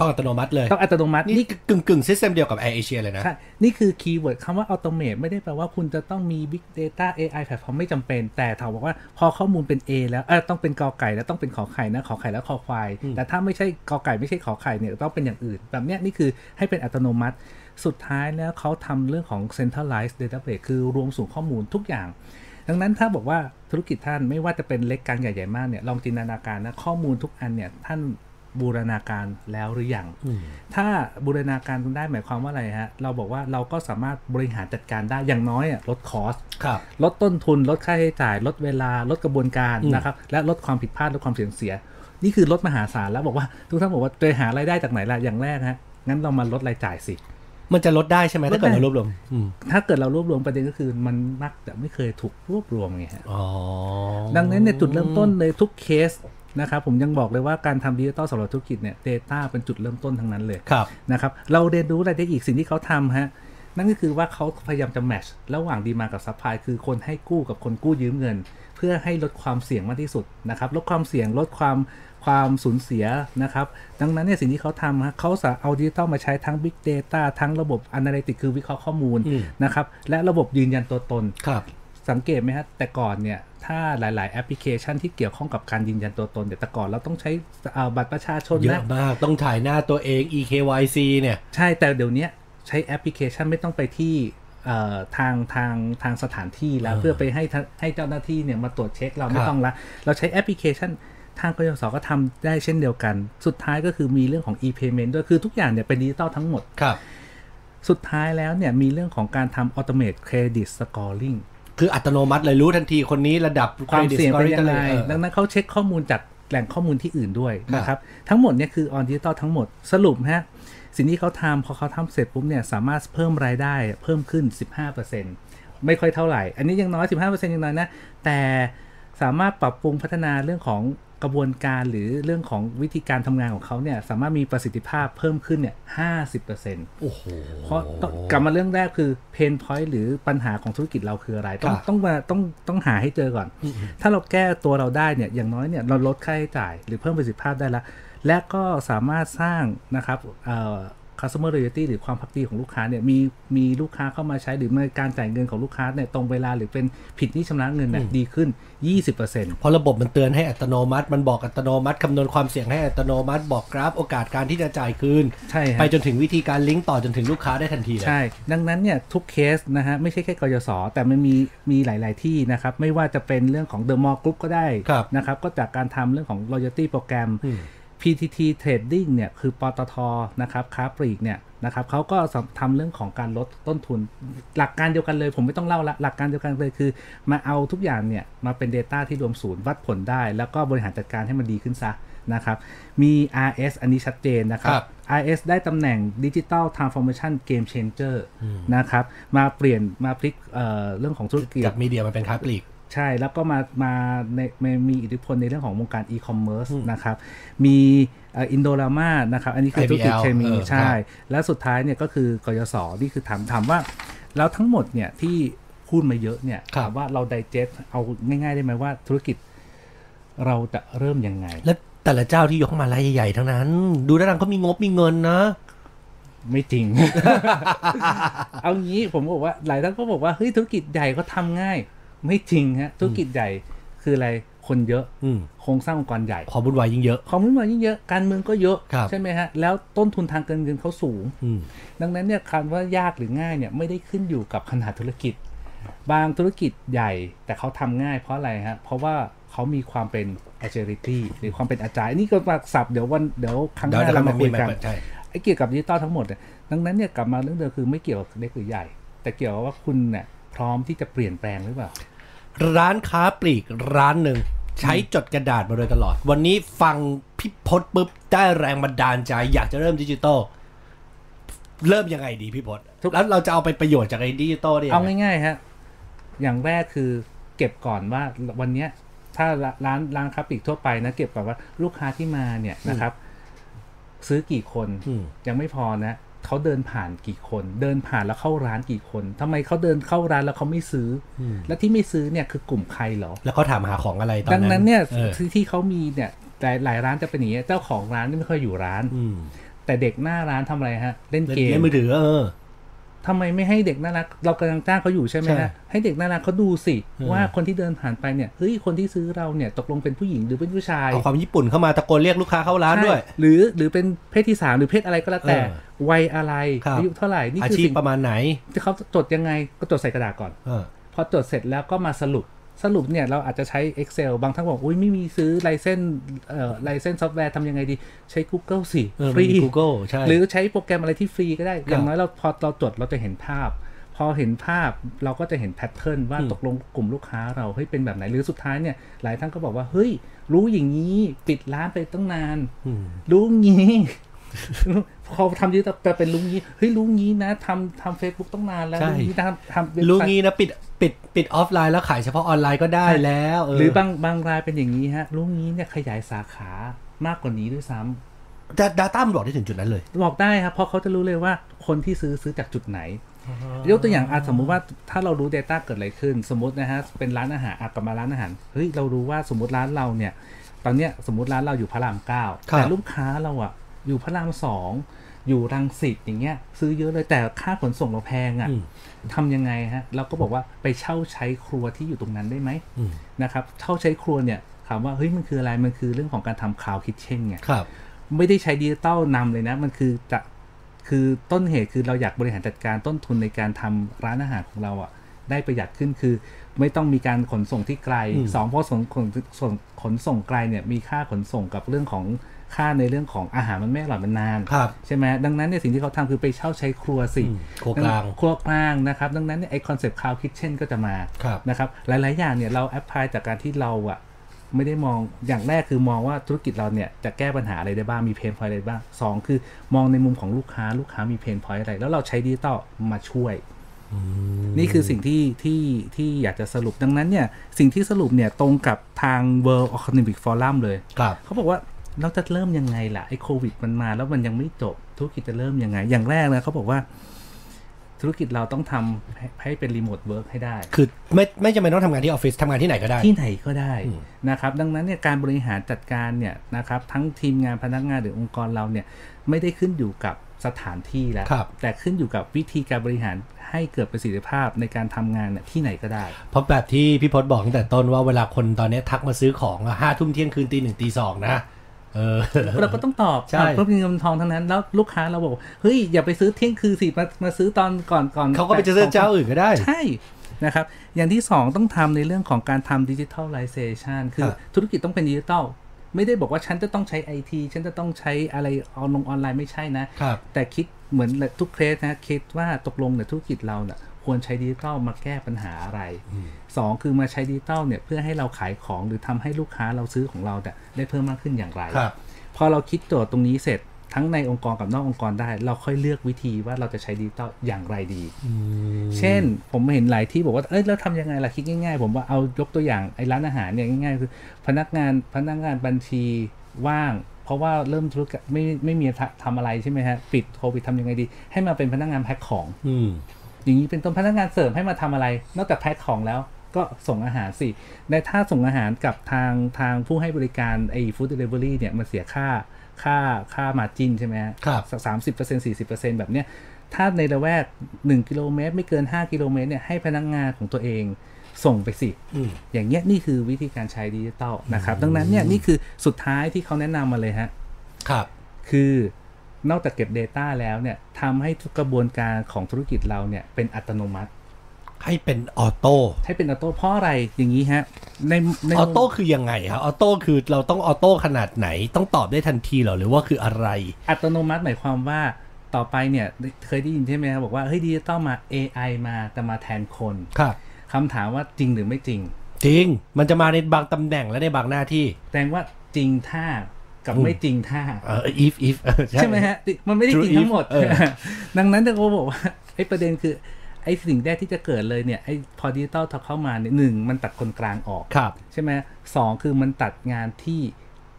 Speaker 2: ต้องอัตโนมัติเลย
Speaker 3: ต้องอัตโนมัติ
Speaker 2: นี่กึ่งกึ่งซิสเต็มเดียวกับ Air Asia เลยนะ
Speaker 3: ใช่ นี่คือคีย์เวิร์ดคำว่า automate ไม่ได้แปลว่าคุณจะต้องมี Big Data AI แพลตฟอร์มไม่จำเป็น แต่ถามบอกว่าพอข้อมูลเป็น A แล้วเออต้องเป็นกอไก่แล้วต้องเป็นขอไข่นะขอไข่แล้วขอควาย
Speaker 2: อืม
Speaker 3: แต่ถ้าไม่ใช่กอไก่ไม่ใช่ขอไข่เนี่ยต้องเป็นอย่างอื่น แบบเนี้ยนี่คือให้เป็นอัตโนมัติ สุดท้ายแล้วเขาทำเรื่องของ centralized database คือรวมศูนย์ข้อมูลทุกอย่าง ดังนั้นถ้าบอกว่าธุรกิจท่านไม่ว่าจะเป็นเล็กกลางใหญ่ใหญ่มากเนี่ยลองจินตนาการนะข้อมูลทุกอันเนี่ยท่านบูรณาการแล้วหรือยัง ถ้าบูรณาการคุณได้หมายความว่าอะไรฮะ เราบอกว่าเราก็สามารถบริหารจัดการได้อย่างน้อยอะลดคอส
Speaker 2: ครับ
Speaker 3: ลดต้นทุน ลดค่าใช้จ่าย ลดเวลา ลดกระบวนการ
Speaker 2: อืม
Speaker 3: นะครับ และลดความผิดพลาด ลดความเสียเสีย นี่คือลดมหาศาลแล้วบอกว่า ทุกท่านบอกว่าจะหารายได้จากไหนล่ะ อย่างแรกฮะ งั้นเรามาลดรายจ่ายสิ
Speaker 2: มันจะลดได้ใช่ไหมถ้าเกิด
Speaker 3: ลดได้
Speaker 2: เรารวบรวมอืม
Speaker 3: ถ้าเกิดเรารวบรวมประเด็นก็คือมันมักจะไม่เคยถูกรวบรวมไงฮะ
Speaker 2: อ๋อ
Speaker 3: ดังนั้นในยจุดเริ่มต้นเลยทุกเคสนะครับผมยังบอกเลยว่าการทำดิจิตอลสำหรับธุรกิจเนี่ย Data เป็นจุดเริ่มต้นทั้งนั้นเลย
Speaker 2: ครับ
Speaker 3: นะครับเราเรียนรู้อะไรได้อีกสิ่งที่เขาทำฮะนั่นก็คือว่าเขาพยายามจะแมทช์ระหว่างดีมากับซัพพลายคือคนให้กู้กับคนกู้ยืมเงิน เพื่อให้ลดความเสี่ยงมากที่สุดนะครับลดความเสี่ยงลดความความสูญเสียนะครับดังนั้นเนี่ยสิ่งที่เขาทำฮะเขาสาเอาดิจิตอลมาใช้ทั้ง Big Data ทั้งระบบ Analytics คือวิเคราะห์ข้อมูล
Speaker 2: อืม
Speaker 3: นะครับและระบบยืนยันตัวตน
Speaker 2: ครับ
Speaker 3: สังเกตไหมฮะแต่ก่อนเนี่ย ถ้าหลาย ๆ แอปพลิเคชันที่เกี่ยวข้องกับการยืนยันตัวตนเดี๋ยวแต่ก่อนเราต้องใช้เอ่อบัตรประชาชน
Speaker 2: เย
Speaker 3: นะ
Speaker 2: อะมาก ต้องถ่ายหน้าตัวเอง EKYC เนี่ย
Speaker 3: ใช่แต่เดี๋ยวเนี้ยใช้แอปพลิเคชันไม่ต้องไปที่เอ่อทางทางทางสถานที่แล้ว
Speaker 2: เออ
Speaker 3: เพื่อไปให้ทะให้เจ้าหน้าที่เนี่ยมาตรวจเช็คเรา
Speaker 2: ค
Speaker 3: ไม่
Speaker 2: รับ
Speaker 3: ต้องละ เราใช้แอปพลิเคชันทางกยศก็ทำได้เช่นเดียวกัน สุดท้ายก็คือมีเรื่องของ e-payment ด้วยคือทุกอย่างเนี่ยเป็นดิจิตอลทั้งหมด
Speaker 2: ครับ
Speaker 3: สุดท้ายแล้วเนี่ยมีเรื่องของการทำ automate credit scoring
Speaker 2: คืออัตโนมัติเลยรู้ทันทีคนนี้ระดับ
Speaker 3: ความเสี่ยง
Speaker 2: credit
Speaker 3: เป็นยังไง
Speaker 2: scoring เท่าหร่เออ
Speaker 3: ดังนั้นเขาเช็คข้อมูลจากแหล่งข้อมูลที่อื่นด้วย
Speaker 2: ครับ
Speaker 3: นะครับ ทั้งหมดเนี่ยคือออนดิจิตอลทั้งหมดสรุปฮะ สิ่งที่เขาทำพอเขาทำเสร็จปุ๊บเนี่ยสามารถเพิ่มรายได้เพิ่มขึ้น 15%ไม่ค่อยเท่าไหร่ อันนี้ยังน้อย 15%ยังน้อยนะ แต่สามารถปรับปรุงพัฒนาเรื่องของกระบวนการหรือเรื่องของวิธีการทำงานของเขาเนี่ยสามารถมีประสิทธิภาพเพิ่มขึ้นเนี่ย50%
Speaker 2: โอ้โห
Speaker 3: เพราะต้องกลับมาเรื่องแรกคือเพนพอยต์หรือปัญหาของธุรกิจเราคืออะไร ต้อง
Speaker 2: ครับ
Speaker 3: ต้องมาต้องต้องหาให้เจอก่อน ถ้าเราแก้ตัวเราได้เนี่ยอย่างน้อยเนี่ยเราลดค่าใช้จ่าย หรือเพิ่มประสิทธิภาพได้ละ และก็สามารถสร้างนะครับเอ่อ customer loyalty หรือความพักดีของลูกค้าเนี่ยมีมีลูกค้าเข้ามาใช้หรือมีการจ่ายเงินของลูกค้าเนี่ยตรงเวลาหรือเป็นผิดที่ชำระเงินเนี่ยดีขึ้น 20%
Speaker 2: เพราะระบบมันเตือนให้อัตโนมัติ มันบอกอัตโนมัติคำนวณความเสี่ยงให้อัตโนมัติบอกกราฟโอกาสการที่จะจ่ายคืน
Speaker 3: ใช่ฮะ
Speaker 2: ไปจนถึงวิธีการลิงก์ต่อจนถึงลูกค้าได้ทันทีเลย
Speaker 3: ใช่ ดังนั้นเนี่ยทุกเคสนะฮะไม่ใช่แค่กยศแต่มันมีมีหลาย ๆ ที่นะครับ ไม่ว่าจะเป็นเรื่องของ The Mall Group ก็ได้
Speaker 2: ครับ
Speaker 3: นะครับก็จากการทำเรื่องของ loyalty program
Speaker 2: อืม
Speaker 3: PTT Trading เนี่ยคือปตทนะครับค้าปลีกเนี่ยนะครับเขาก็ทำเรื่องของการลดต้นทุน หลักการเดียวกันเลยผมไม่ต้องเล่าละหลักการเดียวกันเลยคือ มาเอาทุกอย่างเนี่ยมาเป็น Data ที่รวมศูนย์วัดผลได้ แล้วก็บริหารจัดการให้มันดีขึ้นซะนะครับมี RS อันนี้ชัดเจนนะครับ
Speaker 2: ครับ
Speaker 3: IS ได้ตำแหน่ง Digital Transformation Game Changer นะครับ มาเปลี่ยนมาพลิกเอ่อเรื่องของธุรกิจ
Speaker 2: จากมีเดียมันเป็นค้าปลีก
Speaker 3: ใช่ แล้วก็มามาในมามีอิทธิพลในเรื่องของวงการอีคอมเมิร์ซนะครับ มีอินโดรามานะครับ อันนี้คือ
Speaker 2: IBL
Speaker 3: ธุรกิจเคมี
Speaker 2: เออค
Speaker 3: ใช่
Speaker 2: รับ
Speaker 3: และสุดท้ายเนี่ยก็คือกยศนี่คือถามถามว่า แล้วทั้งหมดเนี่ยที่พูดมาเยอะเนี่ย
Speaker 2: ครับ
Speaker 3: ถามว่าเราไดเจสเอาง่าย ๆ ได้ไหมว่าธุรกิจเราจะเริ่มยังไง
Speaker 2: และแต่ละเจ้าที่ยกมารายใหญ่ๆทั้งนั้น ดูด้านหลังเขามีงบมีเงินนะ
Speaker 3: ไม่จริง เอางี้ผมบอกว่าหลายท่านก็บอกว่าเฮ้ยธุรกิจใหญ่ก็ทำง่าย ไม่จริงฮะธุรกิจใหญ่คืออะไรคนเยอะ
Speaker 2: อืม
Speaker 3: โครงสร้างองค์กรใหญ่
Speaker 2: ความวุ่นวายยิ่งเยอะ
Speaker 3: ความวุ่นวายยิ่งเยอะการเมืองก็เยอะ
Speaker 2: ครับ
Speaker 3: ใช่ไหมฮะแล้วต้นทุนทางการเงินเขาสูง
Speaker 2: อืม
Speaker 3: ดังนั้นเนี่ยคำว่ายากหรือง่ายเนี่ยไม่ได้ขึ้นอยู่กับขนาดธุรกิจ บางธุรกิจใหญ่แต่เขาทำง่ายเพราะอะไรฮะเพราะว่าเขามีความเป็น agility หรือความเป็นอาจารย์นี่ก็มาสับเดี๋ยววันเดี๋ยวครั้งห
Speaker 2: เดี๋ยว
Speaker 3: น้าเรามาคุยกัน
Speaker 2: เดี๋ยวมันมีมาเปิดใช่
Speaker 3: ไอ้เกี่ยวกับดิจิตอลทั้งหมดเนี่ยดังนั้นเนี่ยกลับมาเรื่องเดิมคือไม่เกี่ยวกับเล็กหรือใหญ่ แต่เกี่ยวกับว่าคุณเนี่ยพร้อมที่จะเปลี่ยนแปลงหรือเปล่า
Speaker 2: ร้านค้าปลีกร้านหนึ่ง ใช้จดกระดาษมาโดยตลอด วันนี้ฟังพี่พศปุ๊บ ได้แรงบันดาลใจ อยากจะเริ่มดิจิตอลเริ่มยังไงดีพี่พศ
Speaker 3: ทุก
Speaker 2: แล้วเราจะเอาไปประโยชน์จากไอ้ดิจิตอลได้ยั
Speaker 3: เอา
Speaker 2: งไง
Speaker 3: ง่ายๆฮะอย่างแรกคือ เก็บก่อนว่าวันเนี้ยถ้าร้านร้านค้าปลีกทั่วไปนะเก็บก่อนว่าลูกค้าที่มาเนี่ยนะครับ ซื้อกี่คน
Speaker 2: อืม
Speaker 3: ยังไม่พอนะเขาเดินผ่านกี่คน เดินผ่านแล้วเข้าร้านกี่คนทำไมเขาเดินเข้าร้านแล้วเขาไม่ซื้ออและที่ไม่ซื้อเนี่ยคือกลุ่มใครเหรอ
Speaker 2: แล้วเขาถามหาของอะไรตอนนั้
Speaker 3: ดั
Speaker 2: น
Speaker 3: งนั้นเนี่ย
Speaker 2: ออ
Speaker 3: ที่ที่เขามีเนี่ยหลายหลายร้านจะเป็นอย่างนี้ยเจ้าของร้านนี่ไม่ค่อยอยู่ร้าน
Speaker 2: อืม
Speaker 3: แต่เด็กหน้าร้านทำอะไรฮะ เล่น
Speaker 2: เล่น
Speaker 3: เกม
Speaker 2: เกมมือถือเออ
Speaker 3: ทำไมไม่ให้เด็กน่ารัก เรากำลังจ้างเขาอยู่ใช่ไหม
Speaker 2: ใช่
Speaker 3: ฮะให้เด็กน่ารักเขาดูสิ
Speaker 2: เออ
Speaker 3: ว่าคนที่เดินผ่านไปเนี่ยเฮ้ยคนที่ซื้อเราเนี่ยตกลงเป็นผู้หญิงหรือเป็นผู้ชาย
Speaker 2: เอาความญี่ปุ่นเข้ามาตะโกนเรียกลูกค้าเข้าร้านด้วย
Speaker 3: ใช่หรือหรือเป็นเพศที่สามหรือเพศอะไรก็แล้วแต่
Speaker 2: เอ
Speaker 3: วัยอะไร
Speaker 2: ครับ
Speaker 3: อายุเท่าไหร่นี่
Speaker 2: อา
Speaker 3: คือ
Speaker 2: ชีพ
Speaker 3: สิ่ง
Speaker 2: ประมาณไหน
Speaker 3: ที่เขาจดยังไงก็จดใส่กระดาษก่อน
Speaker 2: เออ
Speaker 3: พอจดเสร็จแล้วก็มาสรุปสรุปเนี่ยเราอาจจะใช้ Excel บางท่านบอกอุ้ยไม่มีซื้อไลเซนเอ่อไลเซนซอฟต์แวร์ทำยังไงดี ใช้ Google สิ
Speaker 2: เออ
Speaker 3: ฟรี
Speaker 2: มี Google ใช่
Speaker 3: หรือใช้โปรแกรมอะไรที่ฟรีก็ได้ อย่างน้อยเราพอเราจดเราจะเห็นภาพ พอเห็นภาพเราก็จะเห็นแพทเทิร์นว่า
Speaker 2: อืม
Speaker 3: ตกลงกลุ่มลูกค้าเราเฮ้ยเป็นแบบไหน หรือสุดท้ายเนี่ยหลายท่านก็บอกว่า เฮ้ย รู้อย่างนี้ปิดร้านไปตั้งนาน
Speaker 2: อืม
Speaker 3: รู้งี้ พอทำยี่แต่เป็นรู้งี้เฮ้ยรู้งี้นะทำทำเฟซบุ๊กตั้งนานแล้ว
Speaker 2: ใช่
Speaker 3: รู้งี้นะทำทำเว็บไซต์
Speaker 2: รู้งี้นะปิดปิดปิดออฟไลน์แล้วขายเฉพาะออนไลน์ก็ได้แล้วเห
Speaker 3: รือบางบางรายเป็นอย่างนี้ฮะ รู้งี้เนี่ยขยายสาขามากกว่านี้ด้วยซ้ำ
Speaker 2: แต่ดาต้ามันบอกได้ถึงจุดนั้นเลย
Speaker 3: บอกได้ครับ เพราะเขาจะรู้เลยว่าคนที่ซื้อซื้อจากจุดไหน ยกตัวอย่างอะสมมุติว่าถ้าเรารู้ Data เกิดอะไรขึ้น สมมตินะฮะ เป็นร้านอาหารอะกลับมาร้านอาหาร เฮ้ย เรารู้ว่าสมมติร้านเราเนี่ย ตอนเนี้ยสมมติร้านเราอยู่พระรามเก้า
Speaker 2: ครับ
Speaker 3: แต่ลูกค้าเราอะอยู่พระรามสองอยู่รังสิตอย่างเงี้ย ซื้อเยอะเลยแต่ค่าขนส่งเราแพงอะทำยังไงฮะ เราก็บอกว่าไปเช่าใช้ครัวที่อยู่ตรงนั้นได้ไหม นะครับเช่าใช้ครัวเนี่ยถามว่าเฮ้ยมันคืออะไรมันคือเรื่องของการทำคาวคิทเช่นไง
Speaker 2: ครับ
Speaker 3: ไม่ได้ใช้ดิจิตอลนำเลยนะ มันคือจะคือต้นเหตุคือเราอยากบริหารจัดการต้นทุนในการทำร้านอาหารของเราอะ่ะ ได้ประหยัดขึ้นคือ ไม่ต้องมีการขนส่งที่ไกล
Speaker 2: อืม
Speaker 3: สองเพราะขนขนส่งขนส่งไกลเนี่ยมีค่าขนส่งกับเรื่องของค่าในเรื่องของอาหารมันไม่อร่อยมันนาน
Speaker 2: ครับ
Speaker 3: ใช่ไหมดังนั้นเนี่ยสิ่งที่เขาทำคือไปเช่าใช้ครัวสิ
Speaker 2: อืมโคกลาง
Speaker 3: ครัวกลางนะครับ ดังนั้นเนี่ยไอคอนเซปต์คาวคิทเช่นก็จะมา
Speaker 2: ครับ
Speaker 3: นะครับ หลาย ๆ อย่างเนี่ยเราแอพพลายจากการที่เราอะไม่ได้มองอย่างแรกคือมองว่าธุรกิจเราเนี่ยจะแก้ปัญหาอะไรได้บ้าง มีเพนพอยอะไรบ้างสองคือมองในมุมของลูกค้าลูกค้ามีเพนพอยอะไร แล้วเราใช้ดิจิตอลมาช่วย นี่คือสิ่งที่ที่ที่อยากจะสรุปดังนั้นเนี่ยสิ่งที่สรุปเนี่ยตรงกับทาง World Economic Forum เลย
Speaker 2: ครับ
Speaker 3: เขาบอกว่าเราจะเริ่มยังไงล่ะไอ้โควิดมันมาแล้วมันยังไม่จบ ธุรกิจจะเริ่มยังไง อย่างแรกนะเขาบอกว่า ธุรกิจเราต้องทำให้ให้เป็นรีโมทเวิร์กให้ได้
Speaker 2: คือไม่ไม่จำเป็นต้องทำงานที่ออฟฟิศทำงานที่ไหนก็ได้
Speaker 3: ที่ไหนก็ได้
Speaker 2: อืม
Speaker 3: นะครับ ดังนั้นเนี่ยการบริหารจัดการเนี่ยนะครับ ทั้งทีมงานพนักงานหรือองค์กรเราเนี่ยไม่ได้ขึ้นอยู่กับสถานที่แล้ว
Speaker 2: ครับ
Speaker 3: แต่ขึ้นอยู่กับวิธีการบริหารให้เกิดประสิทธิภาพในการทำงานเนี่ยที่ไหนก็ได้
Speaker 2: เพราะแบบที่พี่พศบอกตั้งแต่ต้นว่าเวลาคนตอนเนี้ยทักมาซื้อของห้าทุ่มเที่ยงคืนตีหนึ่งตีสองนะเอ อ
Speaker 3: เราก็ต้องตอบ
Speaker 2: ใช่
Speaker 3: ตอบเพื่อเป็นเงินทองทั้งนั้น แล้วลูกค้าเราบอกว่าเฮ้ยอย่าไปซื้อเที่ยงคืนสิมามาซื้อตอนก่อนก่อน
Speaker 2: เขาก็ไปเจอเจ้าอื่นก็ได้
Speaker 3: ใช่นะครับ อย่างที่ 2 ต้องทำในเรื่องของการทำดิจิทัลไลเซชันคื
Speaker 2: ค
Speaker 3: อ
Speaker 2: รับ
Speaker 3: ธุรกิจต้องเป็นดิจิทัลไม่ได้บอกว่าฉันจะต้องใช้ไอทีฉันจะต้องใช้อะไรออนลงออนไลน์ไม่ใช่นะ
Speaker 2: ครับ
Speaker 3: แต่คิดเหมือนทุกเคสนะคิดว่าตกลงเนี่ยธุรกิจเราเนี่ยควรใช้ดิจิทัลมาแก้ปัญหาอะไรสองคือมาใช้ดิจิทัลเนี่ยเพื่อให้เราขายของหรือทำให้ลูกค้าเราซื้อของเราเนี่ยได้เพิ่มมากขึ้นอย่างไร
Speaker 2: ครับ
Speaker 3: พอเราคิดโจทย์ตรงนี้เสร็จทั้งในองค์กรกับนอกองค์กรได้ เราค่อยเลือกวิธีว่าเราจะใช้ดิจิตอลอย่างไรดี เช่นผมเห็นหลายที่บอกว่าเอ้ยแล้วทำยังไงล่ะคิดง่ายๆ ผมว่าเอายกตัวอย่างไอ้ร้านอาหารเนี่ยง่ายๆคือพนักงานพนักงานบัญชีว่าง เพราะว่าเริ่มธุรกิจไม่ไม่มีทำอะไรใช่ไหมฮะปิดโควิดทำยังไงดี ให้มาเป็นพนักงานแพ็คของ
Speaker 2: อืม
Speaker 3: อย่างนี้เป็นต้นพนักงานเสริมให้มาทำอะไร นอกจากแพ็คของแล้วก็ส่งอาหารสิในถ้าส่งอาหารกับทางทางผู้ให้บริการไอ้ฟู้ดเดลิเวอรี่เนี่ยมันเสียค่าค่าค่ามาจินใช่ไหมฮะ
Speaker 2: ครับ
Speaker 3: สามสิบเปอร์เซ็นต์สี่สิบเปอร์เซ็นต์แบบเนี้ยถ้าในละแวกหนึ่งกิโลเมตร ไม่เกินห้ากิโลเมตรเนี่ยให้พนักงานของตัวเองส่งไปสิ
Speaker 2: อืม
Speaker 3: อย่างเงี้ยนี่คือวิธีการใช้ดิจิตอลนะครับดังนั้นเนี่ยนี่คือสุดท้ายที่เขาแนะนำมาเลยฮะ
Speaker 2: ครับ
Speaker 3: คือนอกจากเก็บ Data แล้วเนี่ยทำให้ทุกกระบวนการของธุรกิจเราเนี่ยเป็นอัตโนมัติ
Speaker 2: ให้เป็นออโต้
Speaker 3: ให้เป็นออโต้เพราะอะไรอย่างนี้ฮะในใน
Speaker 2: ออโต้คือยังไงครับออโต้คือเราต้องออโต้ขนาดไหนต้องตอบได้ทันทีเหรอหรือว่าคืออะไร
Speaker 3: อัตโนมัติหมายความว่าต่อไปเนี่ยเคยได้ยินใช่ไหมครับบอกว่าเฮ้ยดิจิตอลมา AI มาจะมาแทนคน
Speaker 2: ครับ
Speaker 3: คำถามว่าจริงหรือไม่จริง
Speaker 2: จริง มันจะมาในบางตำแหน่งและในบางหน้าที่
Speaker 3: แสดงว่าจริงท่ากับ
Speaker 2: อืม
Speaker 3: ไม่จริงท่า
Speaker 2: เออ if if เออ
Speaker 3: ใช่ไหมฮะ มันไม่ได้จริง
Speaker 2: True
Speaker 3: ทั้งหมด
Speaker 2: if เออ
Speaker 3: ดังนั้นแต่เขาบอกว่าไอ้ประเด็นคือ ไอ้สิ่งแรกที่จะเกิดเลยเนี่ยไอ้พอดิจิตอลเข้ามาเนี่ยหนึ่งมันตัดคนกลางออก
Speaker 2: ครับ
Speaker 3: ใช่ไหมสองคือมันตัดงานที่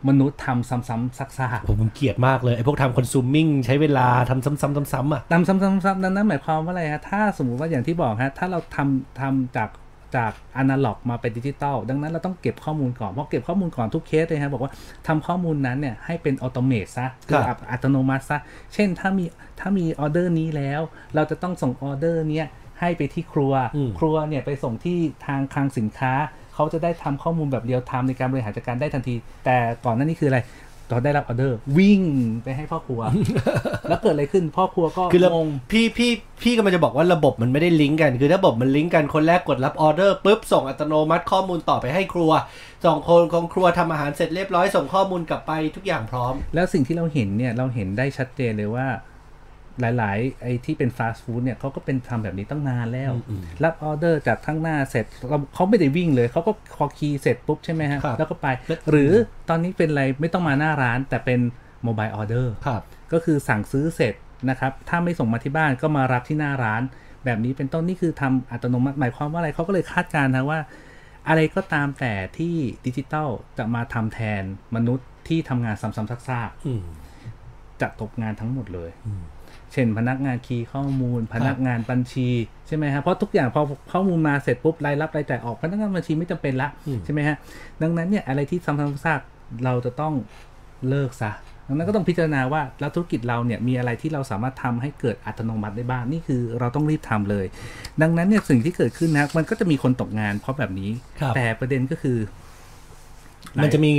Speaker 3: มนุษย์ทำซ้ำๆซักๆ
Speaker 2: ผมผมเกลียดมากเลย ไอ้พวกทำคอนซูมมิ่งใช้เวลาทำซ้ำๆซ้ำๆอ่ะ
Speaker 3: ตามซ้ำๆๆนั้นนั่นหมายความว่าอะไรฮะ ถ้าสมมุติว่าอย่างที่บอกฮะ ถ้าเราทำทำจากจากอนาล็อกมาเป็นดิจิตอลดังนั้นเราต้องเก็บข้อมูลก่อนพอเก็บข้อมูลก่อนทุกเคสเลยฮะ บอกว่าทำข้อมูลนั้นเนี่ยให้เป็นออโตเมตซะคือ
Speaker 2: ครับ
Speaker 3: อัตโนมัติซะ เช่นถ้ามีถ้ามีออเดอร์นี้แล้ว เราจะต้องส่งออเดอร์เนี้ยให้ไปที่ครัว
Speaker 2: อืม
Speaker 3: ครัวเนี่ยไปส่งที่ทางคลังสินค้า เขาจะได้ทำข้อมูลแบบเรียลไทม์ในการบริหารจัดการได้ทันที แต่ก่อนหน้านี้คืออะไรตอนได้รับออเดอร์วิ่งไปให้พ่อ ครัว แล้วเกิดอะไรขึ้นพ่อครัวก็
Speaker 2: คือระบบ
Speaker 3: งง
Speaker 2: พี่พี่พี่ก็มันจะบอกว่าระบบมันไม่ได้ลิงก์กัน คือถ้าระบบมันลิงก์กันคนแรกกดรับออเดอร์ปุ๊บส่งอัตโนมัติข้อมูลต่อไปให้ครัวสองคนของครัวทำอาหารเสร็จเรียบร้อยส่งข้อมูลกลับไปทุกอย่างพร้อม
Speaker 3: แล้วสิ่งที่เราเห็นเนี่ย เราเห็นได้ชัดเจนเลยว่า หลาย ๆ ไอ้ที่เป็นฟาสต์ฟู้ดเนี่ยเขาก็เป็นทำแบบนี้ตั้งนานแล้ว รับออเดอร์จากข้างหน้าเสร็จเราเขาไม่ได้วิ่งเลย เขาก็คอคีย์เสร็จปุ๊บใช่ไหมฮะ
Speaker 2: ครับ
Speaker 3: แล้วก็ไป หรือตอนนี้เป็นอะไรไม่ต้องมาหน้าร้าน แต่เป็นโมบายออเดอร์
Speaker 2: ครับ
Speaker 3: ก็คือสั่งซื้อเสร็จนะครับ ถ้าไม่ส่งมาที่บ้านก็มารับที่หน้าร้าน แบบนี้เป็นต้นนี่คือทำอัตโนมัติหมายความว่าอะไรเขาก็เลยคาดการณ์นะว่า อะไรก็ตามแต่ที่ดิจิตัลจะมาทำแทนมนุษย์ที่ทำงานซ้ำๆซาก
Speaker 2: อืม
Speaker 3: ๆจะตกงานทั้งหมดเลย
Speaker 2: อืม
Speaker 3: เช่นพนักงานคีย์ข้อมูล พนักงานบัญชีใช่ไหมฮะเพราะทุกอย่างพอข้อมูลมาเสร็จปุ๊บรายรับรายจ่ายออกพนักงานบัญชีไม่จำเป็นละ
Speaker 2: อืม
Speaker 3: ใช่ไหมฮะดังนั้นเนี่ยอะไรที่ซ้ำๆซากๆเราจะต้องเลิกซะดังนั้นก็ต้องพิจารณาว่าแล้วธุรกิจเราเนี่ยมีอะไรที่เราสามารถทำให้เกิดอัตโนมัติได้บ้างนี่คือเราต้องรีบทำเลย ดังนั้นเนี่ยสิ่งที่เกิดขึ้นนะมันก็จะมีคนตกงานเพราะแบบนี้
Speaker 2: ครับ
Speaker 3: แต่ประเด็นก็คือ
Speaker 2: มันจะมี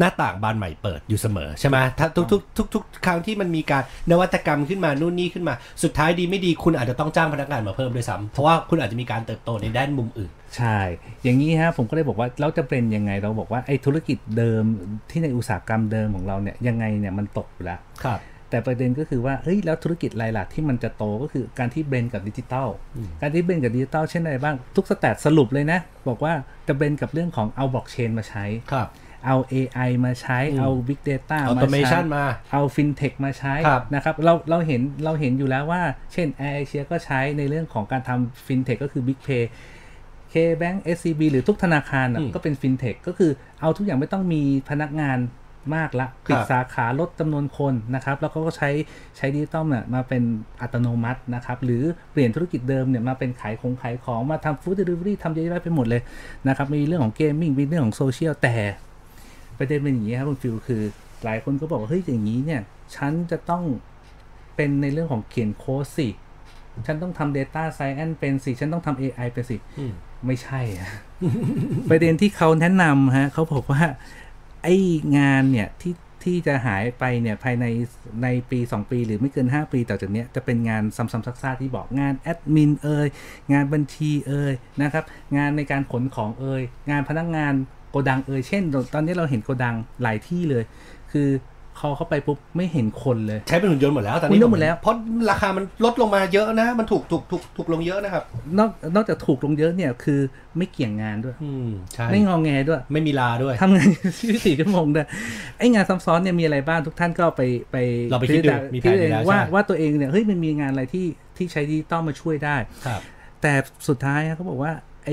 Speaker 2: หน้าต่างบานใหม่เปิดอยู่เสมอใช่ไหมถ้าทุกทุกทุกทุกๆครั้งที่มันมีการนวัตกรรมขึ้นมานู่นนี่ขึ้นมา สุดท้ายดีไม่ดีคุณอาจจะต้องจ้างพนักงานมาเพิ่มด้วยซ้ำเพราะว่าคุณอาจจะมีการเติบโตในด้านมุมอื่น
Speaker 3: ใช่ อย่างนี้ฮะผมก็เลยบอกว่าเราจะเป็นยังไงเราบอกว่าไอ้ธุรกิจเดิมที่ในอุตสาหกรรมเดิมของเราเนี่ยยังไงเนี่ยมันตกอยู่แล้ว
Speaker 2: ครับ
Speaker 3: แต่ประเด็นก็คือว่าเฮ้ยแล้วธุรกิจรายหลักที่มันจะโตก็คือการที่เบรนกับดิจิตอลการที่เบรนกับดิจิตอลเช่นอะไรบ้างทุกสแตทสรุปเลยนะ บอกว่าจะเบรนกับเรื่องของเอาบล็อกเชนมาใช้
Speaker 2: ครับ
Speaker 3: เอา AI มาใช้
Speaker 2: อืม
Speaker 3: เอา Big Data
Speaker 2: เอา
Speaker 3: มา
Speaker 2: automation
Speaker 3: ใช้
Speaker 2: มา
Speaker 3: เอา FinTech มาใช้
Speaker 2: ครับ
Speaker 3: นะครับเราเราเห็นเราเห็นอยู่แล้วว่า เช่น a i r a s i a ก็ใช้ในเรื่องของการทำ FinTech ก็คือ Big Pay KBank SCB หรือทุกธนาคารน่ะ
Speaker 2: อืม
Speaker 3: ก็เป็น FinTech ก็คือเอาทุกอย่างไม่ต้องมีพนักงานมากละปิด
Speaker 2: ครับ
Speaker 3: สาขาลดจำนวนคนนะครับ แล้วเขาก็ใช้ใช้ดิจิตอลน่ะมาเป็นอัตโนมัตินะครับ หรือเปลี่ยนธุรกิจเดิมเนี่ยมาเป็นขายของขายของมาทำฟู้ดเดลิเวอรี่ทำเยอะแยะไปหมดเลยนะครับมีเรื่องของเกมมิ่งมีเรื่องของโซเชียลแต่ ประเด็นเป็นอย่างนี้ครับคุณฟิลคือ หลายคนก็บอกว่าเฮ้ยอย่างนี้เนี่ย ฉันจะต้องเป็นในเรื่องของเขียนโค้ดสิ ฉันต้องทำ Data Science เป็นสิ ฉันต้องทำ AI เป็นสิ
Speaker 2: อืม
Speaker 3: ไม่ใช่อะ ประเด็นที่เขาแนะนำฮะเขาบอกว่า ไอ้งานเนี่ยที่ที่จะหายไปเนี่ยภายในในปี 2 ปีหรือไม่เกิน 5 ปีต่อจากเนี้ยจะเป็นงานซ้ำๆซักๆที่บอกงานแอดมินเอ่ยงานบัญชีเอ่ยนะครับ งานในการขนของเอ่ยงานพนักงานโกดังเอ่ยเช่น ตอนนี้เราเห็นโกดังหลายที่เลย คือคอเข้าไปปุ๊บไม่เห็นคนเลย
Speaker 2: ใช้เป็นหุ่นยนต์หมดแล้วตอนนี้
Speaker 3: หุ่นยนต์หมดแล้ว
Speaker 2: เพราะราคามันลดลงมาเยอะนะ มันถูกถูกถูกถูกลงเยอะนะครับ
Speaker 3: นอกนอกจากถูกลงเยอะเนี่ยคือไม่เกี่ยงงานด้วย
Speaker 2: อืม ใช่
Speaker 3: ไม่งองแงด้วย
Speaker 2: ไม่มีลาด้วย
Speaker 3: ทำงาน 24ชั่วโมงด้วยไองานซับซ้อนเนี่ยมีอะไรบ้างทุกท่านก็ไปไป
Speaker 2: เราไปคิดดู
Speaker 3: จณ
Speaker 2: มีแผนอยู่แล้ว
Speaker 3: คิดเองว่า
Speaker 2: ใช่
Speaker 3: ว่าตัวเองเนี่ยเฮ้ยมันมีงานอะไรที่ที่ใช้ดิจิตอลมาช่วยได้
Speaker 2: ครับ
Speaker 3: แต่สุดท้ายนะเขาบอกว่าไอ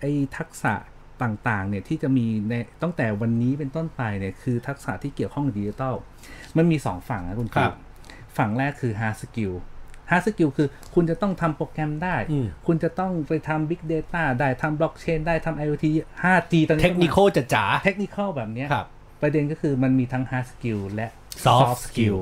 Speaker 3: ไอทักษะต่างๆเนี่ยที่จะมีในตั้งแต่วันนี้เป็นต้นไปเนี่ยคือทักษะที่เกี่ยวข้องกับดิจิตอลมันมี 2 ฝั่งนะคุณ
Speaker 2: ครับ
Speaker 3: ฟิวฝั่งแรกคือ hard skill hard skill คือคุณจะต้องทำโปรแกรมได้
Speaker 2: อืม
Speaker 3: คุณจะต้องไปทำ big data ได้ทำ blockchain ได้ทำ IoT 5G ตอนนี้
Speaker 2: เทคนิค
Speaker 3: ก็มา
Speaker 2: จะจ๋า
Speaker 3: เทคนิคแบบเนี้ย
Speaker 2: ครับ
Speaker 3: ประเด็นก็คือมันมีทั้ง hard skill และ
Speaker 2: Soft
Speaker 3: soft skill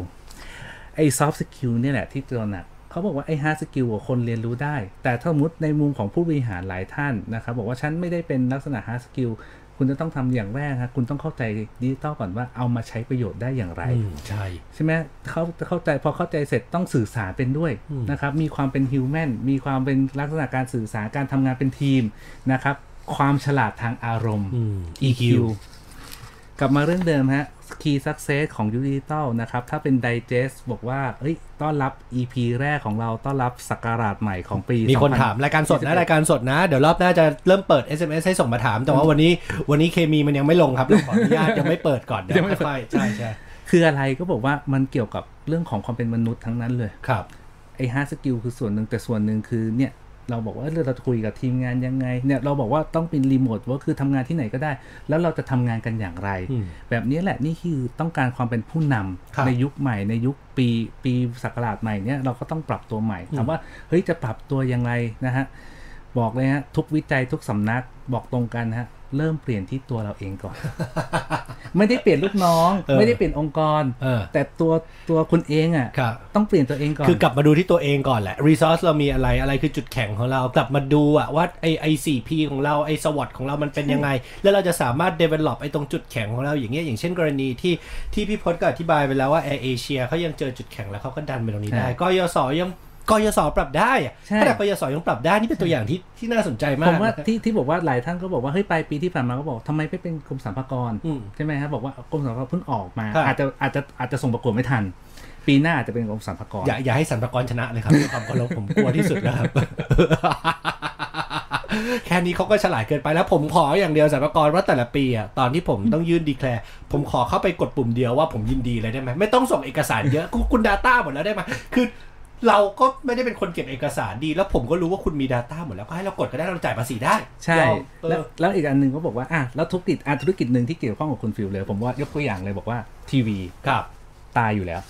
Speaker 3: ไอ้ soft skill เนี่ยแหละที่ตัวหนักเขาบอกว่าไอ้ hard skill อะคนเรียนรู้ได้ แต่ถ้าสมมติในมุมของผู้บริหารหลายท่านนะครับ บอกว่าฉันไม่ได้เป็นลักษณะ hard skill คุณจะต้องทำอย่างแรกครับคุณต้องเข้าใจดิจิตอลก่อนว่าเอามาใช้ประโยชน์ได้อย่างไร
Speaker 2: อืม ใช่
Speaker 3: ใช่ไหมเขาเข้าใจพอเข้าใจเสร็จต้องสื่อสารเป็นด้วย
Speaker 2: อืม
Speaker 3: นะครับ มีความเป็นฮิวแมนมีความเป็นลักษณะการสื่อสารการทำงานเป็นทีมนะครับ ความฉลาดทางอารมณ์
Speaker 2: อืม
Speaker 3: EQ กลับมาเรื่องเดิมฮะ Key Success ของยูดิจิตอลนะครับ ถ้าเป็น Digest บอกว่า เอ้ย ต้อนรับ EP แรกของเรา ต้อนรับสักราชใหม่ของปี
Speaker 2: มีคน
Speaker 3: 2000
Speaker 2: ถามรายการสดนะรายการสดนะ เดี๋ยวรอบหน้าจะเริ่มเปิด SMS ให้ส่งมาถาม แต่ว่าวันนี้วันนี้เคมีมันยังไม่ลงครับเราขออนุญาตยังไม่เปิดก่อนเดี๋ย
Speaker 3: ยั
Speaker 2: ว
Speaker 3: งไม่
Speaker 2: ค่
Speaker 3: เปิด
Speaker 2: อยๆใช่ใช่
Speaker 3: คืออะไรก็บอกว่ามันเกี่ยวกับเรื่องของความเป็นมนุษย์ทั้งนั้นเลย
Speaker 2: ครับ
Speaker 3: ไอ้ hard skill คือส่วนหนึ่งแต่ส่วนหนึ่งคือเนี่ย เราบอกว่าเออเราจะคุยกับทีมงานยังไงเนี่ยเราบอกว่าต้องเป็นรีโมทเวิร์คคือทำงานที่ไหนก็ได้ แล้วเราจะทำงานกันอย่างไร
Speaker 2: อืม
Speaker 3: แบบนี้แหละนี่คือต้องการความเป็นผู้นำ
Speaker 2: ครับ
Speaker 3: ในยุคใหม่ในยุคปีปีศักราชใหม่เนี่ยเราก็ต้องปรับตัวใหม่ถามว่าเฮ้ยจะปรับตัวยังไงนะฮะบอกเลยฮะทุกวิจัยทุกสำนักบอกตรงกันนะฮะเริ่มเปลี่ยนที่ตัวเราเอง ก่อน ไม่ได้เปลี่ยนลูกน้อง
Speaker 2: เออ
Speaker 3: ไม่ได้เปลี่ยนองค์กร
Speaker 2: เออ
Speaker 3: แต่ตัวตัวคุณเอง
Speaker 2: ครั
Speaker 3: อะ่ะ
Speaker 2: บ
Speaker 3: ต้องเปลี่ยนตัวเองก่อน
Speaker 2: คือกลับมาดูที่ตัวเองก่อนแหละรีซอสเรามีอะไรอะไรคือจุดแข็งของเรากลับมาดูอะว่าไอไอสี่พีของเราไอสวอตของเรามันเป็นยัง ไง แล้วเราจะสามารถ develop ไอตรงจุดแข็งของเราอย่างเงี้ยอย่างเช่นกรณีที่ที่พี่พจน์ก็อธิบายไปแล้วว่าแอร์เอเชียเขายังเจอจุดแข็งแล้วเขาก็ดันไปตรงนี้ได้
Speaker 3: ใช่
Speaker 2: กยศยังกยศปรับได้อะ
Speaker 3: ใช่
Speaker 2: ขนาดกยศยังปรับได้นี่เป็นตัวอย่างที่ที่น่าสนใจมา
Speaker 3: ผ
Speaker 2: ก
Speaker 3: มว่า
Speaker 2: นะ
Speaker 3: ที่ที่บอกว่าหลายท่านก็บอกว่าเฮ้ยปลายปีที่ผ่านมาก็บอกทำไมไม่เป็นกรมสรรพากร
Speaker 2: อืม
Speaker 3: ใช่ไหมครับบอกว่ากรมสรรพากรเพิ่งออกมา
Speaker 2: ครับ
Speaker 3: อาจจะอาจจะอาจจะส่งประกวดไม่ทัน ปีหน้าอาจจะเป็นกรมสรรพากร
Speaker 2: อย่าอย่าให้สรรพากรชนะเลยครับด้วยความเคารพผมกลัวที่สุดแล้วครับ แค่นี้เขาก็ฉลาดเกินไปแล้วผมขออย่างเดียวสรรพากรว่าแต่ละปีอ่ะตอนที่ผมต้องยื่นดีแคลร์ผมขอเข้าไปกดปุ่มเดียวว่าผมยินดีเลยได้ไหมไม่ต้องส่งเอกสารเยอะกูคุณ Data หมดแล้วได้ไหมคือ เราก็ไม่ได้เป็นคนเก็บเอกสารดี แล้วผมก็รู้ว่าคุณมี Data หมดแล้วก็ให้เรากดก็ได้เราจ่ายภาษีได้
Speaker 3: ใช่
Speaker 2: ยอมเออ
Speaker 3: แล้วแล้วอีกอันหนึ่งก็บอกว่าอ่ะแล้วธุรกิจอ่ะธุรกิจหนึ่งที่เกี่ยวข้องกับคุณฟิลเลย ผมว่ายกตัวอย่างเลยบอกว่าทีวี
Speaker 2: ครับ
Speaker 3: ตาย อยู่แล้ว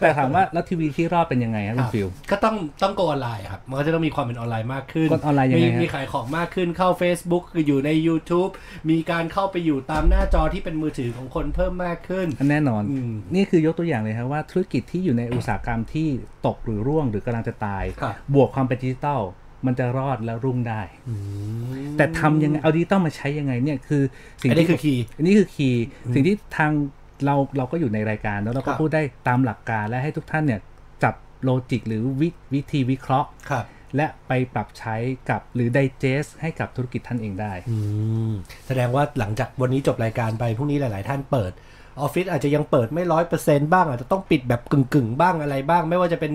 Speaker 3: แต่ถามว่าแล้วทีวีที่รอดเป็นยังไงครับคุณฟิล
Speaker 2: ก็ต้องต้องโกออนไลน์ครับ มันก็จะต้องมีความเป็นออนไลน์มากขึ้น
Speaker 3: กดออนไลน์ยังไง
Speaker 2: มี
Speaker 3: ฮะ
Speaker 2: มีขายของมากขึ้นเข้า Facebook คืออยู่ใน YouTube มีการเข้าไปอยู่ตามหน้าจอที่เป็นมือถือของคนเพิ่มมากขึ้น
Speaker 3: ันแน่นอน
Speaker 2: อืม
Speaker 3: นี่คือยกตัวอย่างเลยครับว่าธุรกิจที่อยู่ในอุตสาหกรรมที่ตกหรือร่วงหรือกำลังจะตาย
Speaker 2: ครับ
Speaker 3: บวกความเป็นดิจิตอลมันจะรอดและรุ่งได้ แต่ทำยังไงเอาดิจิตอลมาใช้ยังไงเนี่ยคือสิ่ง
Speaker 2: อันนี้
Speaker 3: ที่
Speaker 2: คือคีย์
Speaker 3: อันนี้คือคีย์สิ่งที่ทางเราเราก็อยู่ในรายการแล้วเรา
Speaker 2: ครั
Speaker 3: ก็
Speaker 2: บ
Speaker 3: พูดได้ตามหลักการและให้ทุกท่านเนี่ยจับโลจิกหรือวิวิธีวิเคราะห์
Speaker 2: ครับ
Speaker 3: และไปปรับใช้กับหรือไดเจสให้กับธุรกิจท่านเองได้
Speaker 2: แสดงว่าหลังจากวันนี้จบรายการไปพรุ่งนี้หลาย ๆ ท่านเปิดออฟฟิศอาจจะยังเปิดไม่ร้อยเปอร์เซนต์บ้างอาจจะต้องปิดแบบกึ่ง ๆ บ้างอะไรบ้าง ไม่ว่าจะเป็น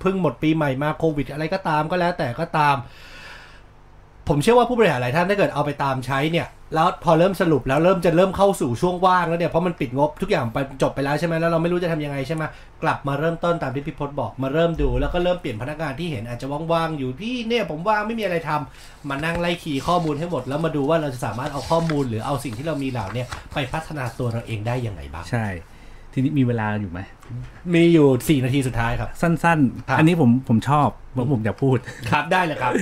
Speaker 2: เพิ่งหมดปีใหม่มาโควิด อะไรก็ตามก็แล้วแต่ก็ตาม ผมเชื่อว่าผู้บริหารหลายท่านถ้าเกิดเอาไปตามใช้เนี่ย แล้วพอเริ่มสรุปแล้วเริ่มจะเริ่มเข้าสู่ช่วงว่างแล้วเนี่ยเพราะมันปิดงบทุกอย่างไปจบไปแล้วใช่ไหมแล้วเราไม่รู้จะทำยังไงใช่ไหมกลับมาเริ่มต้นตามที่พี่พจน์บอกมาเริ่มดู แล้วก็เริ่มเปลี่ยนพนักงานที่เห็นอาจจะว่างๆอยู่พี่เนี่ยผมว่างไม่มีอะไรทำมานั่งไล่ขี่ข้อมูลให้หมด แล้วมาดูว่าเราจะสามารถเอาข้อมูลหรือเอาสิ่งที่เรามีเหล่าเนี่ยไปพัฒนาตัวเราเองได้ยังไงบ้าง
Speaker 3: ใช่ ทีนี้มีเวลาอยู่ไหม
Speaker 2: มีอยู่ 4 นาทีสุดท้ายครับ
Speaker 3: สั้น
Speaker 2: ครับ
Speaker 3: ๆ อันนี้ผมผมชอบผมผมอยากพูด
Speaker 2: ครับได้เลยครับ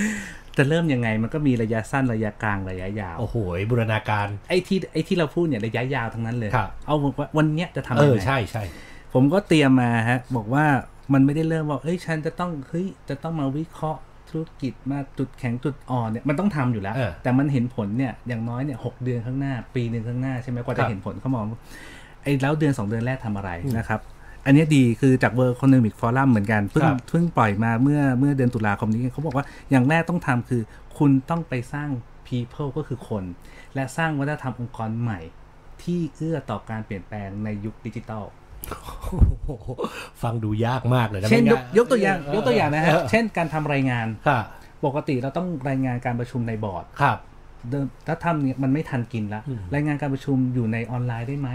Speaker 3: จะเริ่มยังไงมันก็มีระยะสั้นระยะกลางระยะยาว
Speaker 2: โอ้โหบูรณาการ
Speaker 3: ไอ้ที่ไอ้ที่เราพูดเนี่ยระยะยาวทั้งนั้นเลย
Speaker 2: ครับ
Speaker 3: เอาว่าวันเนี้ยจะทำ
Speaker 2: เอ
Speaker 3: ยัง
Speaker 2: อ
Speaker 3: ไง
Speaker 2: ใช่ใช่
Speaker 3: ผมก็เตรียมมาฮะบอกว่ามันไม่ได้เริ่มว่าเอ้ยฉันจะต้องเฮ้ยจะต้องมาวิเคราะห์ธุรกิจมาจุดแข็งจุดอ่อนเนี่ยมันต้องทำอยู่แล้ว
Speaker 2: เออ
Speaker 3: แต่มันเห็นผลเนี่ยอย่างน้อยเนี่ยหกเดือนข้างหน้า ปีหนึ่งข้างหน้าใช่ไหมกว่า
Speaker 2: ครั
Speaker 3: จะ
Speaker 2: บ
Speaker 3: เห็นผลเขามองไอ้แล้วเดือนสองเดือนแรกทำอะไรนะครับ อันเนี้ยดีคือจากเวอร์คอนเนมิกฟอรัมเหมือนกันเพิ่ง
Speaker 2: ครับ
Speaker 3: เพิ่งปล่อยมาเมื่อเมื่อเดือนตุลาคมนี้เขาบอกว่าอย่างแรกต้องทำคือ คุณต้องไปสร้าง people ก็คือคน และสร้างวัฒนธรรมองค์กรใหม่ ที่เอื้อต่อการเปลี่ยนแปลงในยุคดิจิทัล
Speaker 2: โอ้โหฟังดูยากมากเลยะ
Speaker 3: เช่นยก
Speaker 2: ไม่าย
Speaker 3: กตัวอย่างยกตัวอย่างนะฮะ
Speaker 2: เอ
Speaker 3: เช่นการทำรายงาน
Speaker 2: ค่ะ
Speaker 3: ปกติเราต้องรายงานการประชุมในบอร์ด
Speaker 2: ครับ
Speaker 3: เดิมถ้าทำเนี่ยมันไม่ทันกินละ
Speaker 2: อืม
Speaker 3: รายงานการประชุมอยู่ในออนไลน์ได้ไหม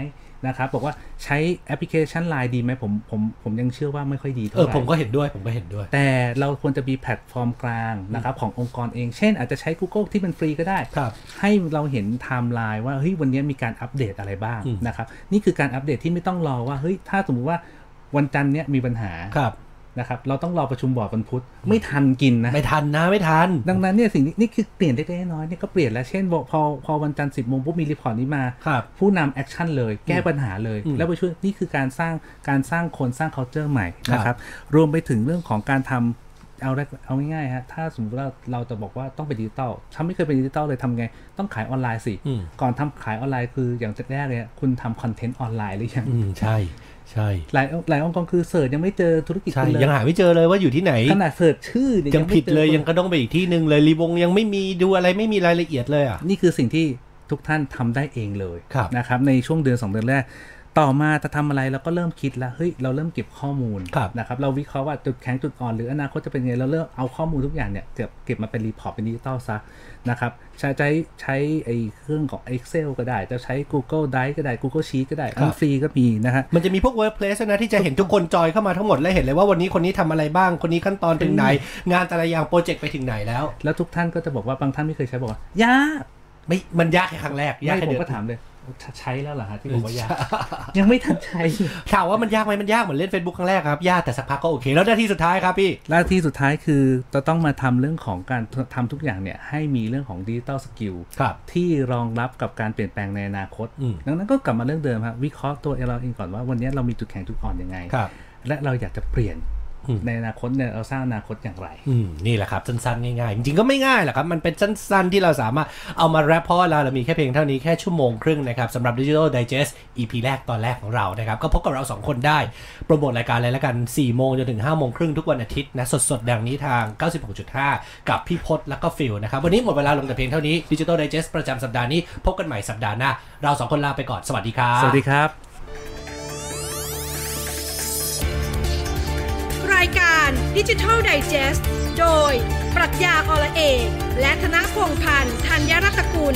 Speaker 3: นะครับบอกว่าใช้แอปพลิเคชันไลน์ดีไหมผมผมผมยังเชื่อว่าไม่ค่อยดีเท่า
Speaker 2: เอ
Speaker 3: ไห
Speaker 2: อ
Speaker 3: ร่
Speaker 2: ผมก็เห็นด้วยผมก็เห็นด้วย
Speaker 3: แต่เราควรจะมีแพลตฟอร์มกลางนะครับขององค์กรเอง เช่นอาจจะใช้ Google ที่เป็นฟรีก็ได้
Speaker 2: ครับ
Speaker 3: ให้เราเห็นไทม์ไลน์ว่าเฮ้ยวันนี้มีการอัปเดตอะไรบ้าง
Speaker 2: อืม
Speaker 3: นะครับนี่คือการอัปเดตที่ไม่ต้องรอว่าเฮ้ยถ้าสมมติว่าวันจันทร์เนี้ยมีปัญหา
Speaker 2: ครับ
Speaker 3: นะครับเราต้องรอประชุมบอร์ดวันพุธไม่ทันกินนะ
Speaker 2: ไม่ทันนะไม่ทัน
Speaker 3: ดังนั้นเนี่ยสิ่งนี้นี่คือเปลี่ยนเล็กๆน้อยๆเนี่ยก็เปลี่ยนแล้ว เช่นบอกพอพอวันจันทร์สิบโมงปุ๊บมีรีพอร์ตนี้มา
Speaker 2: ครับ
Speaker 3: ผู้นำแอคชั่นเลย แก้ปัญหาเลย
Speaker 2: อืม
Speaker 3: แล้วไปช่วยนี่คือการสร้างการสร้างคนสร้าง culture ใหม่นะ
Speaker 2: ค
Speaker 3: ค
Speaker 2: รั
Speaker 3: รับ บ รวมไปถึงเรื่องของการทำเอาแรกเอาง่ายๆฮะถ้าสมมติว่าเราจะบอกว่าต้องเป็นดิจิตอลถ้าไม่เคยเป็นดิจิตอลเลยทำไงต้องขายออนไลน์สิ
Speaker 2: อืม
Speaker 3: ก่อนทำขายออนไลน์คืออย่างแรกเลยอะคุณทำคอนเทนต์ออนไลน์หรือยัง
Speaker 2: อืมใช่ ใช่
Speaker 3: หลายหลายองค์กรคือเสิร์ชยังไม่เจอธุรกิจ
Speaker 2: ใช่
Speaker 3: คุณเล
Speaker 2: ยังหาไม่เจอเลยว่าอยู่ที่ไหน
Speaker 3: ขนาดเสิร์ชชื่อเนี่
Speaker 2: ยัง
Speaker 3: ไม่
Speaker 2: ผิด
Speaker 3: จอ
Speaker 2: เลย
Speaker 3: คน
Speaker 2: ยังกระด้องไปอีกที่หนึ่งเลยรีวงยังไม่มีดูอะไรไม่มีรายละเอียดเลยอ่ะ
Speaker 3: นี่คือสิ่งที่ทุกท่านทำได้เองเลย
Speaker 2: ครับ
Speaker 3: นะครับในช่วงเดือน 2 เดือนแรก ต่อมาจะทำอะไรเราก็เริ่มคิดแล้วเฮ้ยเราเริ่มเก็บข้อมูล
Speaker 2: ครับ
Speaker 3: นะครับเราวิเคราะห์ว่าจุดแข็งจุดอ่อนหรืออนาคตจะเป็นไงเราเริ่มเอาข้อมูลทุกอย่างเนี่ยเก็บเก็บมาเป็นรีพอร์ตเป็นดิจิตอลซะนะครับใช้ใช้ใช้ไอ้เครื่องของ Excel ก็ได้ จะใช้ Google Drive ก็ได้ Google Sheet ก็ได้
Speaker 2: ครับ
Speaker 3: มันฟรีก็มีนะฮะ
Speaker 2: มันจะมีพวก workplace ด้วยนะที่จะเห็นทุกคนจอยเข้ามาทั้งหมดและเห็นเลยว่าวันนี้คนนี้ทำอะไรบ้าง คนนี้ขั้นตอนถึงไหน งานแต่ละอย่างโปรเจกต์ไปถึงไหนแล้ว
Speaker 3: แล้วทุกท่านก็จะบอกว่าบางท่านไม่เคยใช้บอกว่ายาก
Speaker 2: ไม่มันยากแค่ครั้งแรกยาก
Speaker 3: ไม่
Speaker 2: แค่
Speaker 3: ผม
Speaker 2: เดือ
Speaker 3: ก็
Speaker 2: น
Speaker 3: ถามเลยใช้แล้วเหรอฮะที่บอกว่า ยาก ยังไม่ทันใช้
Speaker 2: ถามว่ามันยากไหมมันยากเหมือนเล่น Facebook ครั้งแรกครับยากแต่สักพักก็โอเค แล้วหน้าที่สุดท้ายครับพี่
Speaker 3: หน้าที่สุดท้ายคือจะต้องมาทำเรื่องของการทำทุกอย่างเนี่ยให้มีเรื่องของดิจิตอลสกิล
Speaker 2: ครับ
Speaker 3: ที่รองรับกับการเปลี่ยนแปลงในอนาคต
Speaker 2: อืม
Speaker 3: ดังนั้นก็กลับมาเรื่องเดิมครับวิเคราะห์ตัวเราเองก่อนว่าวันนี้เรามีจุดแข็งจุดอ่อนยังไง
Speaker 2: ครับ
Speaker 3: และเราอยากจะเปลี่ยน
Speaker 2: อืม
Speaker 3: ในอนาคตเนี่ยเราสร้างอนาคตอย่างไร
Speaker 2: อืมนี่แหละครับ สั้นๆ ง่ายๆ จริงๆก็ไม่ง่ายหรอกครับ มันเป็นสั้นๆ ที่เราสามารถเอามาแรปเพราะว่าเราเรามีแค่เพียงเท่านี้แค่ชั่วโมงครึ่งนะครับสำหรับ Digital Digest EP แรกตอนแรกของเรานะครับ ก็พบกับเรา 2 คนได้ โปรโมทรายการเลยละกัน 4 โมงจนถึง 5 โมงครึ่งทุกวันอาทิตย์นะ สดๆ ดังนี้ทาง 96.5 กับพี่พศแล้วก็ฟิลนะครับ วันนี้หมดเวลาลงแต่เพียงเท่านี้ Digital Digest ประจำสัปดาห์นี้พบกันใหม่สัปดาห์หน้าเราสองคนลาไปก่อนสวัสดีครับ
Speaker 3: สวัสดีครับ
Speaker 1: รายการดิจิทัลไดจ e s t โดย ปรัชญาอละเอกและธนพงษ์พันธ์ธัญรัตนกุล